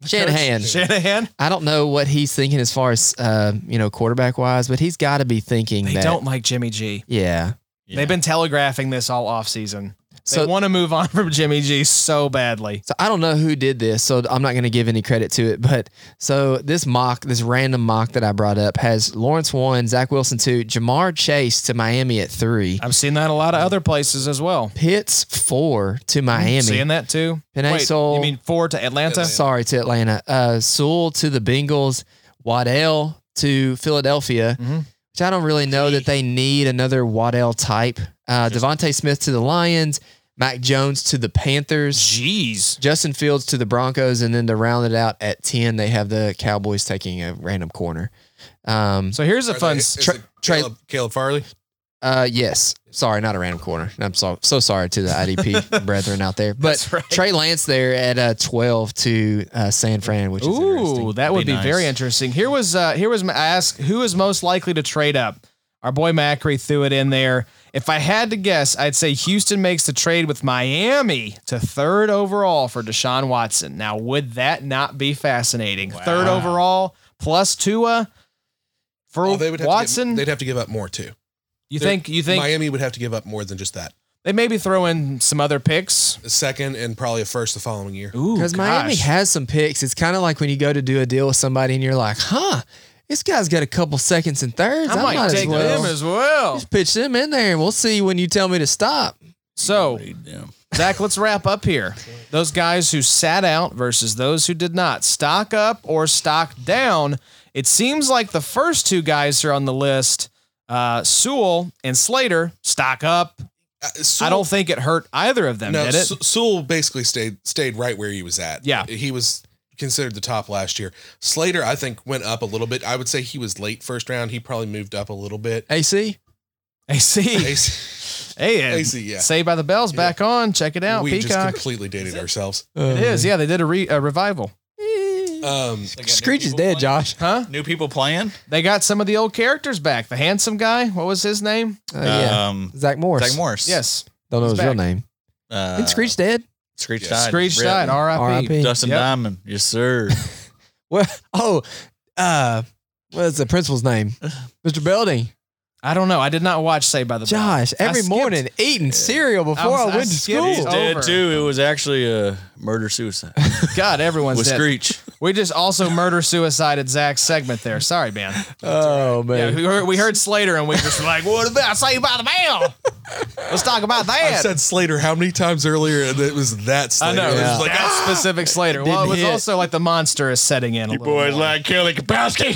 Shanahan.
Shanahan.
I don't know what he's thinking as far as uh, you know quarterback wise, but he's got to be thinking
They
that
don't like Jimmy G.
yeah.
Yeah.
They've been telegraphing this all offseason.
So
they want to move on from Jimmy G so badly.
So I don't know who did this, so I'm not going to give any credit to it. But so this mock, this random mock that I brought up has Lawrence one, Zach Wilson two, Jamar Chase to Miami at three,
I've seen that a lot of other places as well.
Pitts four to Miami.
Seeing that too.
Panay
Wait,
Sewell.
you mean four to Atlanta?
Sorry to Atlanta. Uh, Sewell to the Bengals, Waddell to Philadelphia,
Mhm.
which I don't really know that they need another Waddell type. Uh, Devontae Smith to the Lions, Mac Jones to the Panthers.
Jeez.
Justin Fields to the Broncos, and then to round it out at ten, they have the Cowboys taking a random corner. Um,
So here's a
Are
fun.
they-
s-
is
Tra-
it
Tra-
Caleb, Caleb Farley.
uh, yes, sorry, not a random corner. I'm so so sorry to the IDP brethren out there, but
That's right.
Trey Lance there at uh, twelve to uh, San Fran, which is
Ooh,
interesting.
that would
Be
be, very
nice.
interesting. Here was uh here was my ask who is most likely to trade up. Our boy Macri threw it in there. If I had to guess, I'd say Houston makes the trade with Miami to third overall for Deshaun Watson. Now, would that not be fascinating? Third overall plus Tua for
Oh, they would have
Watson.
To give, they'd have to give up more too.
you
they're-
think you think
Miami would have to give up more than just that.
they maybe throw in some other picks?
A second and probably a first the following year.
Ooh,
because Miami
gosh.
has some picks. It's kind of like when you go to do a deal with somebody, and you're like, "Huh, this guy's got a couple seconds and thirds. I,
I might
as
take
well
them as well.
just pitch them in there, and we'll see when you tell me to stop."
So
Yeah.
Zach, let's wrap up here. Those guys who sat out versus those who did not. Stock up or stock down. It seems like the first two guys are on the list. Uh, Sewell and Slater stock up.
Uh, Sewell-
I don't think it hurt either of them,
No,
did it?
Su- Sewell basically stayed stayed right where he was at.
Yeah.
he was considered the top last year. Slater, I think, went up a little bit. I would say he was late first round. He probably moved up a little bit.
AC,
AC, hey,
AC, yeah.
Saved by the Bells back on. Check it out,
we just
Peacock.
completely dated ourselves.
it is, yeah. They did a, re- a revival,
Um,
Uh, Screech is dead, Josh.
huh?
New people playing.
They got some of the old characters back. The handsome guy, what was his name?
Uh, yeah,
Um,
Zach Morris.
Zach Morris.
Yes,
Don't know
He's
his real
back.
name.
Uh,
Didn't Screech dead?
Screech
Yeah.
died.
Screech
Rip.
died. R.I.P.
R.I.P.
Dustin
Yep.
Diamond. Yes, sir.
Well, oh, uh, what's the principal's name? Mr. Belding.
I don't know. I did not watch Saved by the Bell.
Josh,
I
every
skipped-
morning eating cereal before I,
was- I
went to
skipped
school.
He's
It's over.
dead too. It was actually a murder suicide
God, everyone's
with
dead.
Screech.
We just also murder suicided Zach's segment there. Sorry, man.
Oh
Yeah,
man.
we, heard, we heard Slater and we just were like, what about Saved by the Bell? Let's talk about
I
that.
said Slater how many times earlier? And it was that
I
Slater.
know.
It was
It was
like, uh,
like that specific Slater. Well, it was
hit.
also like the monster is setting in. A little more.
like Kelly Kapowski.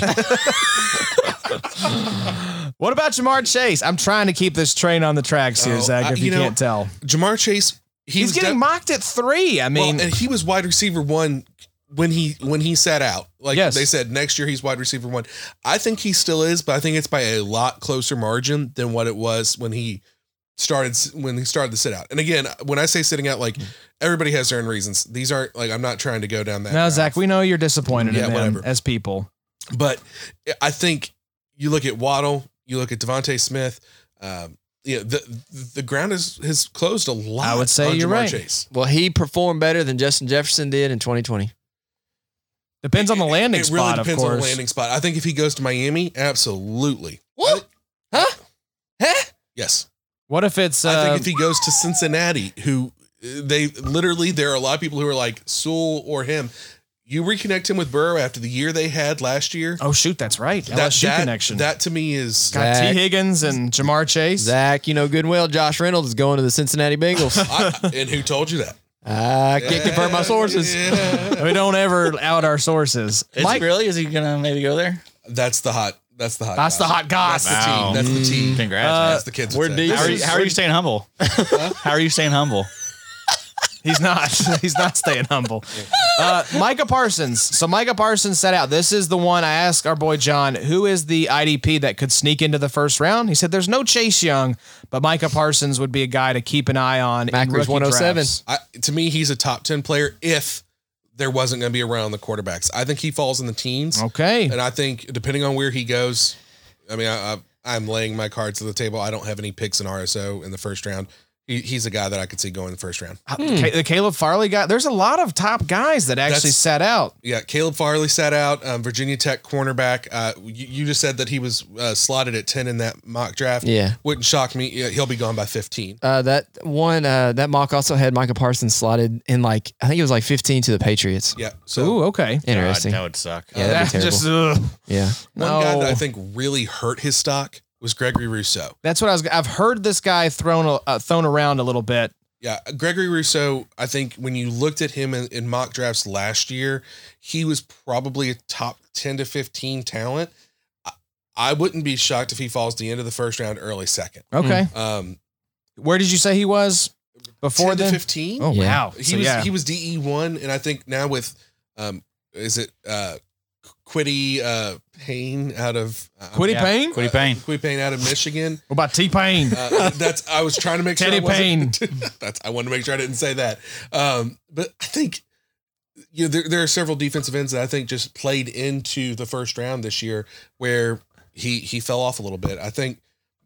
What about Jamar Chase? I'm trying to keep this train on the tracks here,
Oh,
Zach.
I-
If you,
you know,
can't tell,
Jamar Chase. He
he's
was
getting
def-
mocked at three. I mean,
well, and he was wide receiver one when he when he sat out. Like
Yes.
they said, next year he's wide receiver one. I think he still is, but I think it's by a lot closer margin than what it was when he started when he started to sit out. And again, when I say sitting out,
Mm.
like everybody has their own reasons. These aren't like I'm not trying to go down that.
now
route.
Zach, we know you're disappointed
Yeah,
in them
whatever.
as people.
But I think you look at Waddle, you look at Devonte Smith. Um, you know, the the ground is has closed a lot.
I would say
on
you're
Jamar
right.
Chase.
Well, he performed better than Justin Jefferson did in 2020.
Depends on the landing
it really
spot,
depends
of
on the
course.
landing spot. I think if he goes to Miami, absolutely.
What? Huh? Huh?
Yes.
What if it's? Uh,
I think if he goes to Cincinnati, who uh, they literally, there are a lot of people who are like Sewell or him. You reconnect him with Burrow after the year they had last year.
oh shoot, that's right. LSU
that,
connection.
That to me is.
Got
Zach.
T. Higgins and Jamar Chase.
Zach, you know good and well Josh Reynolds is going to the Cincinnati Bengals.
I, and who told you that?
I can't confirm my sources.
Yeah.
we don't ever out our sources.
Is
Mike,
he really? Is he gonna maybe go there?
That's the hot. That's the hot.
that's the
gossip.
hot goss.
That's the team. That's the team.
Congrats.
Uh,
man.
That's the kids.
we're
would say.
deep.
how, are you, how are you staying humble? how are you staying humble?
He's not. He's not staying humble. Uh, Micah Parsons. So Micah Parsons set out. This is the one I asked our boy John, who is the IDP that could sneak into the first round. He said there's no Chase Young, but Micah Parsons would be a guy to keep an eye on. in
Macker's
rookie
107.
drafts.
I, to me, he's a top ten player if there wasn't going to be a round on the quarterbacks. I think he falls in the teens,
Okay.
and I think depending on where he goes, I mean, I, I, I'm laying my cards to the table. I don't have any picks in RSO in the first round. He, he's a guy that I could see going in the first round.
Ca- The Caleb Farley guy. There's a lot of top guys that actually
That's-
set out.
Yeah, Caleb Farley sat out. Um, Virginia Tech cornerback. Uh, you, you just said that he was uh, slotted at ten in that mock draft.
Yeah.
wouldn't shock me. Yeah, He'll be gone by fifteen.
Uh, that one, uh, that mock also had Micah Parsons slotted in like, I think it was like 15 to the Patriots.
Yeah. So
Ooh, okay.
Interesting.
God, that would suck.
yeah, that'd be
That
terrible.
just, ugh.
yeah.
one guy that I
No.
think really hurt his stock was Gregory Rousseau.
That's what I was. I've heard this guy thrown a- uh, thrown around a little bit.
Yeah, Gregory Rousseau. I think when you looked at him in, in mock drafts last year, he was probably a top ten to fifteen talent. I, I wouldn't be shocked if he falls the end of the first round, early second.
Okay.
Um,
Hmm. Where did you say he was before
ten to
then?
fifteen.
Oh
Yeah.
wow.
he
So,
was
yeah.
he was DE one, and I think now with um, is it uh, Quiddy uh Payne out of uh,
Quiddy
Yeah.
Payne.
Quiddy Payne.
Quiddy Payne out of Michigan.
What about T Pain?
Uh, that's I was trying to make
Teddy
sure I wasn't- that's I wanted to make sure I didn't say that. Um, but I think you know there, there are several defensive ends that I think just played into the first round this year where he he fell off a little bit. I think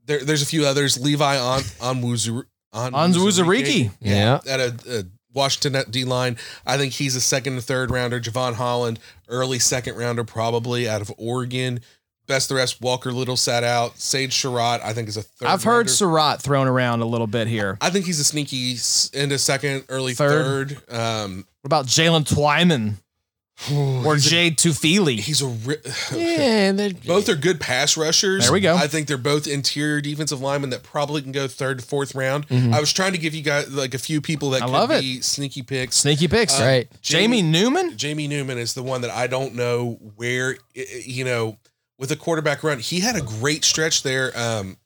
there there's a few others. Levi on on Wuzur on
Anzuzuriki.
Yeah.
at a, a Washington D line. I think he's a second and third rounder. Javon Holland, early second rounder, probably out of Oregon. Best of the rest, Walker Little sat out. Sage Sherrod, I think, is a third.
I've heard
rounder.
Surratt thrown around a little bit here. What
I think he's a sneaky s- into second, early
Third.
third. Um,
about Jalen Twyman or Jade Tufili?
he's a ri-
Yeah. And they're-
both are good pass rushers.
There we go.
I think they're both interior defensive linemen that probably can go third to fourth round. I was trying to give you guys like a few people that
Mm-hmm. I love
could
it.
be sneaky picks.
Sneaky picks.
Uh, Right.
Jamie Newman?
Jamie Newman is the one that I don't know where i- i- you know with a quarterback run. He had a great stretch there. Um,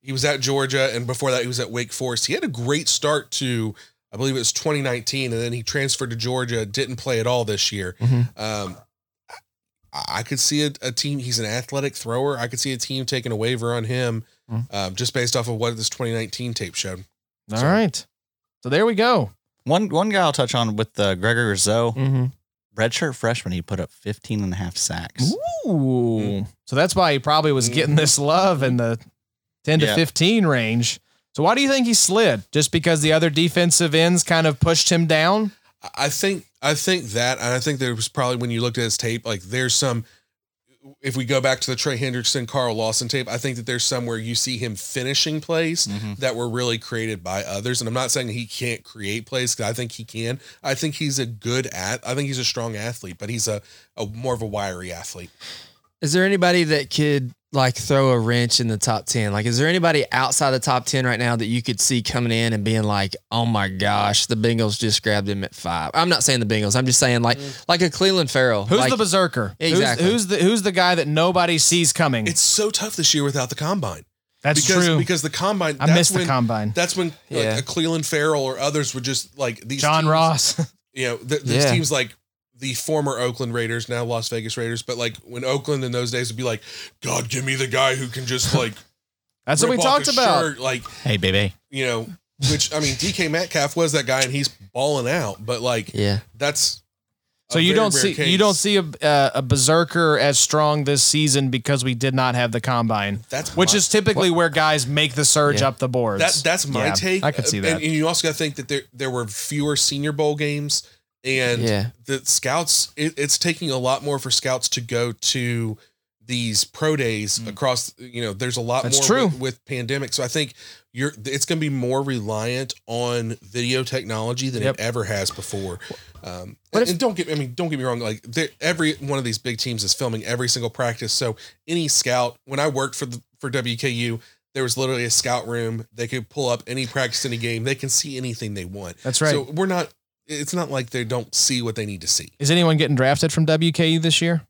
he was at Georgia, and before that, he was at Wake Forest. He had a great start to, I believe it was 2019, and then he transferred to Georgia. Didn't play at all this year.
Mhm.
Um, I, I could see a, a team. He's an athletic thrower. I could see a team taking a waiver on him, um, just based off of what this 2019 tape showed.
All right. So there we go.
One one guy I'll touch on with uh, Gregory Rousseau,
Mm-hmm.
Mhm.
redshirt freshman, he put up 15 and a half sacks.
Ooh.
Mm-hmm.
So that's why he probably was getting this love in the 10 to
Yeah.
15 range. So why do you think he slid? Just because the other defensive ends kind of pushed him down?
I think I think that, and I think there was probably when you looked at his tape, like there's some. If we go back to the Trey Hendrickson, Carl Lawson tape, I think that there's somewhere you see him finishing plays
Mm-hmm.
that were really created by others. And I'm not saying he can't create plays because I think he can. I think he's a good at. I think he's a strong athlete, but he's a, a more of a wiry athlete.
Is there anybody that could like throw a wrench in the top 10? Like, is there anybody outside the top 10 right now that you could see coming in and being like, oh my gosh, the Bengals just grabbed him at five? I'm not saying the Bengals. I'm just saying like, like a Cleveland Farrell.
Who's
Like,
the berserker? Who's-
Exactly.
Who's, the who's the guy that nobody sees coming?
It's so tough this year without the
Hmm.
combine.
that's
because,
true.
Because the combine.
I
that's
missed the
when-
combine.
That's when like,
Yeah.
a Cleveland Farrell or others were just like these
John
teams-
Ross.
you know, th- these
Yeah.
teams like the former Oakland Raiders, now Las Vegas Raiders, but like when Oakland in those days would be like, God, give me the guy who can just like.
That's what we
rip off
talked
his
about.
shirt," Like,
Hey, baby.
you know, which I mean, DK Metcalf was that guy and he's balling out, but like,
Yeah.
that's. a
So you
very
don't
rare
see
case.
you don't see a uh, a berserker as strong this season because we did not have the combine,
That's
which
my-
is typically where guys make the surge
Yeah.
up the boards.
That, that's my
Yeah,
take.
I could see
Uh,
that.
And, and you also got to think that there there were fewer Senior Bowl games, and
Yeah.
the scouts. It, it's taking a lot more for scouts to go to these pro days across. You know, there's a lot
That's
more
true.
With, with pandemic. So I think you're it's going to be more reliant on video technology than
Yep.
it ever has before. Um,
What
and,
if-
and don't get I mean don't get me wrong like there- every one of these big teams is filming every single practice. So any scout when I worked for the for WKU there was literally a scout room. They could pull up any practice, any game. They can see anything they want.
That's right.
So we're not it's not like they don't see what they need to see.
Is anyone getting drafted from WKU this year?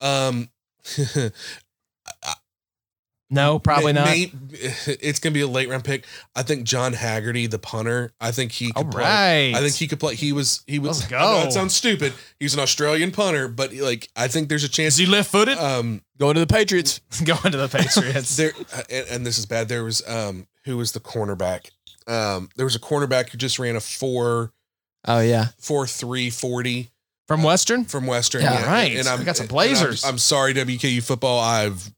Um,
No, probably
may-
not.
may- it's gonna be a late round pick. I think John Haggerty, the punter. I think he could
All
play.
right.
I think he could play. He was he was.
Let's
I know
go.
That sounds stupid. He's an Australian punter, but like I think there's a chance.
left footed?
Um,
Going to the Patriots.
Going to the Patriots.
there uh, and, and this is bad. There was um who was the cornerback? Um, there was a cornerback who just ran a four
Oh yeah,
four three forty
from Western?
from Western.
Yeah,
right. We got some
and
Blazers.
I'm, I'm sorry, WKU football. I've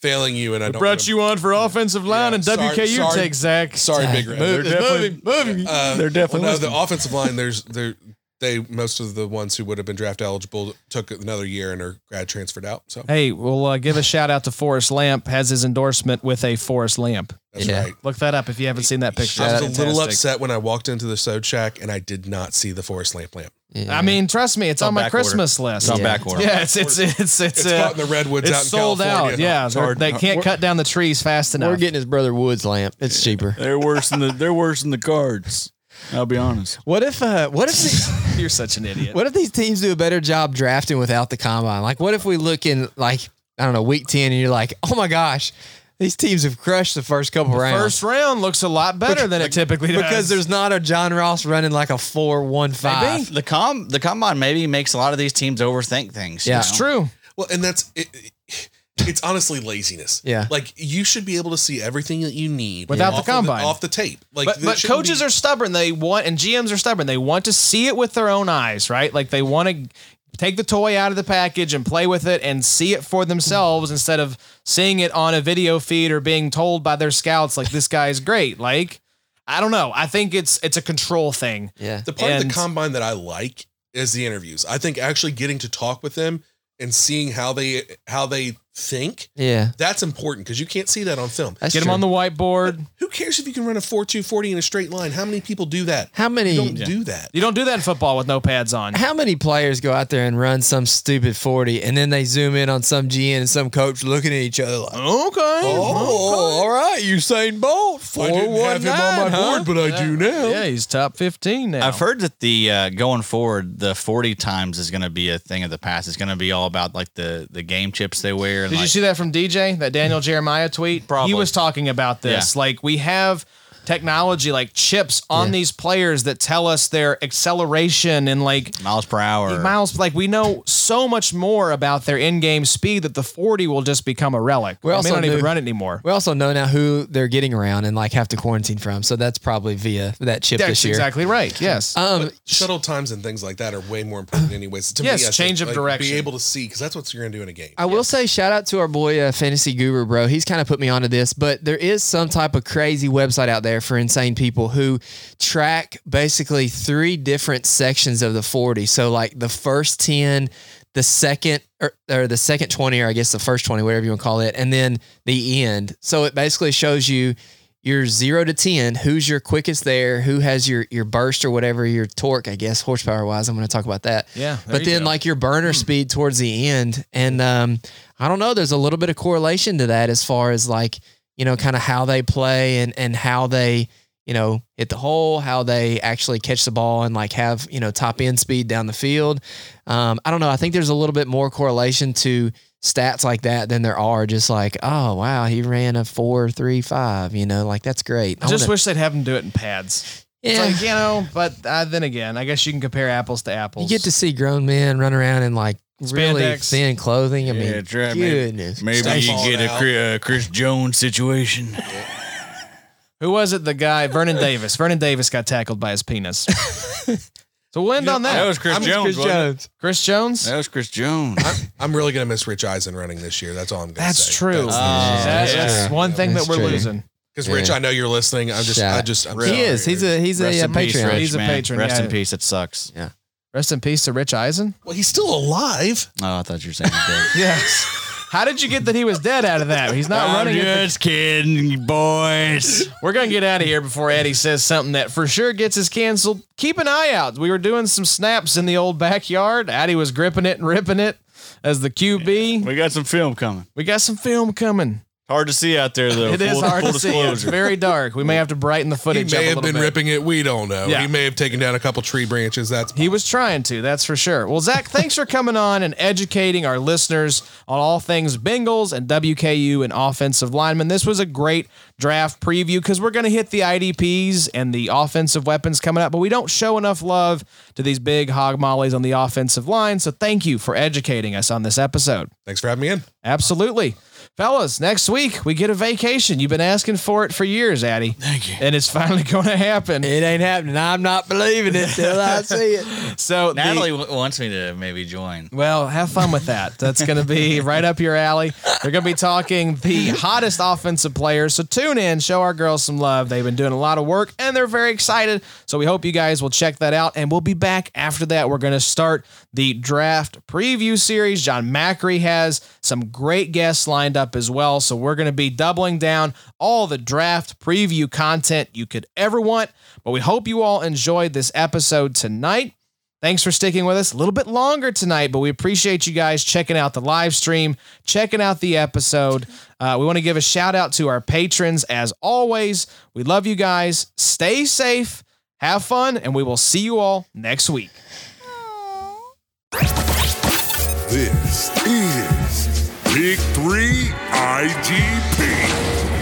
failing you, and I don't
Brought you
remember-
on for offensive line,
Yeah,
and
sorry-
WKU
sorry-
takes Zach.
Sorry, Big Red.
Move,
They're
moving, moving.
Uh,
They're definitely
well, no,
listening.
the offensive line. There's there they most of the ones who would have been draft eligible took another year and are grad transferred out. So
Hey, we'll uh, give a shout out to Forrest Lamp. Has his endorsement with a Forrest Lamp.
that's
Yeah.
right.
Look that up if you haven't seen that picture.
I was
It's
a little
fantastic.
upset when I walked into the Sod Shack and I did not see the Forest Lamp lamp.
yeah.
I mean, trust me, it's
on
on my
back order.
Christmas list.
It's on
Yeah.
back order.
Yeah, it's it's it's it's,
It's
uh,
caught in the redwoods
it's
out in
sold
California.
out. Yeah,
It's
they're-
hard-
they can't
we're-
cut down the trees fast
we're
enough.
getting his brother Woods lamp. It's cheaper.
They're worse than the they're worse than the cards. I'll be honest.
What if? Uh, what if? The,
You're such an idiot.
what if these teams do a better job drafting without the combine? Like, what if we look in like I don't know week ten and you're like, oh my gosh, these teams have crushed the first couple rounds.
First round looks a lot better than it typically does
because there's not a John Ross running like a four one
Maybe
five.
the com the combine maybe makes a lot of these teams overthink things. you
Yeah.
know?
It's
true.
Well, and that's it, it- it's honestly laziness.
Yeah.
like you should be able to see everything that you need
Without the
off of
combine.
off the tape. Like,
But,
there
but
shouldn't
coaches
be-
are stubborn. They want and GMs are stubborn. They want to see it with their own eyes, right? Like they want to take the toy out of the package and play with it and see it for themselves instead of seeing it on a video feed or being told by their scouts like this guy is great. Like I don't know. I think it's it's a control thing.
Yeah.
The part of
And-
the combine that I like is the interviews. I think actually getting to talk with them and seeing how they how they think
Yeah.
that's important because you can't see that on film.
That's
Get
true.
him on the whiteboard.
Who cares if you can run a four two forty in a straight line? How many people do that?
How many?
You don't do that.
You don't do that in football with no pads on.
How many players go out there and run some stupid 40 and then they zoom in on some GN and some coach looking at each other like,
Okay.
oh, all right, Usain Bolt, 419, huh?"
but I do now.
Yeah, he's top fifteen now.
I've heard that the uh, going forward, the forty times is going to be a thing of the past. It's going to be all about like the the game chips they wear. And,
Did you
like-
see that from DJ? That Daniel Jeremiah tweet?
Probably.
He was talking about this. Like we have technology like chips on these players that tell us their acceleration and like
miles per hour?
miles like we know so much more about their in-game speed that the 40 will just become a relic.
We
We may
also
not even
knew-
run it anymore.
We also know now who they're getting around and like have to quarantine from. So that's probably via that chip
That's
this year.
exactly right. Yes.
Um,
Shuttle times and things like that are way more important, anyways. To
Yes,
me, I
change of direction.
Be able to see because that's what you're going to do in a game.
I will say shout out to our boy uh, Fantasy Guru, bro. He's kind of put me onto this, but there is some type of crazy website out there for insane people who track basically three different sections of the 40. So like the first 10, the second or, or the second 20 or I guess the first 20, whatever you want to call it, and then the end. So it basically shows you your 0 to 10, who's your quickest there, who has your your burst or whatever your torque, I guess horsepower wise. I'm going to talk about that.
Yeah, there
But
you
then
go. Hmm.
like like your burner speed towards the end. And um, I don't know, there's a little bit of correlation to that as far as like, you know, kind of how they play and and how they, you know, hit the hole, how they actually catch the ball and like have, you know, top end speed down the field. Um, I don't know. I think there's a little bit more correlation to stats like that than there are just like, oh wow, he ran a four three five, you know, like that's great.
I just
wanna-
wish they'd have them do it in pads.
Yeah.
It's like, you know, but uh, then again, I guess you can compare apples to apples.
you get to see grown men run around in like really
Spandex.
thin clothing. I mean,
Yeah, that's right, man.
goodness.
Maybe
Stuff
you
falling
get a
out.
Chris, uh, Chris Jones situation.
Who was it? The guy Vernon Davis. Vernon Davis got tackled by his penis. so we'll end on that.
That was Chris Jones.
Chris
wasn't it?
Jones.
Chris Jones.
That was Chris Jones.
I'm really going to miss Rich Eisen running this year. That's all I'm going to say.
That's true. Oh, That-
yeah.
that's one thing
That's
that we're
true.
losing.
Because Rich,
Yeah.
I know you're listening. I'm just, I
Shout.
just, I'm
He is. He's a he's
Rest
a uh,
in peace,
Patreon.
Rich,
He's a
man.
patron,
Rest
yeah.
in peace. It sucks.
Rest in peace to Rich Eisen.
Well, he's still alive.
Oh, I thought you were saying that.
Yes. How did you get that he was dead out of that? He's not running. at the-
kidding, boys.
we're gonna get out of here before Eddie says something that for sure gets us canceled. Keep an eye out. We were doing some snaps in the old backyard. Addy was gripping it and ripping it as the QB.
We got some film coming.
We got some film coming.
Hard to see out there, though.
It is
full,
hard
full
to see. It's
disclosure.
very dark. We may have to brighten the
He
footage. up
may
a
have
little
been
bit.
ripping it. We don't know.
Yeah.
He may have taken down a couple tree branches. That's
He was trying to, that's for sure. Well, Zach, thanks for coming on and educating our listeners on all things Bengals and WKU and offensive linemen. This was a great draft preview because we're going to hit the IDPs and the offensive weapons coming up, but we don't show enough love to these big hog mollies on the offensive line. So thank you for educating us on this episode.
thanks for having me in.
Absolutely. Fellas, next week we get a vacation. You've been asking for it for years, Addy. Thank you. And it's finally going to happen.
It ain't happening. I'm not believing it till I see it.
So the-
Natalie w- wants me to maybe join.
Well, have fun with that. That's going to be right up your alley. They're going to be talking the hottest offensive players. So tune in, show our girls some love. They've been doing a lot of work and they're very excited. So we hope you guys will check that out. And we'll be back after that. We're going to start the draft preview series. John Macri has some great guests lined up as well. So we're going to be doubling down all the draft preview content you could ever want. But we hope you all enjoyed this episode tonight. Thanks for sticking with us a little bit longer tonight, but we appreciate you guys checking out the live stream, checking out the episode. Uh, we want to give a shout out to our patrons as always. We love you guys. Stay safe, have fun, and we will see you all next week.
This is Big Three IGP.